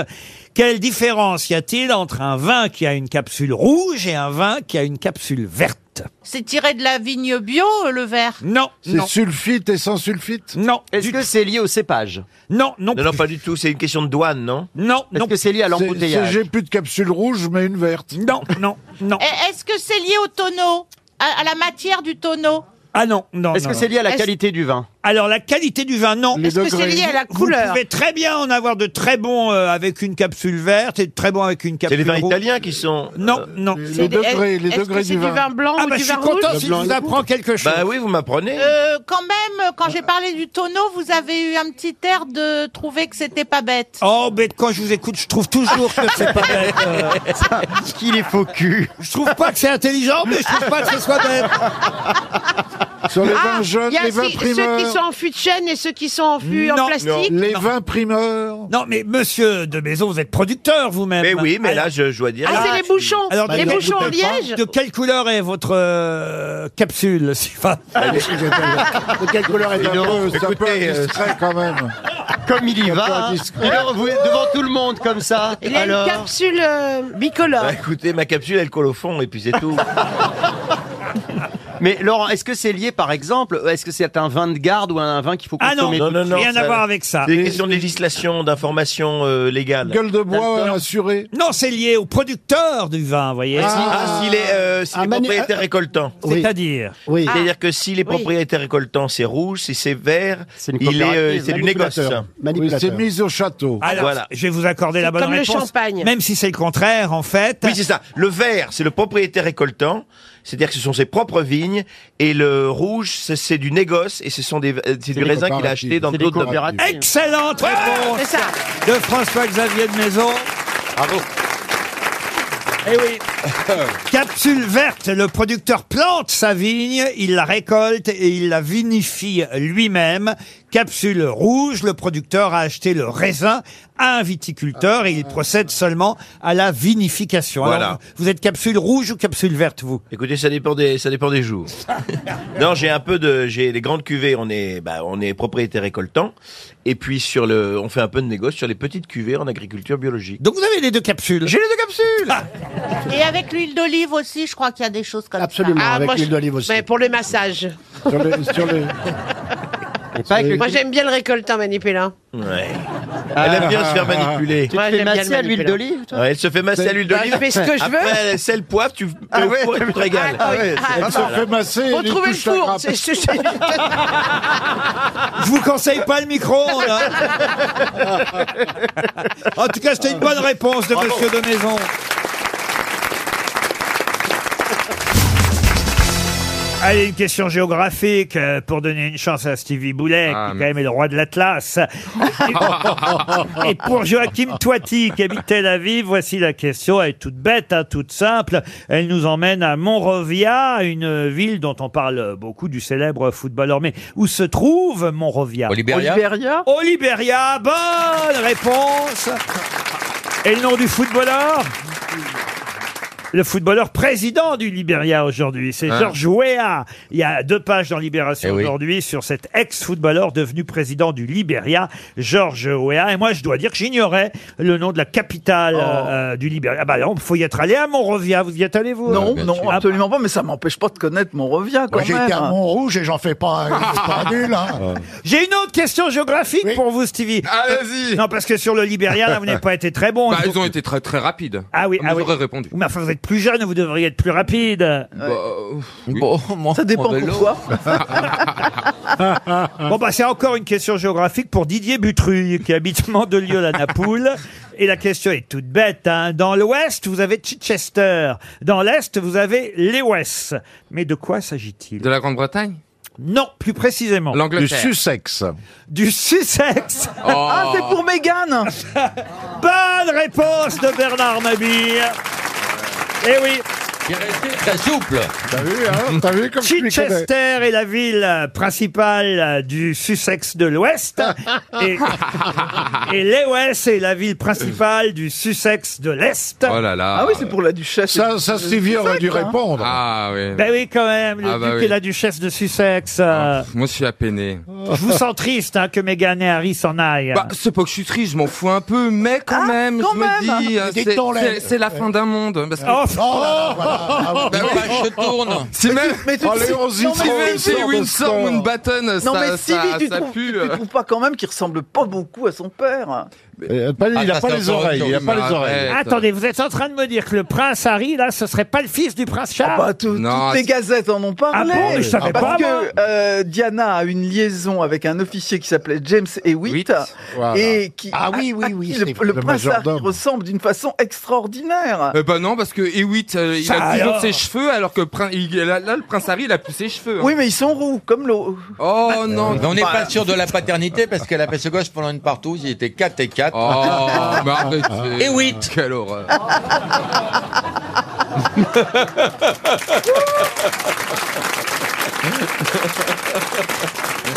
Speaker 1: Quelle différence y a-t-il entre un vin qui a une capsule rouge et un vin qui a une capsule verte
Speaker 5: C'est tiré de la vigne bio, euh, le verre
Speaker 1: Non.
Speaker 28: C'est sulfite et sans sulfite
Speaker 1: Non.
Speaker 3: Est-ce que c'est lié au cépage
Speaker 1: Non, non.
Speaker 3: Non, pas du tout. C'est une question de douane, non
Speaker 1: Non.
Speaker 3: Est-ce que c'est lié à l'embouteillage
Speaker 28: J'ai plus de capsule rouge, mais une verte.
Speaker 1: Non, non, non.
Speaker 5: Et Eh, Est-ce que c'est lié au tonneau à, à la matière du tonneau
Speaker 1: Ah non, non.
Speaker 3: Est-ce
Speaker 1: non,
Speaker 3: que c'est lié à la
Speaker 1: non.
Speaker 3: qualité du vin
Speaker 1: Alors la qualité du vin, non.
Speaker 3: Est-ce que c'est degrés. lié à la couleur
Speaker 1: Vous pouvez très bien en avoir de très bons euh, avec une capsule verte et de très bons avec une capsule
Speaker 3: les vins
Speaker 1: rouge.
Speaker 3: italiens qui sont.
Speaker 1: Non, non.
Speaker 3: Les degrés, les degrés du vin.
Speaker 1: Ah bah, je suis content si je vous apprends quelque chose.
Speaker 3: Bah oui, vous m'apprenez.
Speaker 5: Euh, quand même, euh, quand j'ai parlé du tonneau, vous avez eu un petit air de trouver que c'était pas bête.
Speaker 1: Oh, bête, quand je vous écoute, je trouve toujours que c'est pas bête.
Speaker 3: Qu'il est faux cul.
Speaker 1: Je trouve pas que c'est intelligent, mais je trouve pas que ce soit bête.
Speaker 28: Sur les
Speaker 22: Ah,
Speaker 28: vins jeunes,
Speaker 22: il y a
Speaker 28: les vins
Speaker 22: ceux-
Speaker 28: primeurs.
Speaker 22: Ceux qui sont en fût de chêne et ceux qui sont en fût en plastique.
Speaker 28: Les vins primeurs.
Speaker 1: Non, mais monsieur de Maison, vous êtes producteur vous-même.
Speaker 3: Mais oui, mais là, je, je dois dire.
Speaker 22: Ah,
Speaker 3: là,
Speaker 22: c'est les bouchons.
Speaker 1: Alors,
Speaker 22: les
Speaker 1: de-
Speaker 22: bouchons en
Speaker 1: de-
Speaker 22: liège.
Speaker 1: De quelle couleur est votre euh, capsule, Sylvain
Speaker 28: Ah, De quelle couleur est
Speaker 3: Et
Speaker 28: un peu,
Speaker 3: donc,
Speaker 28: c'est un peu
Speaker 3: écoutez, euh,
Speaker 28: indiscret quand même.
Speaker 3: Comme il y va, hein. il est revoué devant tout le monde comme ça.
Speaker 22: Il y a
Speaker 3: Alors,
Speaker 22: une capsule euh, bicolore.
Speaker 3: bah, écoutez, ma capsule, elle colle au fond et puis c'est tout. Mais Laurent, est-ce que c'est lié, par exemple, est-ce que c'est un vin de garde ou un vin qu'il faut
Speaker 1: Ah non,
Speaker 3: consommer
Speaker 1: non, non, non, rien à voir avec ça.
Speaker 3: C'est une question de législation, d'information euh, légale.
Speaker 1: Gueule de bois,
Speaker 3: D'accord.
Speaker 1: euh,
Speaker 28: assurée.
Speaker 1: Non, c'est lié au producteur du vin, vous voyez.
Speaker 3: Ah, s'il est, euh, s'il est propriétaire récoltant.
Speaker 1: C'est-à-dire
Speaker 3: Oui. Ah. C'est-à-dire que si les propriétaires récoltants, c'est rouge, si c'est vert, il est, euh, c'est du négoce.
Speaker 28: Ah, Oui, c'est mis au château.
Speaker 1: Alors,
Speaker 3: Voilà.
Speaker 1: je vais vous accorder la bonne
Speaker 3: comme le
Speaker 1: réponse.
Speaker 3: champagne.
Speaker 1: Même si c'est le contraire, en fait.
Speaker 3: Oui, c'est ça. Le vert, c'est le propriétaire récoltant, c'est-à-dire que ce sont ses propres vignes, et le rouge, c'est- c'est du négoce, et ce sont des, euh, c'est du
Speaker 1: des
Speaker 3: raisin qu'il a
Speaker 1: coopératives.
Speaker 3: acheté dans
Speaker 1: C'est
Speaker 3: d'autres
Speaker 1: des coopératives.
Speaker 3: coopératives.
Speaker 1: Excellente réponse
Speaker 22: Ah, C'est ça.
Speaker 1: de François-Xavier de Maison.
Speaker 3: Bravo.
Speaker 1: Eh oui. Capsule verte, le producteur plante sa vigne, il la récolte et il la vinifie lui-même. Capsule rouge, le producteur a acheté le raisin à un viticulteur et il procède seulement à la vinification. Alors,
Speaker 3: Voilà.
Speaker 1: vous êtes capsule rouge ou capsule verte, vous
Speaker 3: Écoutez, ça dépend des, ça dépend des jours. non, j'ai un peu de, j'ai les grandes cuvées, on est, bah, on est propriétaire récoltant, et puis sur le, on fait un peu de négoce sur les petites cuvées en agriculture biologique.
Speaker 1: Donc vous avez les deux capsules.
Speaker 3: J'ai les deux capsules.
Speaker 5: Et avec l'huile d'olive aussi, je crois qu'il y a des choses comme
Speaker 22: Ah,
Speaker 5: ça.
Speaker 22: moi, je- Mais pour le massage. Moi, j'aime bien le récoltant manipulant.
Speaker 3: Ouais. Elle aime bien se faire manipuler.
Speaker 22: Ah. Tu te Moi, fais j'aime bien masser le à l'huile manipulant. d'olive, toi
Speaker 3: Ouais, Elle se fait masser à l'huile
Speaker 22: Bah,
Speaker 3: d'olive.
Speaker 22: je fais ce que je veux.
Speaker 3: Après, sel, poivre, tu
Speaker 22: Ah
Speaker 3: ah
Speaker 22: ouais.
Speaker 3: et tu te régales.
Speaker 22: Ah
Speaker 3: c'est
Speaker 22: ouais, elle
Speaker 3: pas
Speaker 22: se
Speaker 3: mal,
Speaker 22: fait
Speaker 3: hein.
Speaker 22: masser et Faut lui trouver touche le la four, grappe. c'est- c'est- c'est-
Speaker 1: Je vous conseille pas le hein. micro. en tout cas, c'était une bonne réponse de Monsieur de Maison. Allez, une question géographique euh, pour donner une chance à Stevie Boulet, qui quand même est le roi de l'Atlas. Et pour Joachim Toiti, qui habite Tel Aviv, voici la question. Elle est toute bête, hein, toute simple. Elle nous emmène à Monrovia, une ville dont on parle beaucoup du célèbre footballeur. Mais où se trouve Monrovia Au
Speaker 16: Libéria Au Libéria
Speaker 1: Au Libéria, Oh, bonne réponse Et le nom du footballeur le footballeur président du Libéria aujourd'hui, c'est
Speaker 16: Hein.
Speaker 1: George Weah. Il y a deux pages dans Libération
Speaker 16: Eh oui.
Speaker 1: aujourd'hui sur cet ex-footballeur devenu président du Libéria, George Weah. Et moi, je dois dire que j'ignorais le nom de la capitale
Speaker 11: Oh.
Speaker 1: euh, du Libéria. Ah bah non, faut y être allé à Monrovia. Vous y êtes allé vous
Speaker 11: Non,
Speaker 1: Ah,
Speaker 11: non,
Speaker 1: bah,
Speaker 11: absolument pas, mais ça m'empêche pas de connaître mon revient quand
Speaker 1: Moi, j'ai
Speaker 11: même.
Speaker 1: été à
Speaker 11: Montrouge et j'en fais pas
Speaker 1: pas un nul, hein. J'ai une autre question géographique pour vous, Stevie. Allez-y. Non, parce que sur le Libéria, là, vous n'avez pas été très bon.
Speaker 4: Bah, ils ont été très très rapides.
Speaker 1: Ah oui, ah oui.
Speaker 4: J'aurais répondu.
Speaker 1: Mais enfin, vous êtes plus jeune, vous devriez être plus rapide.
Speaker 4: Bah, euh, Ça dépend mon vélo. pourquoi.
Speaker 1: bon, bah, c'est encore une question géographique pour Didier Butruy, qui habite Mandelieu, la Napoule. Et la question est toute bête. hein. Dans l'ouest, vous avez Chichester. Dans l'est, vous avez l'Ewes. Mais de quoi s'agit-il
Speaker 4: De la Grande-Bretagne
Speaker 1: Non, plus précisément.
Speaker 4: L'Angleterre. Du
Speaker 1: Sussex. Du Sussex
Speaker 4: Oh. Ah, c'est pour
Speaker 1: Mégane Bonne réponse de Bernard Mabille Eh oui.
Speaker 20: Qui est resté très souple.
Speaker 1: T'as vu, hein, T'as vu
Speaker 20: comme je m'y connais.
Speaker 1: Chichester est la ville principale du Sussex de l'Ouest. et, et l'Ewes est la ville principale du Sussex de l'Est.
Speaker 4: Oh là là.
Speaker 1: Ah oui, c'est pour
Speaker 4: la duchesse.
Speaker 1: Ça- ça, Stevie aurait dû répondre.
Speaker 4: Ah oui.
Speaker 1: Ben oui, quand même, le
Speaker 4: Ah bah
Speaker 1: duc
Speaker 4: oui. Ah.
Speaker 1: et la duchesse de Sussex. euh,
Speaker 4: Moi, je suis à peiner.
Speaker 1: Je vous sens triste hein, que Meghan et Harry s'en aillent.
Speaker 4: Bah, c'est pas que je suis triste, je m'en fous un peu, mais quand même,
Speaker 1: Ah, quand
Speaker 4: je
Speaker 1: même.
Speaker 4: me dis, euh,
Speaker 1: Des
Speaker 4: c'est-
Speaker 1: tolèdes.
Speaker 4: c'est- c'est la fin d'un monde. Parce que...
Speaker 1: Oh, oh là là, voilà. Ah oui.
Speaker 4: Bah
Speaker 1: Bon,
Speaker 4: oui.
Speaker 1: bah, je tourne. Oh,
Speaker 4: Si même,
Speaker 1: Mais tout de Allez, suite- on
Speaker 4: si
Speaker 1: y trouve,
Speaker 4: même
Speaker 1: on sort
Speaker 4: c'est
Speaker 1: de
Speaker 4: Windsor,
Speaker 1: sport.
Speaker 4: Mountbatten, ça,
Speaker 16: non mais
Speaker 4: ça,
Speaker 16: Stevie, tu,
Speaker 4: ça
Speaker 16: trouves,
Speaker 4: pue.
Speaker 16: tu trouves pas quand même qu'il ressemble pas beaucoup à son père
Speaker 1: Ah,
Speaker 10: il
Speaker 16: Ah,
Speaker 10: n'a Euh, pas les oreilles. Il n'a pas les oreilles.
Speaker 1: Attendez, vous êtes en train de me dire que le prince Harry, là, ce serait pas le fils du prince Charles
Speaker 4: Non,
Speaker 16: Ah, bah, Toutes les gazettes en ont parlé. bah.
Speaker 1: Ah bon, mais je savais
Speaker 16: parce
Speaker 1: pas, moi.
Speaker 16: que euh, Diana a une liaison avec un officier qui s'appelait James Hewitt
Speaker 4: Voilà.
Speaker 16: et qui
Speaker 4: Ah oui,
Speaker 16: à-
Speaker 4: oui,
Speaker 16: à
Speaker 4: oui,
Speaker 16: qui
Speaker 4: c'est
Speaker 16: le, le
Speaker 4: le
Speaker 16: prince Harry
Speaker 4: majordome.
Speaker 16: ressemble d'une façon extraordinaire.
Speaker 4: Euh, bah non, parce que Hewitt, euh, il
Speaker 16: Ça
Speaker 4: a toujours
Speaker 16: alors.
Speaker 4: ses cheveux, alors que prin- il- là, là, le prince Harry, il a plus ses cheveux. hein.
Speaker 16: Oui, mais ils sont roux comme l'eau.
Speaker 4: Oh non,
Speaker 24: Ah, Mais on n'est
Speaker 4: Bah,
Speaker 24: pas sûr de la paternité parce qu'à la Pessegos, pendant une partouze, il était 4 et 4.
Speaker 4: Oh, mais arrêtez.
Speaker 24: Et 8.
Speaker 4: Quelle horreur.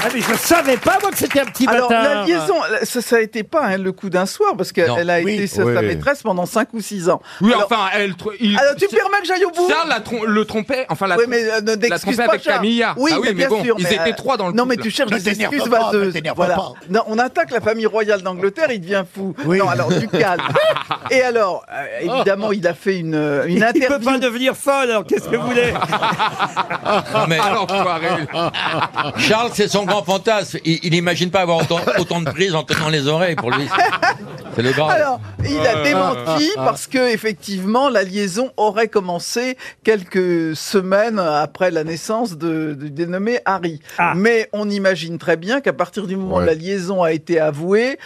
Speaker 1: Ah, mais je savais pas, moi, que c'était un petit
Speaker 16: Alors la
Speaker 1: bâtard.
Speaker 16: liaison, ça, ça a été pas hein, le coup d'un soir parce
Speaker 1: Non.
Speaker 16: qu'elle a
Speaker 1: Oui.
Speaker 16: été sa, sa
Speaker 4: Oui.
Speaker 16: maîtresse pendant 5 ou 6 ans.
Speaker 4: Oui,
Speaker 16: Alors-
Speaker 4: enfin, elle. tr- il-
Speaker 16: Alors tu permets que j'aille au bout
Speaker 4: Charles la trom- le trompait, enfin la,
Speaker 16: Oui, mais euh, ne
Speaker 4: la
Speaker 16: t'excuse
Speaker 4: trompait
Speaker 16: pas,
Speaker 4: avec
Speaker 16: Charles.
Speaker 4: Camilla.
Speaker 16: Oui,
Speaker 4: Bah
Speaker 16: mais bien
Speaker 4: bon,
Speaker 16: sûr.
Speaker 4: ils
Speaker 16: mais,
Speaker 4: étaient
Speaker 16: euh,
Speaker 4: trois dans le
Speaker 16: Non, mais
Speaker 4: couple.
Speaker 16: tu cherches des excuses vaseuses. Voilà. Non, on attaque la famille royale d'Angleterre, il devient fou. Non, alors tu calmes. Et alors, euh, évidemment, il a fait une, euh, une
Speaker 1: Il peut
Speaker 16: interview.
Speaker 1: pas devenir folle, alors qu'est-ce que vous voulez
Speaker 4: Ah,
Speaker 24: Non, mais- Charles, c'est son grand fantasme. Il n'imagine pas avoir autant, autant de prises en tenant les oreilles pour lui. C'est le grand. Ah.
Speaker 16: Alors, il a démenti parce que effectivement la liaison aurait commencé quelques semaines après la naissance de, du dénommé Harry.
Speaker 1: Ah.
Speaker 16: Mais on imagine très bien qu'à partir du moment où
Speaker 2: Ouais.
Speaker 16: la liaison a été avouée,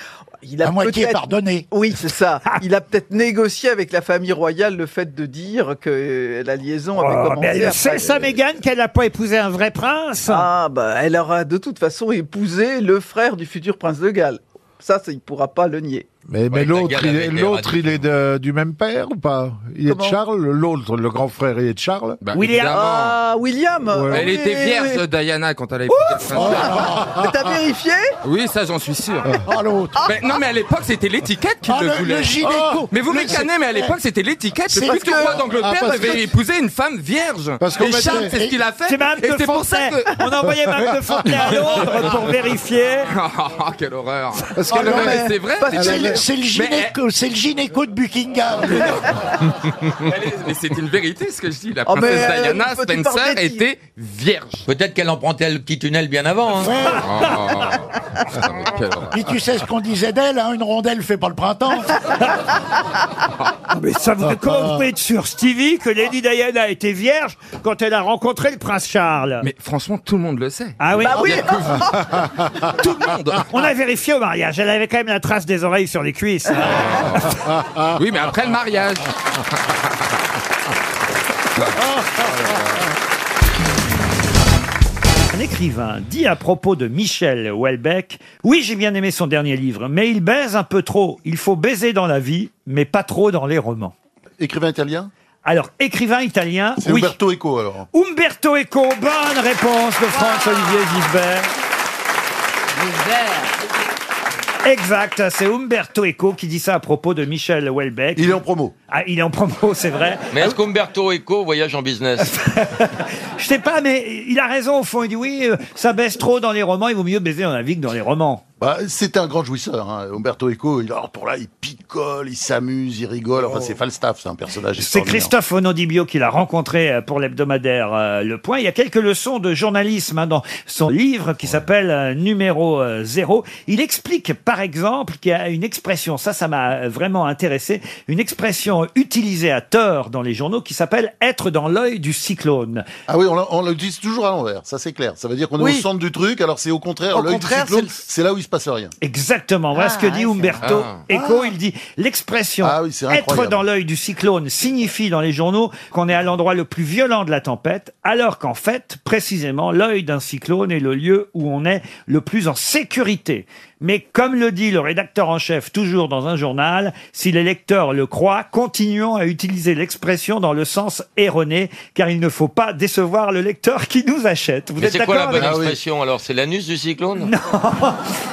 Speaker 16: il a
Speaker 2: À moitié
Speaker 16: peut-être-
Speaker 2: pardonné.
Speaker 16: Oui, c'est ça.
Speaker 1: Ah.
Speaker 16: Il a peut-être négocié avec la famille royale le fait de dire que euh, la liaison avait
Speaker 1: Oh,
Speaker 16: commencé.
Speaker 1: mais elle
Speaker 16: après-
Speaker 1: sait, ça, Mégane, qu'elle n'a pas épousé un vrai prince
Speaker 16: Ah bah elle aura de toute façon épousé le frère du futur prince de Galles. Ça, ça, il pourra pas le nier.
Speaker 10: Mais, mais
Speaker 16: Ouais,
Speaker 10: l'autre,
Speaker 16: Dagan
Speaker 10: il,
Speaker 16: avait
Speaker 10: est-
Speaker 16: été
Speaker 10: l'autre, il est de- du même père ou pas Il est de
Speaker 16: Comment
Speaker 10: Charles L'autre, le grand frère, il est de Charles
Speaker 16: Bah, Ah, William
Speaker 10: Ouais.
Speaker 4: Elle
Speaker 10: Oui,
Speaker 4: était vierge,
Speaker 10: oui.
Speaker 4: Diana, quand elle a épousé le prince
Speaker 24: Oh,
Speaker 4: Charles.
Speaker 16: Mais t'as vérifié
Speaker 4: Oui, ça, j'en suis sûr.
Speaker 10: Ah, l'autre.
Speaker 4: Mais, non, mais à l'époque, c'était l'étiquette qui
Speaker 10: Ah,
Speaker 4: le
Speaker 10: le-
Speaker 4: voulait. Oh.
Speaker 10: le gilet court.
Speaker 4: mais vous
Speaker 10: Le-
Speaker 4: mécanez, mais à l'époque, c'était l'étiquette.
Speaker 10: C'est
Speaker 4: Le futur
Speaker 10: parce que-
Speaker 4: roi
Speaker 10: Ah,
Speaker 4: d'Angleterre
Speaker 10: parce
Speaker 4: avait
Speaker 10: que-
Speaker 4: épousé une femme vierge.
Speaker 10: Parce qu'on
Speaker 4: et
Speaker 10: mettait-
Speaker 4: Charles, c'est ce qu'il a fait.
Speaker 10: C'est Madame
Speaker 4: Et
Speaker 10: de
Speaker 4: c'est pour ça
Speaker 10: Fontenay.
Speaker 4: que...
Speaker 10: On envoyait Madame de Fontenay à Londres pour
Speaker 1: vérifier.
Speaker 4: Ah, quelle horreur.
Speaker 10: Parce
Speaker 4: que
Speaker 2: Ah, non, mais-
Speaker 4: c'est vrai.
Speaker 2: parce que C'est
Speaker 4: c'était-
Speaker 2: le, c'est le
Speaker 4: Mais-
Speaker 2: gynéco, c'est le gynéco de Buckingham.
Speaker 4: Elle est- eh, Mais c'est une vérité ce que je dis. La
Speaker 10: Ah,
Speaker 24: Oh, mais,
Speaker 4: princesse
Speaker 24: euh,
Speaker 4: Diana
Speaker 24: tu parles
Speaker 4: Spencer
Speaker 24: bêtise.
Speaker 4: était vierge.
Speaker 24: Peut-être qu'elle empruntait le petit tunnel bien avant. hein.
Speaker 2: Mais tu sais ce qu'on disait d'elle, hein, une rondelle fait pas le printemps.
Speaker 1: Mais ça vous, comment vous pouvez être sûr, Stevie, que Lady Diana a été vierge quand elle a rencontré le prince Charles
Speaker 4: Mais franchement, tout le monde le sait.
Speaker 1: Ah oui,
Speaker 4: Bah oui. Tout le monde.
Speaker 1: On a vérifié au mariage, elle avait quand même la trace des oreilles sur les cuisses. hein.
Speaker 4: oui, mais après le mariage.
Speaker 1: Un écrivain dit à propos de Michel Houellebecq Oui, j'ai bien aimé son dernier livre, mais il baise un peu trop. Il faut baiser dans la vie, mais pas trop dans les romans. Écrivain italien Alors, écrivain italien,
Speaker 9: C'est
Speaker 1: oui.
Speaker 9: Umberto Eco alors.
Speaker 1: Umberto Eco, bonne réponse de François-Olivier Gisbert. Exact, c'est Umberto Eco qui dit ça à propos de Michel Houellebecq. Il est en promo. Ah, il est en promo, c'est vrai.
Speaker 24: Mais est-ce qu'Umberto Eco voyage en business
Speaker 1: Je sais pas, mais il a raison au fond. Il dit oui, euh, ça baisse trop dans les romans, il vaut mieux baiser dans la vie que dans les romans.
Speaker 9: Bah, c'était un grand jouisseur, hein. Umberto Eco. Il, alors pour là, il picole, il s'amuse, il rigole. Enfin, c'est Falstaff, c'est un personnage
Speaker 1: C'est
Speaker 9: extraordinaire.
Speaker 1: Christophe Onodibio qui l'a rencontré euh, pour l'hebdomadaire euh, Le Point. Il y a quelques leçons de journalisme hein, dans son livre qui s'appelle euh, Numéro euh, zéro. Il explique, par exemple, qu'il y a une expression, ça, ça m'a euh, vraiment intéressé, une expression utilisée à tort dans les journaux qui s'appelle être dans l'œil du cyclone.
Speaker 9: Ah oui, on, l'a- on l'utilise toujours à l'envers, ça c'est clair. Ça veut dire qu'on est
Speaker 1: Oui.
Speaker 9: au centre du truc, alors c'est au contraire,
Speaker 1: Au
Speaker 9: l'œil du
Speaker 1: contraire,
Speaker 9: cyclone,
Speaker 1: c'est
Speaker 9: c'est
Speaker 1: le-
Speaker 9: là où il se passe rien.
Speaker 1: Exactement. Voilà
Speaker 9: Ah,
Speaker 1: ce que dit
Speaker 9: ouais,
Speaker 1: Umberto
Speaker 9: c'est-
Speaker 1: Eco.
Speaker 9: Ah.
Speaker 1: Il dit l'expression
Speaker 9: Ah oui, c'est
Speaker 1: être
Speaker 9: incroyable.
Speaker 1: dans l'œil du cyclone signifie dans les journaux qu'on est à l'endroit le plus violent de la tempête, alors qu'en fait, précisément, l'œil d'un cyclone est le lieu où on est le plus en sécurité. Mais comme le dit le rédacteur en chef toujours dans un journal, si les lecteurs le croient, continuons à utiliser l'expression dans le sens erroné, car il ne faut pas décevoir le lecteur qui nous achète. Vous
Speaker 24: Mais
Speaker 1: êtes
Speaker 24: c'est quoi la
Speaker 1: d'accord
Speaker 24: bonne Ah
Speaker 1: avec-
Speaker 24: expression alors C'est l'anus du cyclone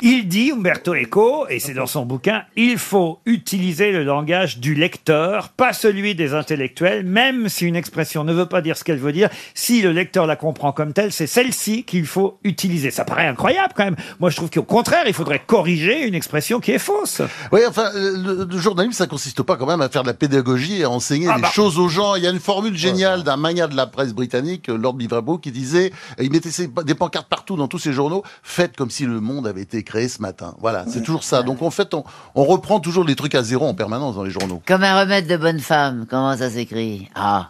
Speaker 1: il dit, Umberto Eco, et c'est dans son bouquin, il faut utiliser le langage du lecteur, pas celui des intellectuels, même si une expression ne veut pas dire ce qu'elle veut dire. Si le lecteur la comprend comme telle, c'est celle-ci qu'il faut utiliser. Ça paraît incroyable quand même. Moi, je trouve qu'au contraire, il faudrait corriger une expression qui est fausse.
Speaker 9: Oui, enfin, euh, le, le journalisme, ça consiste pas quand même à faire de la pédagogie et à enseigner
Speaker 1: Ah
Speaker 9: des
Speaker 1: bah.
Speaker 9: choses aux gens. Il y a une formule géniale d'un magnat de la presse britannique, euh, Lord Biverbo, qui disait, euh, il mettait ses- des pancartes partout dans tous ses journaux, faites comme si le monde avait été créé ce matin. Voilà, c'est toujours ça. Donc en fait, on, on reprend toujours des trucs à zéro en permanence dans les journaux.
Speaker 13: Comme un remède de bonne femme, comment ça s'écrit Ah.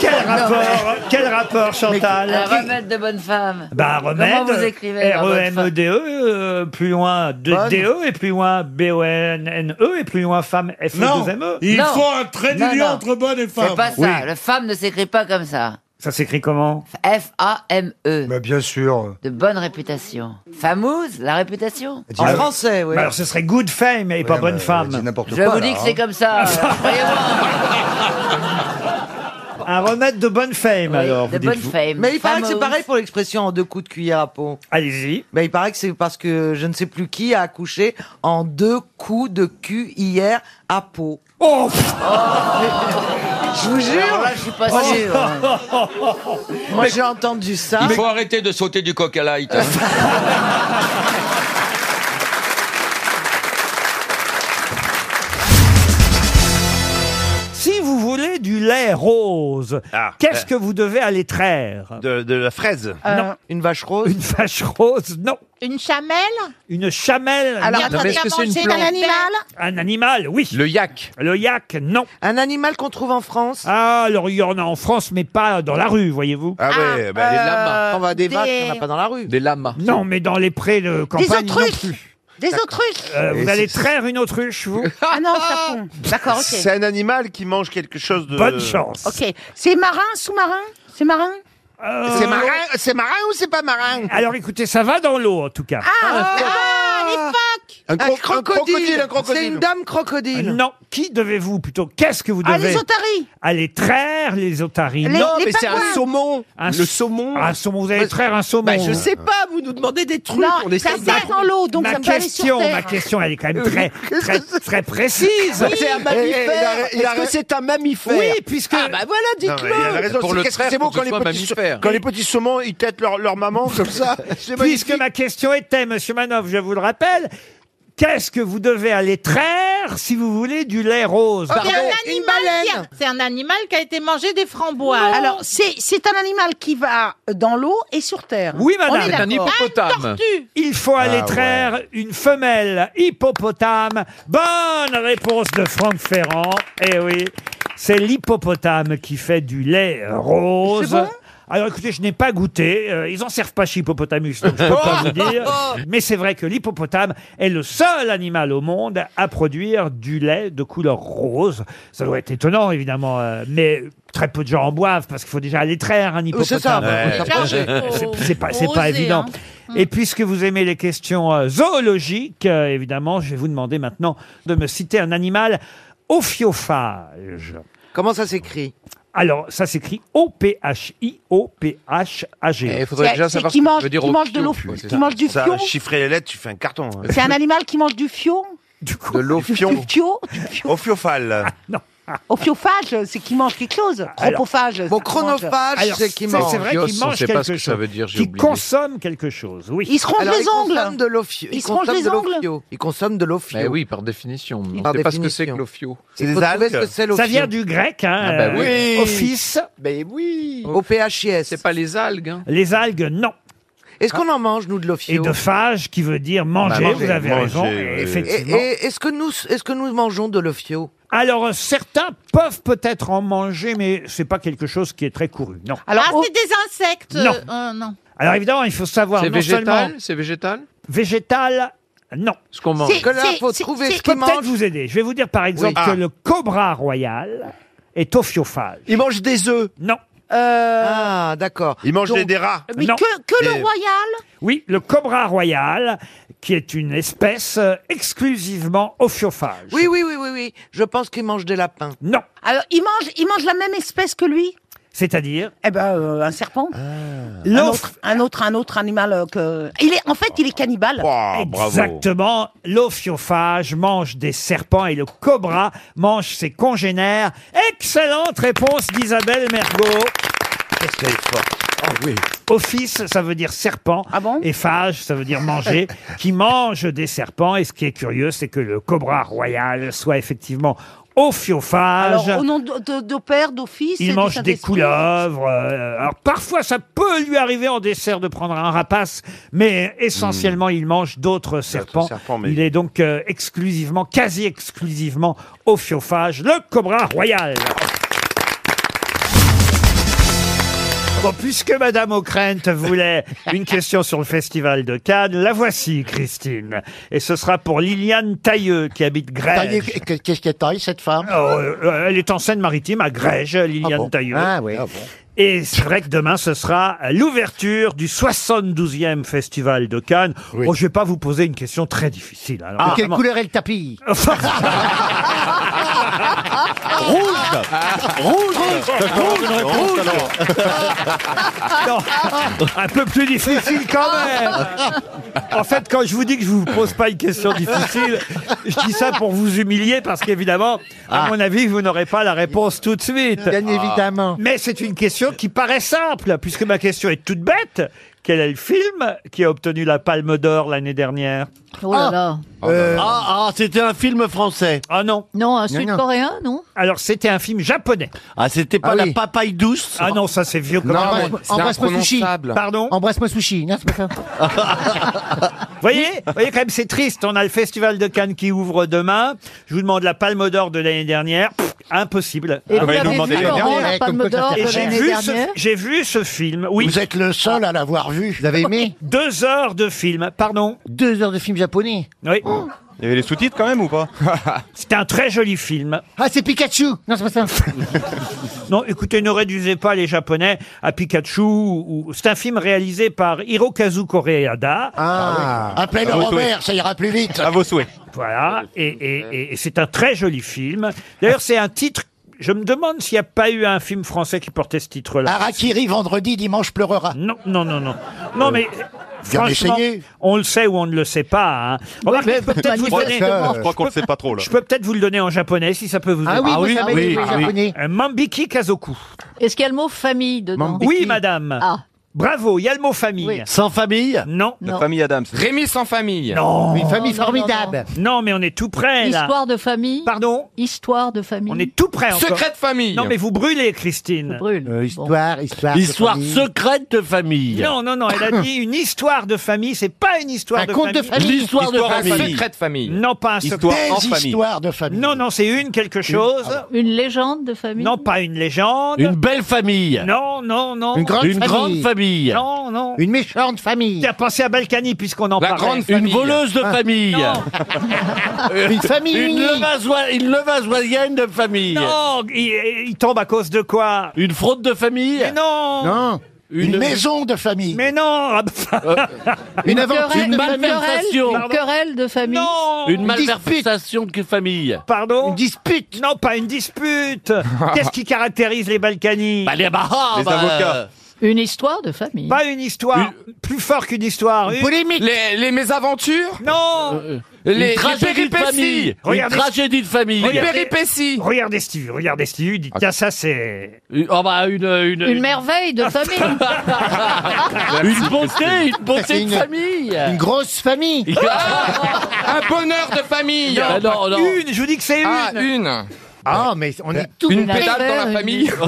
Speaker 1: Quel rapport, quel rapport, Chantal
Speaker 13: Un remède de bonne femme.
Speaker 1: Bah, E remède,
Speaker 13: Ah, Comment vous écrivez un remède de bonne
Speaker 1: R-E-M-E-D-E, euh, plus loin de
Speaker 13: Bonne.
Speaker 1: D-E, et plus loin B-O-N-N-E, E et plus loin femme f
Speaker 13: Non,
Speaker 1: 2 m e
Speaker 13: il Non. faut un trait
Speaker 1: du
Speaker 13: d'union Non, non. entre
Speaker 1: bonne et
Speaker 13: femme C'est pas ça, le femme ne s'écrit pas comme ça.
Speaker 1: Ça s'écrit comment
Speaker 13: F-A-M-E,
Speaker 28: bien sûr.
Speaker 13: E. de bonne réputation. Fameuse, la réputation.
Speaker 1: En français, oui. Ah, alors ce serait good fame et pas hein. bonne femme.
Speaker 13: Je vous dis que c'est comme ça. euh, alors, croyez-moi.
Speaker 1: Un remède de bonne fame, alors.
Speaker 13: de
Speaker 1: vous
Speaker 13: bonne
Speaker 1: dites-vous.
Speaker 13: fame.
Speaker 17: Mais il paraît que c'est
Speaker 13: Fameuse.
Speaker 17: pareil pour l'expression en deux coups de cuillère à peau.
Speaker 1: Allez-y.
Speaker 17: il paraît que c'est parce que je ne sais plus qui a accouché en deux coups de cul hier à peau.
Speaker 1: Oh
Speaker 17: Je vous jure
Speaker 13: Alors là, je suis pas hein. sûre,
Speaker 17: Moi, j'ai entendu ça.
Speaker 24: Il faut arrêter de sauter du coq à light.
Speaker 1: Si vous voulez du lait rose, qu'est-ce
Speaker 6: euh.
Speaker 1: que vous devez aller traire
Speaker 6: De, de la fraise.
Speaker 1: Non. Une vache rose Euh, Une vache rose, non.
Speaker 21: Une chamelle
Speaker 1: Une chamelle
Speaker 21: Alors,
Speaker 1: non.
Speaker 21: Non, mais est-ce que c'est une plante
Speaker 1: un animal oui. Le yak Le yak, non. Un animal qu'on trouve en France Ah, alors il y en a en France, mais pas dans la rue, voyez-vous.
Speaker 12: Ah ouais, bah, les lamas.
Speaker 1: euh,
Speaker 17: On va des
Speaker 12: Des-
Speaker 17: vaches qu'on n'a pas dans la rue.
Speaker 12: Des lamas.
Speaker 1: Non, mais dans les prés de campagne non
Speaker 17: autruches.
Speaker 1: plus.
Speaker 17: Des
Speaker 1: D'accord.
Speaker 17: autruches.
Speaker 1: Euh,
Speaker 17: Et
Speaker 1: vous
Speaker 17: c'est-
Speaker 1: allez traire une autruche, vous
Speaker 13: Ah non, sapon. D'accord, ok.
Speaker 28: C'est un animal qui mange quelque chose de.
Speaker 1: Bonne chance.
Speaker 13: Ok. C'est marin, sous-marin C'est marin
Speaker 28: C'est marin-
Speaker 13: c'est marin ou c'est pas marin
Speaker 1: Euh, Alors écoutez, ça va dans l'eau en tout cas.
Speaker 13: Ah,
Speaker 28: Un, cro- un crocodile, un crocodile.
Speaker 17: C'est une dame crocodile.
Speaker 1: Euh, Ah, Non, qui devez-vous plutôt Qu'est-ce que vous devez
Speaker 17: Ah, les otaries.
Speaker 1: Aller traire les otaries.
Speaker 17: Les-
Speaker 1: non,
Speaker 17: les
Speaker 1: mais c'est
Speaker 17: pingouins.
Speaker 1: un saumon. le saumon. Un saumon, vous allez traire un saumon.
Speaker 17: Bah, je sais
Speaker 13: pas, vous nous demandez des
Speaker 28: trucs,
Speaker 13: Non,
Speaker 28: on essaie
Speaker 13: ça
Speaker 28: de-
Speaker 13: sert dans l'eau, donc
Speaker 1: ma
Speaker 13: ça peut aller sur
Speaker 1: question,
Speaker 13: terre.
Speaker 1: ma question, elle est quand même très, très, très précise.
Speaker 13: Oui. C'est un mammifère.
Speaker 28: Est-ce que c'est
Speaker 1: un mammifère Oui, puisque.
Speaker 28: Ah bah
Speaker 13: voilà,
Speaker 28: dites-le.
Speaker 1: Pour le
Speaker 28: Qu'est-ce que
Speaker 1: traire,
Speaker 28: c'est beau
Speaker 1: pour
Speaker 28: quand
Speaker 1: que
Speaker 28: les,
Speaker 1: ce soit
Speaker 28: petits,
Speaker 1: mammifère.
Speaker 28: quand les petits saumons ils têtent leur, leur maman comme ça C'est magnifique.
Speaker 1: Puisque ma question était, Monsieur Manoff, je vous le rappelle, qu'est-ce que vous devez aller traire si vous voulez du lait rose
Speaker 5: Oh,
Speaker 21: C'est un animal qui a- C'est un animal qui a été mangé des framboises.
Speaker 13: Alors, c'est c'est un animal qui va dans l'eau et sur terre.
Speaker 1: Oui, madame.
Speaker 13: On est d'accord.
Speaker 21: Ah,
Speaker 1: Il faut aller
Speaker 13: Ah,
Speaker 1: traire une femelle hippopotame. Bonne réponse de Franck Ferrand. Eh oui, c'est l'hippopotame qui fait du lait rose.
Speaker 10: C'est bon
Speaker 1: alors écoutez, je n'ai pas goûté. Euh, ils en servent pas chez Hippopotamus, donc je peux pas vous dire. Mais c'est vrai que l'hippopotame est le seul animal au monde à produire du lait de couleur rose. Ça doit être étonnant, évidemment, euh, mais très peu de gens en boivent parce qu'il faut déjà aller traire un
Speaker 17: c'est ça,
Speaker 1: hippopotame.
Speaker 17: bah, faut s'approcher.
Speaker 1: C'est- C'est pas, c'est
Speaker 17: Faut
Speaker 1: pas
Speaker 17: oser,
Speaker 1: évident.
Speaker 17: hein.
Speaker 1: Et puisque vous aimez les questions euh, zoologiques, euh, évidemment, je vais vous demander maintenant de me citer un animal ophiophage.
Speaker 17: Comment ça s'écrit
Speaker 1: Alors, ça s'écrit O-P-H-I-O-P-H-A-G.
Speaker 28: Il Eh, faudrait déjà savoir ce que veut dire au pion, puis, c'est ça. Ça,
Speaker 13: fion.
Speaker 28: Chiffrer les lettres, tu fais un carton. hein.
Speaker 13: C'est un animal qui mange du fion
Speaker 28: De l'ophion.
Speaker 13: Du fio
Speaker 28: Ophiophale.
Speaker 3: Ah,
Speaker 13: Ophiophage, c'est qui mange quelque chose. Chronophage.
Speaker 17: Bon, chronophage, c'est qui mange.
Speaker 1: C'est vrai
Speaker 28: Ophiophage,
Speaker 1: qu'il
Speaker 28: on
Speaker 1: mange
Speaker 28: sait pas
Speaker 1: quelque
Speaker 28: ce que
Speaker 1: chose.
Speaker 28: ça veut dire, j'ai
Speaker 1: qui
Speaker 28: oublié.
Speaker 1: consomme quelque chose, oui.
Speaker 13: Il se ronge
Speaker 17: Alors,
Speaker 13: les
Speaker 17: il
Speaker 13: ongles.
Speaker 17: consomme de l'ophio.
Speaker 13: Il se
Speaker 17: consomme
Speaker 13: ronge les
Speaker 17: de
Speaker 13: ongles.
Speaker 17: l'ophio. Il consomme de l'ophio.
Speaker 12: Eh oui, par définition. mais
Speaker 17: Par
Speaker 12: On ne sait pas ce que
Speaker 17: définition.
Speaker 12: c'est que l'ophio.
Speaker 17: C'est des algues.
Speaker 1: Ça vient du grec, hein,
Speaker 12: Ah bah oui.
Speaker 1: euh,
Speaker 12: Oui.
Speaker 1: office.
Speaker 17: Ben oui. Au PHIS. C'est pas les algues.
Speaker 1: Les algues, hein. non.
Speaker 17: Est-ce qu'on en mange, nous, de l'ophio
Speaker 1: Et de phage, qui veut dire manger,
Speaker 17: Bah,
Speaker 1: vous avez
Speaker 17: manger,
Speaker 1: raison,
Speaker 28: euh,
Speaker 17: oui.
Speaker 1: effectivement.
Speaker 17: Et- et est-ce que nous, est-ce que nous mangeons de l'ophio
Speaker 1: Alors, euh, certains peuvent peut-être en manger, mais c'est pas quelque chose qui est très couru, non.
Speaker 21: Alors, Ah, c'est des insectes.
Speaker 1: Non.
Speaker 21: euh, euh, non.
Speaker 1: Alors évidemment, il faut savoir
Speaker 12: C'est
Speaker 1: non seulement...
Speaker 12: végétal C'est végétal
Speaker 1: végétal, non. Ce qu'on
Speaker 17: mange. C'est- Que là, c'est- faut c'est- trouver ce
Speaker 1: Je
Speaker 17: qu'il
Speaker 1: peux peut-être
Speaker 17: mange.
Speaker 1: vous aider. Je vais vous dire par exemple
Speaker 17: Oui.
Speaker 1: que
Speaker 17: Ah.
Speaker 1: le cobra royal est ophiophage. Il mange des œufs Non.
Speaker 17: Euh,
Speaker 1: Ah, d'accord. Il mange
Speaker 6: des- des rats
Speaker 5: euh, Mais
Speaker 1: non.
Speaker 5: que, que le royal
Speaker 1: Oui, le cobra royal, qui est une espèce euh, exclusivement ophiophage.
Speaker 17: Oui, oui, oui, oui, oui. Je pense qu'il mange des lapins.
Speaker 1: Non.
Speaker 5: Alors, il mange, il mange la même espèce que lui
Speaker 1: C'est-à-dire
Speaker 5: Eh ben, euh, un serpent.
Speaker 18: Ah.
Speaker 5: Un,
Speaker 1: L'oph-
Speaker 5: autre, un autre, un autre animal euh, que... Il est, en fait, il est cannibale.
Speaker 1: Oh, Exactement. L'ophiophage mange des serpents et le cobra mange ses congénères. Excellente réponse d'Isabelle Mergot. Qu'est-ce qu'elle est forte. Ah Office, ça veut dire serpent.
Speaker 5: Ah
Speaker 1: et phage, ça veut dire manger. qui mange des serpents. Et ce qui est curieux, c'est que le cobra royal soit effectivement ophiophage.
Speaker 5: Alors, au nom de, de, de père, d'office... et
Speaker 1: Il
Speaker 5: de
Speaker 1: mange des
Speaker 5: Saint-Esprit.
Speaker 1: couleuvres. euh, alors parfois, ça peut lui arriver en dessert de prendre un rapace, mais essentiellement, il mange d'autres serpents.
Speaker 28: Hmm. serpents, mais-
Speaker 1: Il est donc euh, exclusivement, quasi exclusivement, ophiophage, le cobra royal. Bon, puisque Madame O'Krent voulait une question sur le Festival de Cannes, la voici, Christine. Et ce sera pour Liliane Tailleux, qui habite Grèce.
Speaker 18: Qu'est-ce qu'elle taille, cette femme
Speaker 1: Oh, euh, euh, elle est en Seine-Maritime, à Grège, Liliane
Speaker 18: Ah bon
Speaker 1: Tailleux.
Speaker 18: Ah oui.
Speaker 1: Et c'est vrai que demain, ce sera l'ouverture du 72e Festival de Cannes. Oh, je vais pas vous poser une question très difficile. alors.
Speaker 18: De quelle
Speaker 1: Vraiment.
Speaker 18: couleur est le tapis
Speaker 1: Rouge Rouge Rouge Non, un peu plus difficile quand même En fait, quand je vous dis que je vous pose pas une question difficile, je dis ça pour vous humilier parce qu'évidemment, à mon avis, vous n'aurez pas la réponse tout de suite.
Speaker 18: Ah.
Speaker 1: Ah.
Speaker 18: Bien évidemment.
Speaker 1: Mais c'est une question qui paraît simple, puisque ma question est toute bête. Quel est le film qui a obtenu la Palme d'Or l'année dernière
Speaker 19: Oh là là.
Speaker 1: Euh,
Speaker 18: Ah, ah, c'était un film français.
Speaker 1: Ah non.
Speaker 19: Non, un sud-coréen, non
Speaker 1: Alors, c'était un film japonais.
Speaker 18: Ah, c'était pas
Speaker 1: Ah
Speaker 18: la
Speaker 1: oui.
Speaker 18: papaye douce
Speaker 1: Ah non, ça c'est vieux comme la
Speaker 18: Embrasse-
Speaker 1: merde.
Speaker 18: Embrasse-moi sushi.
Speaker 1: Pardon
Speaker 18: Embrasse-moi sushi. Non, c'est pas ça.
Speaker 1: Vous voyez, vous voyez quand même, c'est triste. On a le Festival de Cannes qui ouvre demain. Je vous demande la Palme d'Or de l'année dernière. Pff, impossible.
Speaker 18: Et vous Ouais, l'avez nous demandez vu, l'année Laurent, dernière. la Palme
Speaker 1: Comme quoi,
Speaker 18: d'Or
Speaker 1: ça fait
Speaker 18: de
Speaker 1: rien.
Speaker 18: l'année
Speaker 1: J'ai vu ce-
Speaker 18: dernière
Speaker 1: J'ai vu ce film, oui.
Speaker 18: Vous êtes le seul à l'avoir vu. Vous l'avez aimé
Speaker 1: Deux heures de film, pardon.
Speaker 18: Deux heures de film japonais. Oh.
Speaker 1: Oui.
Speaker 18: Il y avait les sous-titres quand même ou pas
Speaker 1: C'était un très joli film.
Speaker 18: Ah, c'est Pikachu Non, c'est pas ça.
Speaker 1: Non, écoutez, ne réduisez pas les Japonais à Pikachu. ou- C'est un film réalisé par Hirokazu Koreeda.
Speaker 18: Ah, Appelez le
Speaker 1: Ah, oui,
Speaker 18: Robert,
Speaker 1: oui.
Speaker 18: ça ira plus vite.
Speaker 1: À vos souhaits. Voilà, et, et- et- et c'est un très joli film. D'ailleurs, c'est un titre. Je me demande s'il n'y a pas eu un film français qui portait ce titre-là.
Speaker 18: Harakiri, vendredi, dimanche pleurera. Euh,
Speaker 1: Non, non, non, non. Non, mais. euh,
Speaker 18: Bien
Speaker 1: Franchement,
Speaker 18: essayé.
Speaker 1: on le sait ou on ne le sait pas. hein. Remarquez, je peux peut-être vous le donner-
Speaker 18: manifestement. Je crois qu'on
Speaker 1: je peux-
Speaker 18: le sait pas trop, là.
Speaker 1: Je peux peut-être vous le donner en japonais si ça peut vous
Speaker 18: Ah
Speaker 1: aider.
Speaker 18: oui, Ah vous oui, savez oui, les oui. japonais.
Speaker 1: Euh, Mambiki Kazoku.
Speaker 19: Est-ce qu'il y a le mot famille dedans
Speaker 1: Oui, madame.
Speaker 19: Ah.
Speaker 1: Bravo, il y a le mot famille.
Speaker 19: Oui.
Speaker 18: Sans famille
Speaker 1: Non.
Speaker 19: La Non.
Speaker 1: famille Adams.
Speaker 19: Rémi
Speaker 1: sans famille. Non.
Speaker 19: Une famille Non, non, formidable.
Speaker 1: Non, mais on est tout près là.
Speaker 19: Histoire de famille.
Speaker 1: Pardon
Speaker 19: Histoire de famille.
Speaker 1: On est tout près encore. Non, mais vous brûlez, Christine.
Speaker 18: histoire, histoire.
Speaker 1: Histoire
Speaker 18: secrète Euh, de famille.
Speaker 1: Non, non, non, elle a dit une histoire de famille, c'est pas une histoire
Speaker 18: Un
Speaker 1: de
Speaker 18: conte
Speaker 1: famille.
Speaker 18: de famille. L'histoire de Histoire, un famille. secret de
Speaker 1: famille. Non, pas un
Speaker 18: Histoire
Speaker 1: secret.
Speaker 18: en Des famille. histoires de famille. Ah
Speaker 1: Non, non, c'est une quelque chose.
Speaker 19: Une légende de famille.
Speaker 1: Ah Non, pas une légende.
Speaker 18: Une belle famille.
Speaker 1: Non, non, non.
Speaker 18: Une grande Une famille. grande famille.
Speaker 1: Non, non.
Speaker 18: Une méchante famille.
Speaker 1: T'as pensé à Balkany puisqu'on en parle.
Speaker 18: Une voleuse de famille.
Speaker 1: Une famille.
Speaker 18: Euh, Une, levasois- une levasoisienne de famille.
Speaker 1: Non, il, il tombe à cause de quoi
Speaker 18: Une fraude de famille.
Speaker 1: Mais non.
Speaker 18: Non. Une, maison de famille.
Speaker 1: Mais non. Ah,
Speaker 18: Une
Speaker 19: querelle,
Speaker 18: Une
Speaker 19: querelle,
Speaker 18: malversation.
Speaker 19: une querelle de famille.
Speaker 1: Non
Speaker 18: Une malversation de famille.
Speaker 1: Pardon Une dispute Non, pas une dispute Qu'est-ce qui caractérise les Balkany
Speaker 18: Bah, les- bah, ah, Les bah, avocats. euh,
Speaker 19: Une histoire de famille.
Speaker 1: Pas une histoire Plus fort qu'une histoire Une
Speaker 18: polémique.
Speaker 1: Les, mésaventures Non
Speaker 18: Euh, une tragédie de famille. Une
Speaker 1: Regardez-
Speaker 18: tragédie de famille. Ah.
Speaker 1: Regardez- Regardez Stevie, regardez Stevie, dites tiens ça c'est...
Speaker 18: Oh, bah, une, une,
Speaker 19: Une merveille de famille.
Speaker 18: Ah, une bonté, une bonté de famille. Une grosse famille.
Speaker 4: Un bonheur de famille
Speaker 18: Ah, Non, non, non.
Speaker 1: Une, je vous dis que c'est une
Speaker 4: Ah, une
Speaker 18: Ah, mais on est tous
Speaker 4: Une pédale dans la famille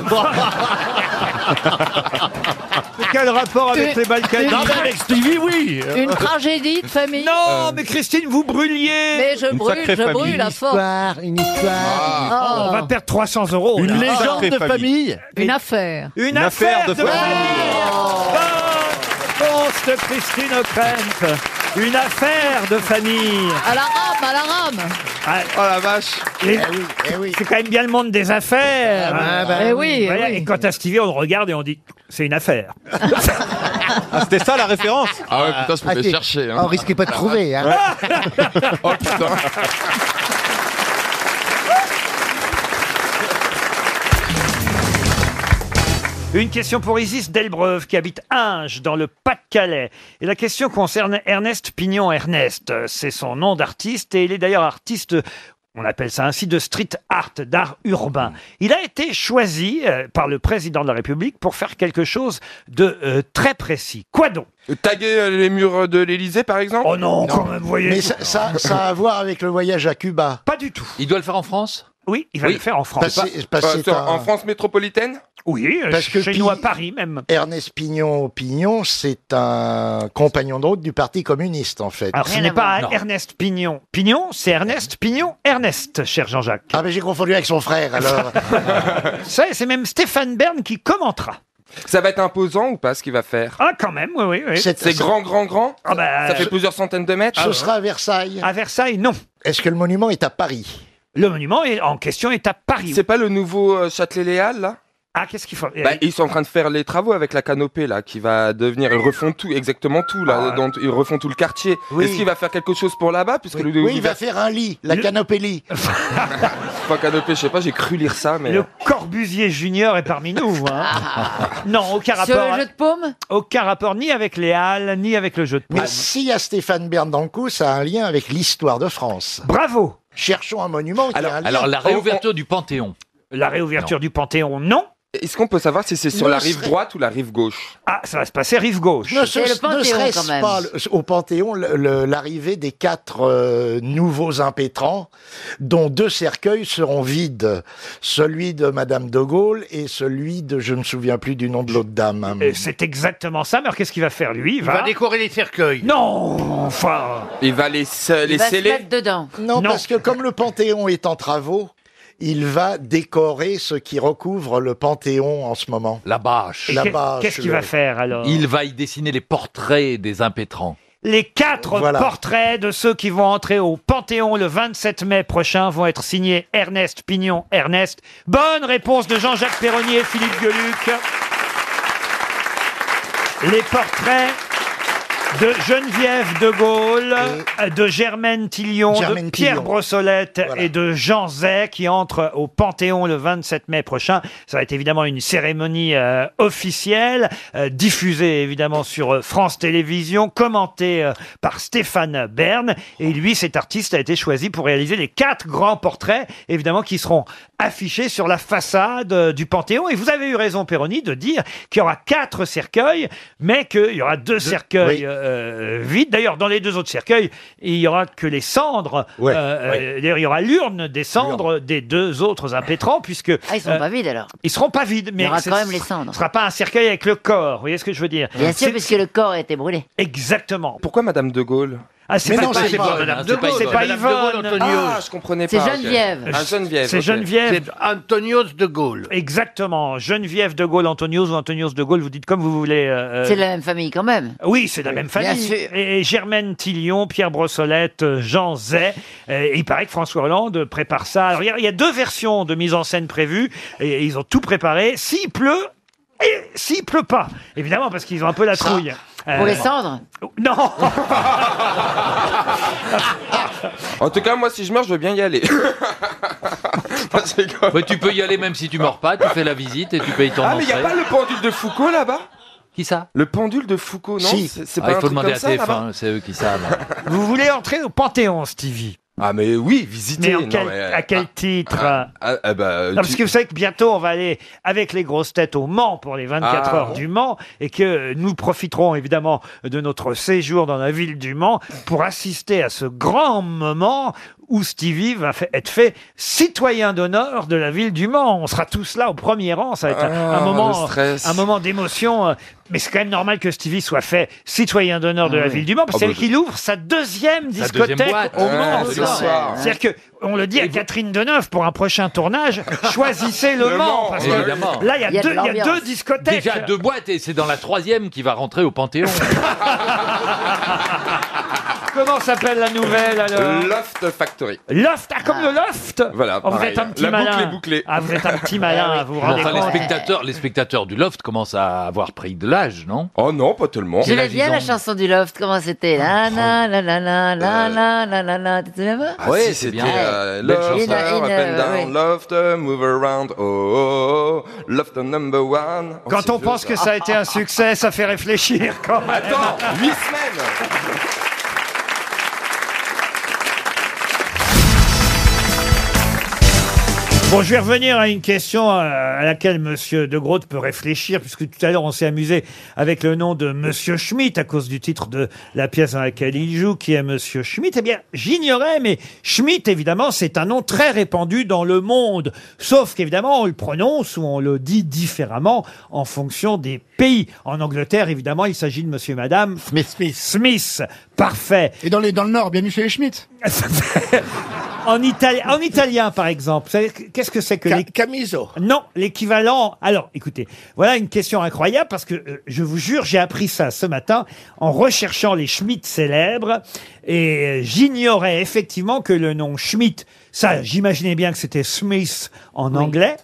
Speaker 1: Quel rapport avec
Speaker 19: Une-
Speaker 1: les Balkany
Speaker 18: Non, mais avec Stevie, oui.
Speaker 19: Une tragédie de famille.
Speaker 1: Non, mais Christine, vous brûliez
Speaker 19: Mais je brûle, je brûle Ah. à force.
Speaker 18: une histoire.
Speaker 1: On va perdre 300 euros.
Speaker 18: Une
Speaker 1: là.
Speaker 18: légende de famille.
Speaker 19: Une affaire.
Speaker 1: Une,
Speaker 18: Une
Speaker 1: affaire,
Speaker 18: affaire
Speaker 1: de
Speaker 18: de
Speaker 1: famille. Bonne réponse de Christine O'Krent. Une affaire de famille.
Speaker 3: À la rame, à la rame.
Speaker 1: oh la vache
Speaker 3: Eh
Speaker 1: C'est quand même bien le monde des affaires.
Speaker 3: Ah bah Eh oui, eh
Speaker 1: Voilà,
Speaker 3: oui.
Speaker 1: Et quant à Stevie, on le regarde et on dit c'est une affaire.
Speaker 30: C'était ça la référence
Speaker 4: Ah ouais, putain, je pouvais
Speaker 11: Ah, t'es-
Speaker 4: chercher. Hein.
Speaker 11: On risquait pas de trouver. Hein.
Speaker 4: Oh putain.
Speaker 1: Une question pour Isis Delbreuve qui habite Inge dans le Pas-de-Calais. Et la question concerne Ernest Pignon. Ernest, euh, c'est son nom d'artiste et il est d'ailleurs artiste. On appelle ça ainsi de street art, d'art
Speaker 4: Mm.
Speaker 1: urbain. Il a été choisi euh, par le président de la République pour faire quelque chose de euh, très précis. Quoi donc
Speaker 4: Taguer euh, les murs de l'Elysée, par exemple
Speaker 1: Oh non, quand même, vous voyez.
Speaker 4: Mais
Speaker 11: Ça, ça, ça a à voir avec le voyage à Cuba.
Speaker 1: Pas du tout.
Speaker 4: Il doit le faire en France
Speaker 1: Oui, il va le faire en France.
Speaker 11: Passer- passer par-
Speaker 4: En France métropolitaine
Speaker 1: Oui, euh,
Speaker 11: Parce que
Speaker 1: chez nous à
Speaker 11: Pi-
Speaker 1: Paris même.
Speaker 11: Ernest Pignon, Pignon, c'est un compagnon de route du Parti communiste, en fait.
Speaker 1: Alors ce n'est pas Ernest Pignon. Pignon, c'est Ernest Pignon, Ernest, cher Jean-Jacques.
Speaker 11: Ah, mais j'ai confondu avec son frère, alors.
Speaker 1: Ça, c'est même Stéphane Bern qui commentera.
Speaker 4: Ça va être imposant ou pas ce qu'il va faire
Speaker 1: Ah, quand même, oui, oui. oui.
Speaker 11: C'est-
Speaker 4: C'est grand, grand, grand
Speaker 1: Ah bah,
Speaker 4: Ça fait
Speaker 1: je-
Speaker 4: plusieurs centaines de mètres
Speaker 11: Ce sera à Versailles.
Speaker 1: À Versailles, non.
Speaker 11: Est-ce que le monument est à Paris
Speaker 1: Le monument est- en question est à Paris.
Speaker 4: C'est pas le nouveau euh, Châtelet-Léal, là
Speaker 1: Ah, qu'est-ce qu'il faut
Speaker 4: Bah, ils sont en train de faire les travaux avec la canopée là, qui va devenir. Ils refont tout, exactement tout
Speaker 1: Ah.
Speaker 4: là. dans- ils refont tout le quartier.
Speaker 11: Oui.
Speaker 4: Est-ce qu'il va faire quelque chose pour là-bas puisque le
Speaker 11: Oui, il va faire un lit, la canopée lit.
Speaker 4: Pas canopée, je sais pas. J'ai cru lire ça, mais.
Speaker 1: Le Corbusier Junior est parmi nous. hein. non, aucun
Speaker 3: Sur
Speaker 1: rapport.
Speaker 3: le Ah. jeu de paume
Speaker 1: Aucun rapport ni avec les Halles, ni Ah, avec le jeu de
Speaker 11: Mais
Speaker 1: paume.
Speaker 11: s'il y a Stéphane Bern dans le coup, ça a un lien avec l'histoire de France.
Speaker 1: Bravo
Speaker 11: Cherchons un monument qui a un lien.
Speaker 4: alors, la réouverture
Speaker 19: du Panthéon.
Speaker 1: Oh, La réouverture du Panthéon, non.
Speaker 4: Est-ce qu'on peut savoir si c'est sur
Speaker 11: Ne
Speaker 4: la rive
Speaker 11: serait-
Speaker 4: droite ou la rive gauche
Speaker 1: Ah, ça va se passer rive gauche.
Speaker 11: Oh, Ne, se-
Speaker 3: C'est le
Speaker 11: ne
Speaker 3: Panthéon,
Speaker 11: serait-ce
Speaker 3: quand même.
Speaker 11: pas le- au Panthéon le- le- l'arrivée des quatre euh, nouveaux impétrants, dont deux cercueils seront vides, celui de Madame de Gaulle et celui de je ne me souviens plus du nom de l'autre dame. hein.
Speaker 1: Et C'est exactement ça. Mais alors, qu'est-ce qu'il va faire, lui Il va...
Speaker 11: décorer les cercueils.
Speaker 1: Non Enfin...
Speaker 4: Il va les, se- les
Speaker 3: Il va se
Speaker 4: sceller
Speaker 3: mettre dedans.
Speaker 11: Non,
Speaker 1: Non.
Speaker 11: parce que comme le Panthéon est en travaux, il va décorer ce qui recouvre le Panthéon en ce moment.
Speaker 31: La bâche.
Speaker 1: Et
Speaker 11: La
Speaker 1: qu'est-
Speaker 11: bâche,
Speaker 1: Qu'est-ce qu'il
Speaker 11: le-
Speaker 1: va faire, alors
Speaker 31: Il va y dessiner les portraits des impétrants.
Speaker 1: Les quatre
Speaker 11: Voilà.
Speaker 1: portraits de ceux qui vont entrer au Panthéon le 27 mai prochain vont être signés Ernest Pignon. Ernest, bonne réponse de Jean-Jacques Perronnier et Philippe Gueluc. Les portraits de Geneviève de Gaulle, de Germaine Tillion, de
Speaker 11: Germaine
Speaker 1: Pierre
Speaker 11: Tillion.
Speaker 1: Brossolette et de Jean Zay qui entrent au Panthéon le 27 mai prochain. Ça va être évidemment une cérémonie euh, officielle, euh, diffusée évidemment sur euh, France Télévisions, commentée euh, par Stéphane Bern. Et lui, cet artiste a été choisi pour réaliser les quatre grands portraits, évidemment, qui seront affichés sur la façade euh, du Panthéon. Et vous avez eu raison, Perroni, de dire qu'il y aura quatre cercueils, mais qu'il y aura deux
Speaker 11: oui.
Speaker 1: cercueils euh, vides. D'ailleurs, dans les deux autres cercueils, il y aura que les cendres.
Speaker 11: Ouais,
Speaker 1: euh, euh, D'ailleurs, il y aura l'urne des cendres des deux autres impétrants, puisque
Speaker 24: Ah, ils sont
Speaker 1: euh,
Speaker 24: pas vides alors.
Speaker 1: ils seront pas vides. Mais
Speaker 24: Il y aura
Speaker 1: c'est-
Speaker 24: quand même les cendres.
Speaker 1: Ce sera pas un cercueil avec le corps. Vous voyez ce que je veux dire
Speaker 24: Bien sûr,
Speaker 1: C'est-
Speaker 24: puisque le corps a été brûlé.
Speaker 1: Exactement.
Speaker 4: Pourquoi Madame de Gaulle
Speaker 1: Ah, c'est
Speaker 11: Mais
Speaker 1: pas,
Speaker 11: non, c'est
Speaker 1: c'est
Speaker 11: pas
Speaker 1: pas,
Speaker 11: Madame
Speaker 1: c'est
Speaker 11: de
Speaker 1: pas-
Speaker 11: Gaulle,
Speaker 1: c'est pas
Speaker 11: Madame de Gaulle,
Speaker 1: Yvonne.
Speaker 11: Antonio.
Speaker 4: Ah, je comprenais
Speaker 3: C'est
Speaker 4: pas. ok.
Speaker 3: Geneviève.
Speaker 4: Ah, Geneviève.
Speaker 1: C'est
Speaker 4: ok.
Speaker 1: Geneviève.
Speaker 11: Antonios de Gaulle.
Speaker 1: Exactement. Geneviève de Gaulle, Antonios ou Antonios de Gaulle, vous dites comme vous voulez. euh,
Speaker 24: C'est la même famille quand même.
Speaker 1: Oui, c'est la même
Speaker 24: Bien
Speaker 1: famille.
Speaker 24: sûr.
Speaker 1: Et Germaine Tillion, Pierre Brossolette, euh, Jean Zay. Euh, il paraît que François Hollande prépare ça. Alors, il y a- il y, a deux versions de mise en scène prévues. Et ils ont tout préparé. S'il pleut, et s'il pleut pas. Évidemment, parce qu'ils ont un peu la trouille. Euh,
Speaker 24: Pour les cendres
Speaker 1: Non
Speaker 4: En tout cas, moi, si je meurs, je veux bien y aller. Non, je rigole.
Speaker 19: Ouais, tu peux y aller même si tu meurs pas, tu fais la visite et tu payes ton
Speaker 4: ah, mais
Speaker 19: entrée.
Speaker 4: il a pas le pendule de Foucault là-bas
Speaker 19: Qui ça
Speaker 4: Le pendule de Foucault, non
Speaker 11: Si.
Speaker 4: C'est c'est
Speaker 19: Ah,
Speaker 4: pas
Speaker 19: Il
Speaker 4: un
Speaker 19: faut
Speaker 4: truc
Speaker 19: demander
Speaker 4: comme
Speaker 19: à
Speaker 4: ça, là-bas
Speaker 19: TF1, c'est eux qui savent.
Speaker 1: Vous voulez entrer au Panthéon, Stevie
Speaker 4: Ah mais oui, visiter.
Speaker 1: Mais, en
Speaker 4: non,
Speaker 1: quel-
Speaker 4: mais, euh,
Speaker 1: à quel titre
Speaker 4: ah, ah, ah, bah, euh,
Speaker 1: Non, parce
Speaker 4: tu-
Speaker 1: que vous savez que bientôt on va aller avec les grosses têtes au Mans pour les 24
Speaker 4: Ah.
Speaker 1: heures du Mans et que nous profiterons évidemment de notre séjour dans la ville du Mans pour assister à ce grand moment où Stevie va fa- être fait citoyen d'honneur de la ville du Mans. On sera tous là au premier rang, ça va être un-
Speaker 4: Ah,
Speaker 1: un,
Speaker 4: le
Speaker 1: moment,
Speaker 4: stress.
Speaker 1: un moment d'émotion. euh, Mais c'est quand même normal que Stevie soit fait citoyen d'honneur de la ville du Mans parce que
Speaker 4: Ah,
Speaker 1: c'est
Speaker 4: bah,
Speaker 1: lui qui ouvre sa deuxième
Speaker 19: Sa
Speaker 1: discothèque
Speaker 19: deuxième boîte.
Speaker 1: au Mans.
Speaker 4: Ouais,
Speaker 1: ce
Speaker 4: ce
Speaker 1: soir.
Speaker 4: soir.
Speaker 1: C'est-à-dire que on le dit à Catherine Deneuve pour un prochain tournage, choisissez le,
Speaker 4: Le
Speaker 1: Mans,
Speaker 4: Mans,
Speaker 1: parce
Speaker 19: évidemment.
Speaker 1: que là il y a,
Speaker 24: Il y a de
Speaker 1: deux, il y a
Speaker 24: l'ambiance.
Speaker 1: deux discothèques.
Speaker 19: Déjà deux boîtes et c'est dans la troisième qui va rentrer au Panthéon.
Speaker 1: Comment s'appelle la nouvelle alors
Speaker 4: Loft Factory.
Speaker 1: Loft, ah, comme le loft
Speaker 4: Voilà,
Speaker 1: Oh, Vous
Speaker 4: pareil.
Speaker 1: êtes un petit
Speaker 4: La boucle
Speaker 1: malin.
Speaker 4: est bouclée.
Speaker 1: Ah, vous êtes un petit malin, vous vous rendez
Speaker 19: Enfin, les,
Speaker 1: compte
Speaker 19: spectateurs, les spectateurs du loft commencent à avoir pris de l'âge, non
Speaker 4: Oh non, pas tellement.
Speaker 20: J'aimais bien la chanson du Loft, comment c'était La la la la la la la la la la, tu te souviens pas
Speaker 4: Ah oui, c'était euh, Loft,
Speaker 20: In a- in
Speaker 4: up and
Speaker 20: a-
Speaker 4: down,
Speaker 20: oui.
Speaker 4: Loft, move around, oh, oh, oh, Loft number one. Oh,
Speaker 1: Quand
Speaker 4: c'est
Speaker 1: on
Speaker 4: vieux,
Speaker 1: pense que ça a été un succès, ça fait réfléchir quand même.
Speaker 4: Attends, 8 semaines
Speaker 1: Bon, je vais revenir à une question euh, à laquelle Monsieur De Groot peut réfléchir, puisque tout à l'heure on s'est amusé avec le nom de Monsieur Schmitt à cause du titre de la pièce dans laquelle il joue, qui est Monsieur Schmitt. Eh bien, j'ignorais, mais Schmitt, évidemment, c'est un nom très répandu dans le monde, sauf qu'évidemment on le prononce ou on le dit différemment en fonction des pays. En Angleterre, évidemment, il s'agit de Monsieur et Madame Smith. Smith. Parfait. Et dans, les, dans le Nord, bienvenue chez les Schmitt. En, Itali- en italien, par exemple, vous savez que- qu'est-ce que c'est que les... Camiso. Non, l'équivalent... Alors, écoutez, voilà une question incroyable parce que, euh, je vous jure, j'ai appris ça ce matin en recherchant les Schmitt célèbres et euh, j'ignorais effectivement que le nom Schmitt, ça, j'imaginais bien que c'était Smith en anglais,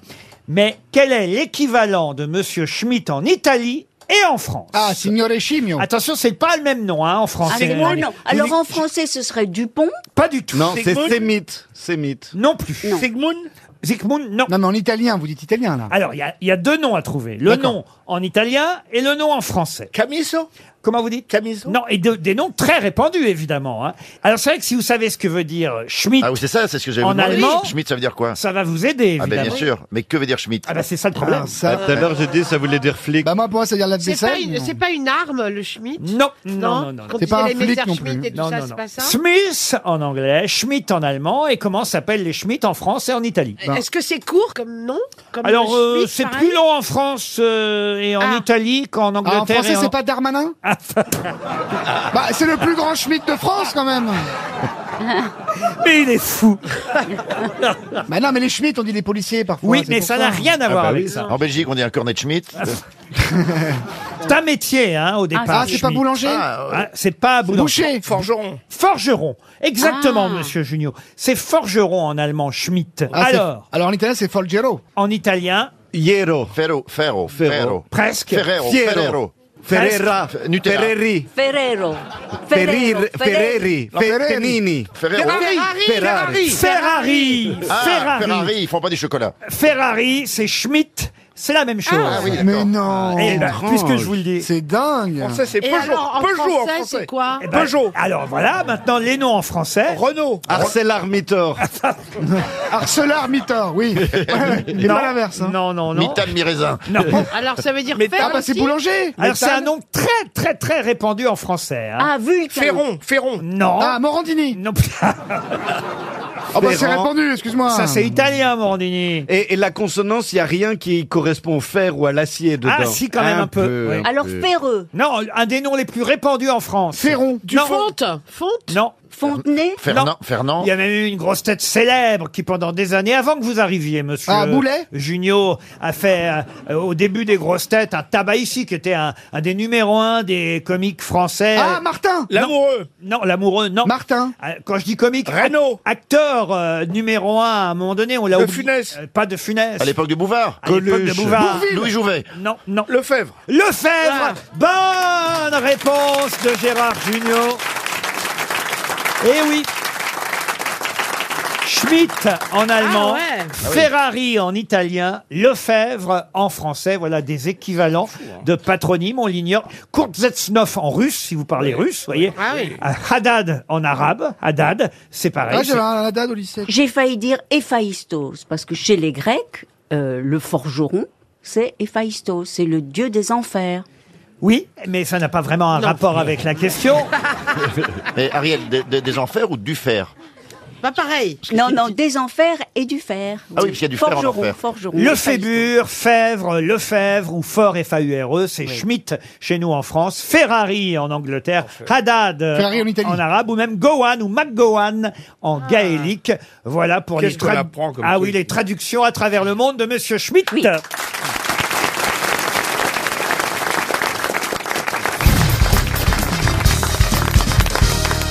Speaker 1: mais quel est l'équivalent de Monsieur Schmitt en Italie et en France Ah, Signore Chimio. Attention, c'est pas le même nom hein, en français.
Speaker 24: Sigmund, Ah, non.
Speaker 1: Vous
Speaker 24: Alors
Speaker 1: dites-
Speaker 24: en français, ce serait Dupont.
Speaker 1: Pas du tout.
Speaker 24: Non, c'est Sigmund
Speaker 1: Sémite. Non plus. Sigmund Sigmund, non. Non, mais en italien, vous dites italien, là. Alors, il y a- il y, a deux noms à trouver. Le
Speaker 32: D'accord.
Speaker 1: nom en italien et le nom en français. Camiso Comment vous dites Camiso Non, et de- des noms très répandus, évidemment. hein. Alors, c'est vrai que si vous savez ce que veut dire euh, Schmidt...
Speaker 11: Ah oui, c'est ça, c'est ce que j'avais
Speaker 1: En
Speaker 11: demandé.
Speaker 1: allemand
Speaker 11: Schmidt, ça veut dire quoi
Speaker 1: Ça va vous aider,
Speaker 11: Ah ben bien
Speaker 1: évidemment.
Speaker 11: sûr. Mais que veut dire Schmidt
Speaker 1: Ah ben c'est ça le problème.
Speaker 11: ça,
Speaker 3: Ah, tout à l'heure,
Speaker 11: j'ai dit ça voulait dire flic.
Speaker 3: Bah moi pour moi c'est-à-dire la
Speaker 5: C'est pas,
Speaker 3: vaisselle.
Speaker 5: une, c'est pas une arme, le Schmitt
Speaker 1: Non, non, non, non.
Speaker 5: Quand
Speaker 1: C'est pas
Speaker 5: disait
Speaker 1: un
Speaker 5: les
Speaker 1: flic
Speaker 5: Messerschmitt
Speaker 1: non plus.
Speaker 5: et tout
Speaker 1: Non,
Speaker 5: ça,
Speaker 1: non,
Speaker 5: c'est
Speaker 1: non.
Speaker 5: pas ça
Speaker 1: Smith en anglais, Schmidt en allemand, et comment s'appellent les Schmitt en France et en Italie
Speaker 5: Ben, Est-ce que c'est court comme nom Eh, comme
Speaker 1: Alors,
Speaker 5: le
Speaker 1: euh,
Speaker 5: Schmitt,
Speaker 1: c'est
Speaker 5: pareil Ah.
Speaker 1: plus long en France euh, et en Italie qu'en Angleterre.
Speaker 3: Ah, en français
Speaker 5: hein.
Speaker 1: et
Speaker 3: c'est pas Darmanin Bah c'est le plus grand Schmitt de France quand même.
Speaker 1: Mais il est fou.
Speaker 3: bah non mais les Schmitt on dit les policiers parfois.
Speaker 1: Oui,
Speaker 3: c'est
Speaker 1: mais
Speaker 3: pour
Speaker 1: ça n'a rien à
Speaker 11: Ah
Speaker 1: voir
Speaker 11: bah
Speaker 1: avec
Speaker 11: oui.
Speaker 1: ça. Ah,
Speaker 11: En Belgique, on dit un cornet de Schmidt.
Speaker 1: C'est un métier, hein, au départ.
Speaker 3: ah, c'est pas
Speaker 1: Schmitt.
Speaker 3: boulanger
Speaker 1: Ah, c'est pas boulanger.
Speaker 3: Boucher.
Speaker 1: Forgeron. Forgeron. Exactement, monsieur Junio. C'est forgeron en allemand, Schmitt.
Speaker 3: Ah, c'est-
Speaker 1: alors.
Speaker 3: Alors en italien c'est Folgero.
Speaker 1: En italien.
Speaker 11: Iero. Ferro. Ferro. Ferro.
Speaker 1: Presque.
Speaker 11: Ferrero.
Speaker 1: Fiero.
Speaker 11: Ferrero.
Speaker 1: Ferrera.
Speaker 11: Presque. Nutella.
Speaker 3: Ferreri.
Speaker 20: Ferrero.
Speaker 11: Ferrero,
Speaker 20: Ferrero.
Speaker 11: Ferreri. Ferreri. Ferrero.
Speaker 20: Ferrari,
Speaker 11: Ferrari.
Speaker 1: Ferrari.
Speaker 11: Ah,
Speaker 1: Ferrari.
Speaker 11: Ferrari, ils font pas du chocolat.
Speaker 1: Ferrari, c'est Schmitt. C'est la même chose.
Speaker 3: Ah oui, d'accord. Mais non.
Speaker 1: Eh ben,
Speaker 3: Étrange.
Speaker 1: puisque je vous le dis.
Speaker 3: C'est dingue.
Speaker 5: Et alors, en français, c'est quoi
Speaker 1: Eh ben, Alors voilà, maintenant les noms en français. Renault.
Speaker 11: ArcelorMittor.
Speaker 3: ArcelorMittor, oui. Et
Speaker 1: Non.
Speaker 3: pas l'inverse. hein.
Speaker 1: Non, non, non.
Speaker 11: Mittal Miraisin.
Speaker 1: Non.
Speaker 5: Alors, ça veut dire
Speaker 3: Mais-
Speaker 5: fer
Speaker 3: Ah, bah, c'est
Speaker 5: aussi
Speaker 3: boulanger.
Speaker 1: Alors c'est un nom très très très répandu en français. hein.
Speaker 5: Ah, Vulcain. Ferron,
Speaker 1: Ferron. Non.
Speaker 3: Ah, Morandini.
Speaker 1: Non.
Speaker 3: Ah bah c'est répandu, excuse-moi.
Speaker 1: Ça c'est italien, Morandini.
Speaker 32: Et, et la consonance, il n'y a rien qui correspond au fer ou à l'acier dedans.
Speaker 1: Ah si, quand même un, peu. oui.
Speaker 20: ferreux.
Speaker 1: Non, un des noms les plus répandus en France. Ferron.
Speaker 5: Du fonte Fonte
Speaker 1: Non.
Speaker 20: Fontenay
Speaker 11: Fernand. Fernand.
Speaker 1: Il y a même eu une grosse tête célèbre qui, pendant des années, avant que vous arriviez, monsieur
Speaker 3: Ah, Boulet
Speaker 1: Junio, a fait, euh, au début des grosses têtes, un tabac ici, qui était un, un des numéros un des comiques français.
Speaker 3: Ah, Martin
Speaker 1: L'amoureux Non, l'amoureux, non.
Speaker 3: Martin
Speaker 1: Euh, Quand je dis comique, Renault acteur euh, numéro un, à un moment donné, on l'a
Speaker 3: De
Speaker 1: oublié. Euh, Pas de Funès.
Speaker 11: À l'époque de
Speaker 3: Ah,
Speaker 11: Bouvard.
Speaker 1: À l'époque de Bouvard.
Speaker 11: Bourvil. Louis Jouvet.
Speaker 1: Non, non. Lefebvre. Lefebvre Bonne réponse de Gérard Junior. Eh oui Schmitt en allemand,
Speaker 5: Ah ouais.
Speaker 1: Ferrari en italien, Lefebvre en français. Voilà des équivalents de patronymes, on l'ignore. Kurzetznov en russe, si vous parlez russe, voyez. Euh,
Speaker 5: Ah oui.
Speaker 1: Haddad en arabe, Haddad, c'est pareil.
Speaker 3: Ah,
Speaker 1: c'est-
Speaker 3: j'avais un- la date au lycée.
Speaker 20: J'ai failli dire Héphaïstos, parce que chez les Grecs, euh, le forgeron, c'est Héphaïstos, c'est le dieu des enfers.
Speaker 1: Oui, mais ça n'a pas vraiment un rapport avec la question.
Speaker 11: Mais Ariel, des- des- des enfers ou du fer
Speaker 5: Pas pareil.
Speaker 20: Non, non, des enfers et du fer.
Speaker 11: Ah oui, parce qu'il y a du fer en
Speaker 20: Forgeron,
Speaker 11: enfer.
Speaker 20: forgeron.
Speaker 1: Le
Speaker 20: Héphaïstos.
Speaker 1: Fébure, Fèvre, Lefebvre ou Fort F-A-U-R-E, c'est Schmitt chez nous en France, Ferrari en Angleterre, Haddad euh,
Speaker 3: Ferrari en Italie.
Speaker 1: arabe ou même Gowan ou McGowan en gaélique. Voilà pour les
Speaker 3: Ah. Qu'est-ce qu'on
Speaker 1: trad-
Speaker 3: apprend comme
Speaker 1: Ah
Speaker 3: truc
Speaker 1: oui, les traductions à travers le monde de monsieur Schmitt.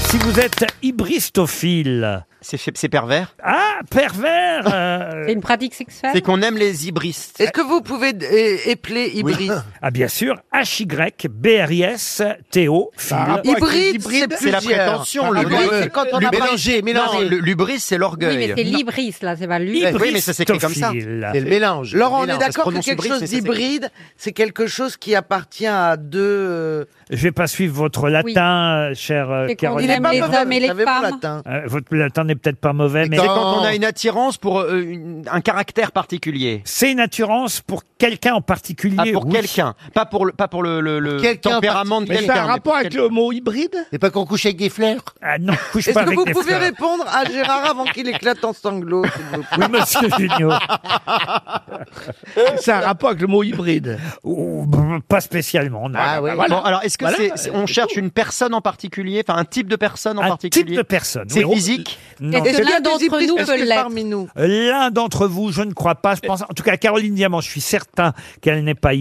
Speaker 1: Si vous êtes hybristophile. C'est pervers Ah, pervers euh,
Speaker 2: C'est une pratique sexuelle
Speaker 1: C'est qu'on aime les hybristes.
Speaker 17: Est-ce que vous pouvez é- épeler
Speaker 1: Oui.
Speaker 17: hybride
Speaker 1: Ah bien sûr, H-Y-B-R-I-S-T-O, file.
Speaker 17: Hybride, c'est
Speaker 2: C'est la prétention, le
Speaker 1: Hybride,
Speaker 2: bruit.
Speaker 1: Ah, c'est quand on a pas-
Speaker 2: Mélanger, mélanger.
Speaker 1: Non, le-
Speaker 2: L'ubris, c'est Oui, mais c'est
Speaker 1: Non.
Speaker 2: l'ibris, là, c'est pas l'ubris.
Speaker 1: Hybristophile.
Speaker 2: Oui, mais ça s'écrit comme ça.
Speaker 1: Hybristophile.
Speaker 2: C'est le mélange.
Speaker 17: Laurent,
Speaker 2: Le mélange,
Speaker 17: on
Speaker 2: ça
Speaker 17: est
Speaker 2: se
Speaker 17: d'accord que
Speaker 2: prononce
Speaker 17: quelque
Speaker 2: hybride,
Speaker 17: chose
Speaker 2: mais ça s'écrit-
Speaker 17: d'hybride, c'est quelque chose qui appartient à deux. euh,
Speaker 1: Je vais pas suivre votre latin, euh, chère euh,
Speaker 17: C'est qu'on
Speaker 1: Caroline.
Speaker 17: aime Il est pas les mauvais, hommes et les vous savez, mon femmes. latin.
Speaker 1: Euh, votre latin n'est peut-être pas mauvais, mais
Speaker 3: C'est quand on a une attirance pour euh, une- un caractère particulier.
Speaker 1: C'est une attirance pour quelqu'un en particulier.
Speaker 3: Ah, pour quelqu'un, pas pour le, pas pour le, le- le Euh, tempérament de quelqu'un. mais pour quelqu'un.
Speaker 1: mot hybride C'est pas qu'on couche avec des fleurs Ah non, on couche
Speaker 17: Est-ce
Speaker 1: pas
Speaker 17: que
Speaker 1: avec
Speaker 17: vous
Speaker 1: des
Speaker 17: pouvez
Speaker 1: fleurs.
Speaker 17: répondre à Gérard avant qu'il éclate en sanglots s'il vous plaît
Speaker 1: Oui, monsieur Junio. C'est un rapport avec le mot hybride Pas spécialement, non.
Speaker 3: Ah, oui. Bon, alors, est-ce que
Speaker 1: Voilà.
Speaker 3: c'est- c'est- on cherche une personne en particulier, enfin un type de personne en particulier
Speaker 1: type de personne,
Speaker 3: C'est
Speaker 1: oui.
Speaker 3: physique
Speaker 1: Non. Est-ce que l'un d'entre nous peut l'être
Speaker 17: nous
Speaker 1: L'un d'entre vous, je ne crois pas. Je pense, en tout cas, Caroline Diamant, je suis certain qu'elle n'est pas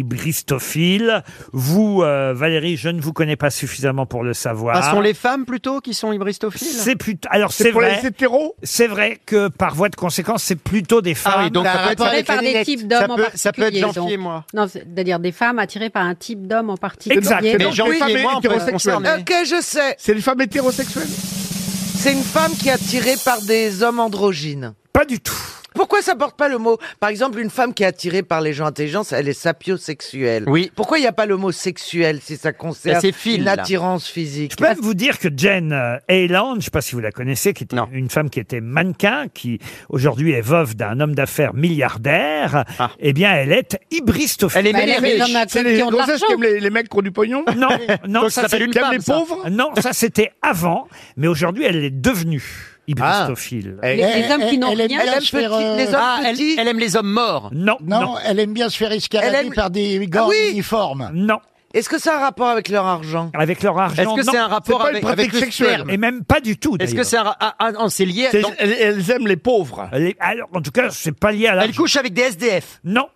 Speaker 1: hybristophile. Vous, euh, Valérie, je ne vous connais pas suffisamment pour le savoir.
Speaker 3: Ah, Ce sont les femmes plutôt qui sont hybristophiles
Speaker 1: C'est plutôt. Alors c'est
Speaker 3: pour
Speaker 1: vrai.
Speaker 3: les
Speaker 1: C'est vrai que par voie de conséquence, c'est plutôt des femmes.
Speaker 3: Ah oui, donc ça peut être
Speaker 2: Attirées par des types d'hommes en particulier.
Speaker 1: gentil
Speaker 2: donc. Non, c'est-à-dire des femmes attirées par un type d'homme en particulier.
Speaker 1: Exact. Mais
Speaker 2: Donc,
Speaker 1: Jean-Pierre
Speaker 2: oui,
Speaker 1: et moi, on peut se concerner.
Speaker 17: Ok, je sais.
Speaker 23: C'est les femmes hétérosexuelles
Speaker 17: C'est une femme qui est attirée par des hommes androgynes.
Speaker 1: Pas du tout.
Speaker 17: Pourquoi ça porte pas le mot Par exemple, une femme qui est attirée par les gens intelligents, elle est sapiosexuelle.
Speaker 3: Oui.
Speaker 17: Pourquoi il n'y a pas le mot sexuel si ça concerne
Speaker 1: Ben, c'est fil,
Speaker 17: une
Speaker 1: là.
Speaker 17: attirance physique
Speaker 1: Je peux même vous dire que Jen euh, Haaland, je ne sais pas si vous la connaissez, qui était une femme qui était mannequin, qui aujourd'hui est veuve d'un homme d'affaires milliardaire, eh bien elle est hybristophile.
Speaker 23: Ah. Elle est Bah, elle est ménage. riche. C'est les grossesses qui aiment les, les mecs qui ont du pognon
Speaker 1: Non, non,
Speaker 23: Donc ça s'appelle
Speaker 1: c'est-
Speaker 23: une femme, ça.
Speaker 1: Non, ça c'était avant, mais aujourd'hui elle est devenue
Speaker 23: Ah.
Speaker 1: hybristophile.
Speaker 2: Les, les hommes qui n'ont rien.
Speaker 17: euh,
Speaker 3: Ah, elle, elle aime les hommes morts.
Speaker 1: Non,
Speaker 3: non,
Speaker 17: elle aime bien se faire escalader
Speaker 3: Elle aime-
Speaker 17: par
Speaker 11: Ah
Speaker 17: des gants
Speaker 1: uniformes. Non.
Speaker 17: Est-ce que ça a un rapport avec leur argent
Speaker 1: Avec leur argent.
Speaker 3: Est-ce que
Speaker 1: non.
Speaker 3: c'est un rapport C'est pas une avec- pratique avec le sexuelle. sperme
Speaker 1: Et même pas du tout.
Speaker 3: Est-ce que
Speaker 1: d'ailleurs.
Speaker 3: c'est un. ra- Ah, ah, non, c'est lié.
Speaker 1: C'est-
Speaker 3: elles, aiment les pauvres.
Speaker 1: alors, en tout cas, c'est pas lié à l'argent.
Speaker 3: Elles couchent avec des SDF.
Speaker 1: Non.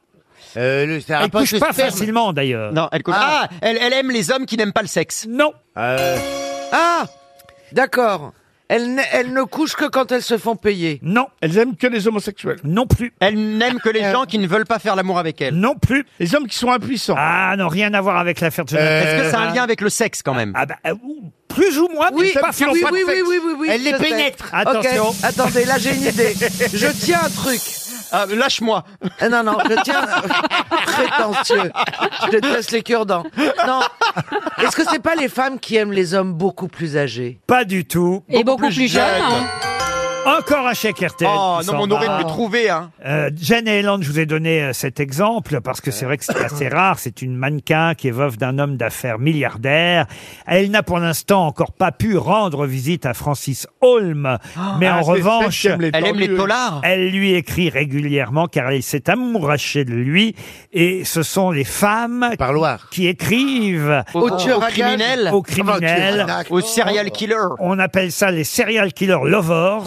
Speaker 23: Euh,
Speaker 1: Elle couche pas facilement d'ailleurs.
Speaker 3: Non, elle couche. Ah, elle, elle aime les hommes qui n'aiment pas le sexe.
Speaker 1: Euh. Non.
Speaker 17: Ah D'accord. Elles, ne- elles ne couchent que quand elles se font payer.
Speaker 1: Non.
Speaker 23: Elles aiment que les homosexuels. Euh.
Speaker 1: Non plus.
Speaker 3: Elles n'aiment que les gens qui ne veulent pas faire l'amour avec elles.
Speaker 1: Non plus.
Speaker 23: Les hommes qui sont impuissants.
Speaker 1: Ah non, rien à voir avec l'affaire de Jonathan.
Speaker 3: Euh, Est-ce que ça a un lien avec le sexe quand même
Speaker 1: Ah bah, Plus ou moins,
Speaker 17: Oui,
Speaker 1: mais pas
Speaker 17: oui, oui, oui, oui, oui, oui, je sais. Ok,
Speaker 3: Attention.
Speaker 17: Attendez, là j'ai une idée. Je tiens un truc. Euh,
Speaker 3: Lâche-moi.
Speaker 17: non, non, je tiens. Prétentieux. Je déteste les cure-dents. Non. Est-ce que c'est pas les femmes qui aiment les hommes beaucoup plus âgés
Speaker 1: Pas du tout.
Speaker 17: Et beaucoup plus
Speaker 1: jeunes.
Speaker 17: jeunes, hein.
Speaker 1: Encore un chèque RTL.
Speaker 3: Oh,
Speaker 1: qui
Speaker 3: non, mais
Speaker 1: s'en
Speaker 3: on aurait
Speaker 1: va.
Speaker 3: pu le trouver, hein.
Speaker 1: Euh, Jane Haaland, je vous ai donné euh, cet exemple parce que c'est vrai que c'est assez rare. C'est une mannequin qui est veuve d'un homme d'affaires milliardaire. Elle n'a pour l'instant encore pas pu rendre visite à Francis Holm. mais
Speaker 3: ah, c'est celle
Speaker 1: en
Speaker 3: qui
Speaker 1: revanche,
Speaker 3: aime les hein. Elle aime les tordus. polars.
Speaker 1: Elle lui écrit régulièrement car elle s'est amourachée de lui. Et ce sont les femmes qui écrivent
Speaker 3: Au- Au tueur à criminel. gages.
Speaker 1: Aux criminels.
Speaker 3: Enfin, au tueur à gages. Aux serial killers.
Speaker 1: On appelle ça les serial killer lovers.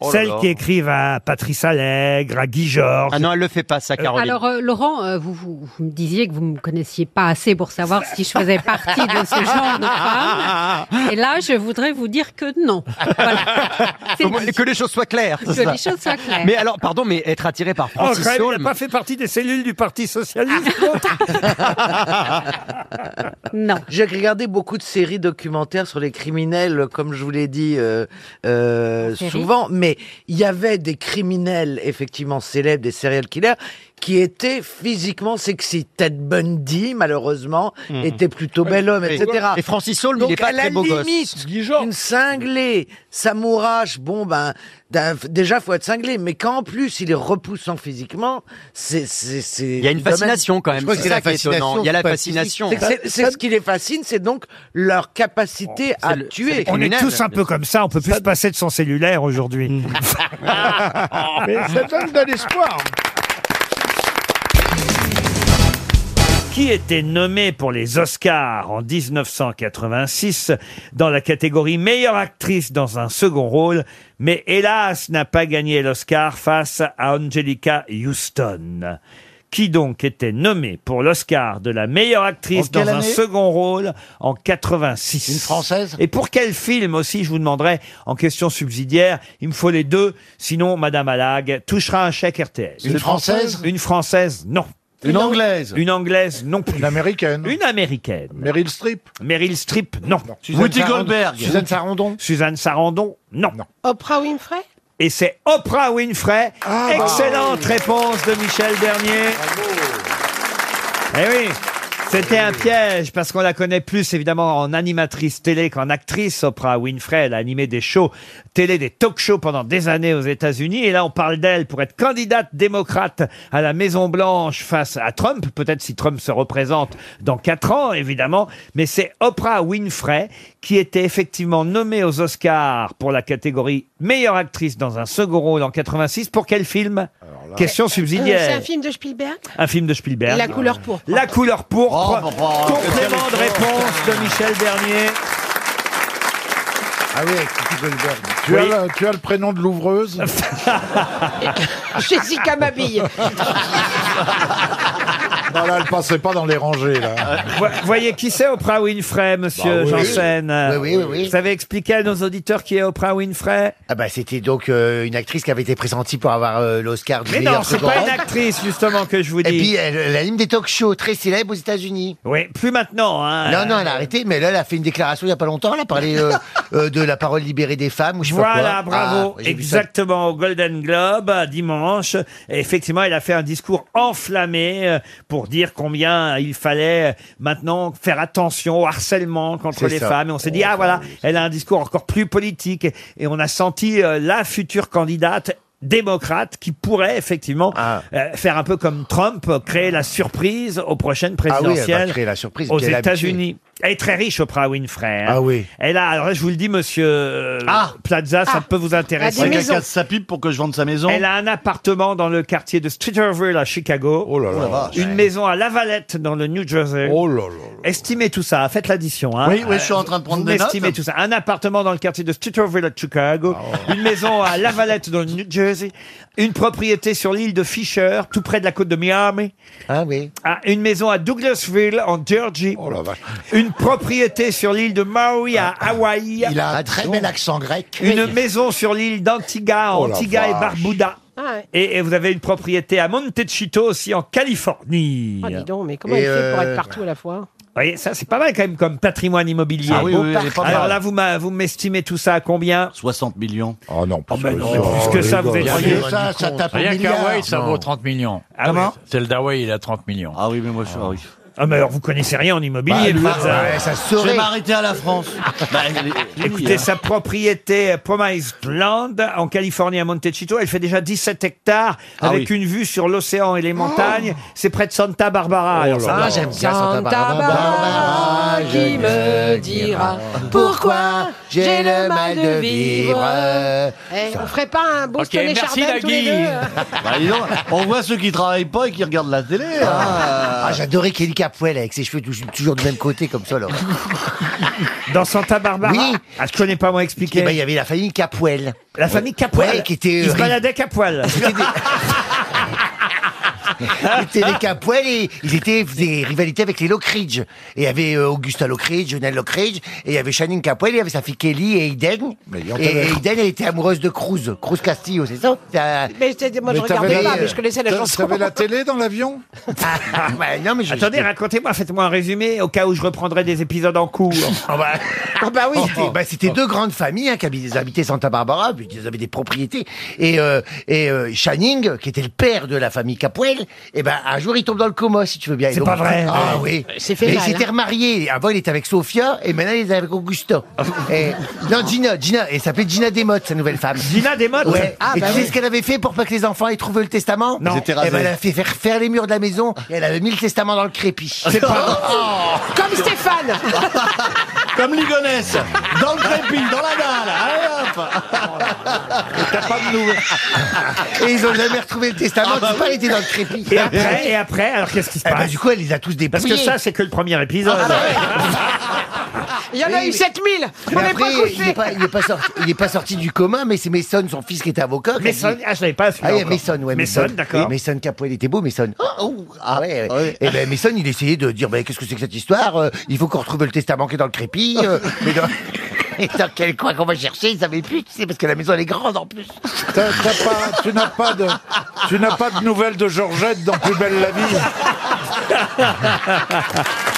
Speaker 3: Oh là
Speaker 1: celles
Speaker 3: là.
Speaker 1: qui écrivent à Patrice Allègre, à Guy Georges.
Speaker 3: Ah non, elle le fait pas, ça, Caroline.
Speaker 2: Alors, euh, Laurent, euh, vous, vous, vous me disiez que vous ne me connaissiez pas assez pour savoir si je faisais partie de ce genre de femme. Et là, je voudrais vous dire que non.
Speaker 3: Au moins, que les choses soient claires.
Speaker 2: Que les choses soient claires.
Speaker 3: Mais alors, pardon, mais être attiré par
Speaker 1: Oh,
Speaker 3: Francis
Speaker 1: quand même, il
Speaker 3: Saulme-
Speaker 1: n'a pas fait partie des cellules du Parti Socialiste. l'autre.
Speaker 2: Non.
Speaker 17: J'ai regardé beaucoup de séries documentaires sur les criminels, comme je vous l'ai dit euh, euh,
Speaker 2: série
Speaker 17: souvent, mais il y avait des criminels effectivement célèbres, des serial killers, qui étaient physiquement sexy. Ted Bundy, malheureusement,
Speaker 3: Mhm.
Speaker 17: était plutôt bel homme,
Speaker 3: Et-
Speaker 17: etc.
Speaker 3: et Francis Holm, il
Speaker 17: Donc,
Speaker 3: est pas
Speaker 17: à la
Speaker 3: très beau gosse.
Speaker 17: limite, Une cinglée, Samourache, bon ben, d'un- déjà faut être cinglé, mais quand en plus il est repoussant physiquement, c'est... c'est- c'est-
Speaker 3: Il y a une fascination, quand même.
Speaker 17: Je crois que
Speaker 3: C'est ça qui est étonnant. Il y a la fascination.
Speaker 17: C'est que c'est- c'est ce qui les fascine, c'est donc leur capacité
Speaker 3: Oh,
Speaker 17: à tuer.
Speaker 1: On est tous un peu comme ça, on peut plus se passer de son cellulaire aujourd'hui.
Speaker 23: Mais ça donne de l'espoir.
Speaker 1: Qui était nommé pour les Oscars en 1986 dans la catégorie meilleure actrice dans un second rôle, mais hélas n'a pas gagné l'Oscar face à Angelica Houston. qui donc était nommée pour l'Oscar de la meilleure actrice
Speaker 18: En quelle
Speaker 1: dans un
Speaker 18: année
Speaker 1: second rôle en 86. Une française Et pour quel film aussi, je vous demanderai en question subsidiaire, il me faut les deux, sinon Madame Alag touchera un chèque RTL.
Speaker 18: Une Française
Speaker 1: Une française, non. Une anglaise Une anglaise, non plus. Une américaine Une américaine. Meryl Streep Meryl Streep, non.
Speaker 18: Suzanne Whoopi Sarandon- Goldberg. Suzanne
Speaker 1: Sarandon Suzanne Sarandon, non.
Speaker 33: Oprah Winfrey
Speaker 1: Et c'est Oprah Winfrey. Excellente réponse de Michel Bernier. Eh oui c'était un piège parce qu'on la connaît plus évidemment en animatrice télé qu'en actrice. Oprah Winfrey, elle a animé des shows télé, des talk shows pendant des années aux États-Unis. Et là, on parle d'elle pour être candidate démocrate à la Maison Blanche face à Trump. Peut-être si Trump se représente dans quatre ans, évidemment. Mais c'est Oprah Winfrey qui était effectivement nommée aux Oscars pour la catégorie meilleure actrice dans un second rôle en 86. Pour quel film Question subsidiaire.
Speaker 33: C'est un film de Spielberg
Speaker 1: Un film de Spielberg.
Speaker 33: Euh, La couleur pourpre.
Speaker 1: La couleur
Speaker 10: Oh,
Speaker 1: pourpre. complément de réponse de Michel Bernier.
Speaker 28: Ah oui,
Speaker 18: Tu, as, le- tu as le prénom de l'ouvreuse
Speaker 33: Jessica Mabille.
Speaker 18: Non, là, elle passait pas dans les rangées, là.
Speaker 1: Vo- voyez qui c'est Oprah Winfrey,
Speaker 10: Bah
Speaker 1: monsieur
Speaker 10: oui.
Speaker 1: Janssen.
Speaker 10: Oui, oui, oui, oui.
Speaker 1: Vous savez expliquer à nos auditeurs qui est Oprah Winfrey
Speaker 10: Ah bah c'était donc euh, une actrice qui avait été pressentie pour avoir euh, l'Oscar du
Speaker 1: Mais
Speaker 10: meilleur
Speaker 1: non, c'est
Speaker 10: second
Speaker 1: pas
Speaker 10: rôle.
Speaker 1: une actrice justement que je vous dis.
Speaker 10: Et puis elle, elle anime des talk shows très célèbres aux États-Unis.
Speaker 1: Oui, plus maintenant. hein.
Speaker 10: Non, non, elle a arrêté, mais là, elle a fait une déclaration il y a pas longtemps. Elle a parlé euh, euh, de la parole libérée des femmes ou je sais pas quoi.
Speaker 1: Voilà, bravo.
Speaker 10: Ah, j'ai vu ça.
Speaker 1: Exactement, au Golden Globe, à dimanche. Et effectivement, il a fait un discours enflammé euh, pour dire combien il fallait euh, maintenant faire attention au harcèlement contre
Speaker 10: C'est
Speaker 1: les
Speaker 10: ça.
Speaker 1: femmes. Et on s'est dit, ah voilà, elle a un discours encore plus politique. Et on a senti euh, la future candidate démocrate qui pourrait effectivement
Speaker 10: Ah.
Speaker 1: euh, faire un peu comme Trump, euh, créer la surprise aux prochaines
Speaker 10: Ah oui, elle va
Speaker 1: présidentielles
Speaker 10: créer la surprise,
Speaker 1: aux
Speaker 10: puis elle est habituée.
Speaker 1: États-Unis. Elle est très riche, Oprah Winfrey. hein.
Speaker 10: Ah oui.
Speaker 1: Elle a, alors là, je vous le dis, monsieur euh,
Speaker 16: Ah.
Speaker 1: Plaza, ça peut vous intéresser.
Speaker 16: C'est quelqu'un casse sa pipe pour que je vende sa maison.
Speaker 1: Elle a un appartement dans le quartier de Streeterville à Chicago.
Speaker 16: là. Oh la vache.
Speaker 1: Une maison à Lavalette dans le New Jersey.
Speaker 28: Oh là là
Speaker 1: Estimez tout ça, faites l'addition. hein.
Speaker 16: Oui, oui, je suis en train de prendre
Speaker 1: vous
Speaker 16: des notes.
Speaker 1: estimez tout ça. Un appartement dans le quartier de Streeterville à Chicago.
Speaker 18: Ah
Speaker 1: Une maison à Lavalette dans le New Jersey. Une propriété sur l'île de Fisher, tout près de la côte de Miami.
Speaker 10: Ah oui.
Speaker 1: Ah, une maison à Douglasville en Georgie.
Speaker 18: Oh
Speaker 1: Une propriété sur l'île de Maui à Hawaï.
Speaker 18: Ah, Il a un très bel accent grec.
Speaker 1: Une maison sur l'île d'Antigua,
Speaker 18: Oh la
Speaker 1: Antigua et
Speaker 18: vache.
Speaker 1: Barbuda.
Speaker 33: Ah ouais.
Speaker 1: Et, et vous avez une propriété à Montecito aussi en Californie.
Speaker 33: Ah, dis donc, mais comment
Speaker 1: Et
Speaker 33: il fait pour
Speaker 1: euh,
Speaker 33: être partout à la fois
Speaker 1: Vous voyez, ça c'est pas mal quand même comme patrimoine immobilier.
Speaker 16: Ah oui,
Speaker 1: Beau
Speaker 16: oui,
Speaker 1: parc.
Speaker 16: elle est pas mal.
Speaker 1: Alors là, vous m'a- vous m'estimez tout ça à combien
Speaker 16: 60 millions.
Speaker 18: Oh non,
Speaker 16: plus que,
Speaker 1: plus que ça, vous êtes
Speaker 16: Rien
Speaker 1: sûr.
Speaker 18: Ça, ça tape au
Speaker 16: qu'à
Speaker 18: milliard.
Speaker 16: Hawaï, ça
Speaker 18: Non.
Speaker 16: vaut 30 millions.
Speaker 1: Ah Comment oui.
Speaker 16: C'est le d'Hawaï, il a 30 millions. Ah oui, mais moi je suis riche.
Speaker 1: Ah, mais alors vous connaissez rien en immobilier, euh,
Speaker 16: Bah,
Speaker 1: Plaza.
Speaker 16: lui, ouais, ça Bah, se saurait. Je vais m'arrêter
Speaker 1: à la France. Écoutez,
Speaker 16: hein.
Speaker 1: sa propriété euh, Promised Land en Californie à Montecito, elle fait déjà 17 hectares
Speaker 10: Ah
Speaker 1: avec
Speaker 10: oui.
Speaker 1: une vue sur l'océan et les montagnes.
Speaker 16: Oh.
Speaker 1: C'est près de Santa Barbara. alors ça-
Speaker 10: Ah, j'aime bien Santa Barbara.
Speaker 33: qui me dira
Speaker 10: pourquoi j'ai le mal de vivre.
Speaker 33: Eh, on ferait pas un Boston et Chardin tous les deux hein
Speaker 16: Bah, dis donc, on voit ceux qui travaillent pas et qui regardent la télé. hein.
Speaker 10: Ah, j'adorais Kelly Capwell avec ses cheveux tou- toujours du même côté comme ça, là.
Speaker 1: Dans Santa Barbara
Speaker 10: Oui.
Speaker 1: Ah, je connais pas, moi, expliquer.
Speaker 10: Eh ben, il y avait la famille Capwell.
Speaker 1: La famille Capoil
Speaker 10: Ouais, qui était...
Speaker 1: Ils se
Speaker 10: euh,
Speaker 1: baladaient qu'à poil.
Speaker 10: C'était les Capwell et ils étaient des rivalités avec les Lockridge. Et il y avait euh, Augusta Lockridge, Jonelle Lockridge, et il y avait Shannon Capwell, il y avait sa fille Kelly et Eden.
Speaker 18: il y en
Speaker 10: Et,
Speaker 18: avait-
Speaker 10: et Eden, elle était amoureuse de Cruz, Cruz Castillo, c'est ça T'as-
Speaker 33: Mais c'était- moi je
Speaker 10: Mais t'avais
Speaker 33: regardais
Speaker 10: la- Ah.
Speaker 33: pas, mais je connaissais la
Speaker 10: t'as-
Speaker 33: chanson.
Speaker 10: t'avais la
Speaker 18: télé dans l'avion
Speaker 16: Ah,
Speaker 10: non, mais je-
Speaker 1: Attendez, racontez-moi, faites-moi un résumé au cas où je reprendrai des épisodes en cours.
Speaker 10: Ah bah oui, c'était bah, c'était deux grandes familles hein, qui habitaient, habitaient Santa Barbara, puis ils avaient des propriétés. Et, euh, et euh, Channing, qui était le père de la famille Capwell, et ben un jour il tombe dans le coma, si tu veux bien. Et
Speaker 1: C'est
Speaker 10: donc-
Speaker 1: pas vrai.
Speaker 10: Ah
Speaker 1: Ouais.
Speaker 10: oui.
Speaker 1: C'est fait
Speaker 10: Mais
Speaker 1: mal,
Speaker 10: il s'était
Speaker 1: hein.
Speaker 10: remarié. Avant il était avec Sofia, et maintenant il est avec Augusta. et, non, Gina, Gina, et s'appelait Gina Desmottes, sa nouvelle femme.
Speaker 1: Gina Desmottes
Speaker 10: Ouais.
Speaker 1: Ah,
Speaker 10: et
Speaker 1: bah
Speaker 10: tu sais
Speaker 1: oui.
Speaker 10: ce qu'elle avait fait pour pas que les enfants aient trouvé le testament
Speaker 1: Non. Ils étaient
Speaker 10: Eh ben, elle
Speaker 1: rasés.
Speaker 10: a fait faire, faire les murs de la maison, et elle avait mis le testament dans le crépi. Oh
Speaker 1: C'est pas vrai.
Speaker 33: Comme Stéphane
Speaker 16: Comme Ligonesse, dans le crépi, dans la dalle. Allez hop T'as pas de nouvelles.
Speaker 10: Et ils ont jamais retrouvé le testament,
Speaker 1: Ah bah
Speaker 10: c'est pas
Speaker 1: oui.
Speaker 10: elle était dans le crépi.
Speaker 1: Et après, et
Speaker 10: Eh ben,
Speaker 1: après, alors qu'est-ce qui se passe
Speaker 10: du coup, elle les a tous dépouillés.
Speaker 1: Parce que ça, c'est que le premier épisode.
Speaker 33: Il y en a eu 7000 On
Speaker 10: Mais
Speaker 33: n'est pas
Speaker 10: après, il
Speaker 33: couché
Speaker 10: n'est pas, il est pas sorti, il est pas sorti du commun, mais c'est Mason, son fils qui était avocat. qui a
Speaker 1: Mason,
Speaker 10: dit-
Speaker 1: ah, je l'avais pas celui-là
Speaker 10: Ah, oui,
Speaker 1: encore.
Speaker 10: Mason, ouais.
Speaker 1: Mason, d'accord.
Speaker 10: Mason Capwell était beau, Mason. Oh, oh, ah ouais, ouais. Et ben Mason, il essayait de dire, ben qu'est-ce que c'est que cette histoire Euh, Il faut qu'on retrouve le testament qui est dans le crépi. euh, mais dans... Et dans quel coin qu'on va chercher, ils savaient plus, tu sais, parce que la maison elle est grande en plus.
Speaker 28: tu n'as pas de, tu n'as pas de nouvelles de Georgette dans Plus belle la vie.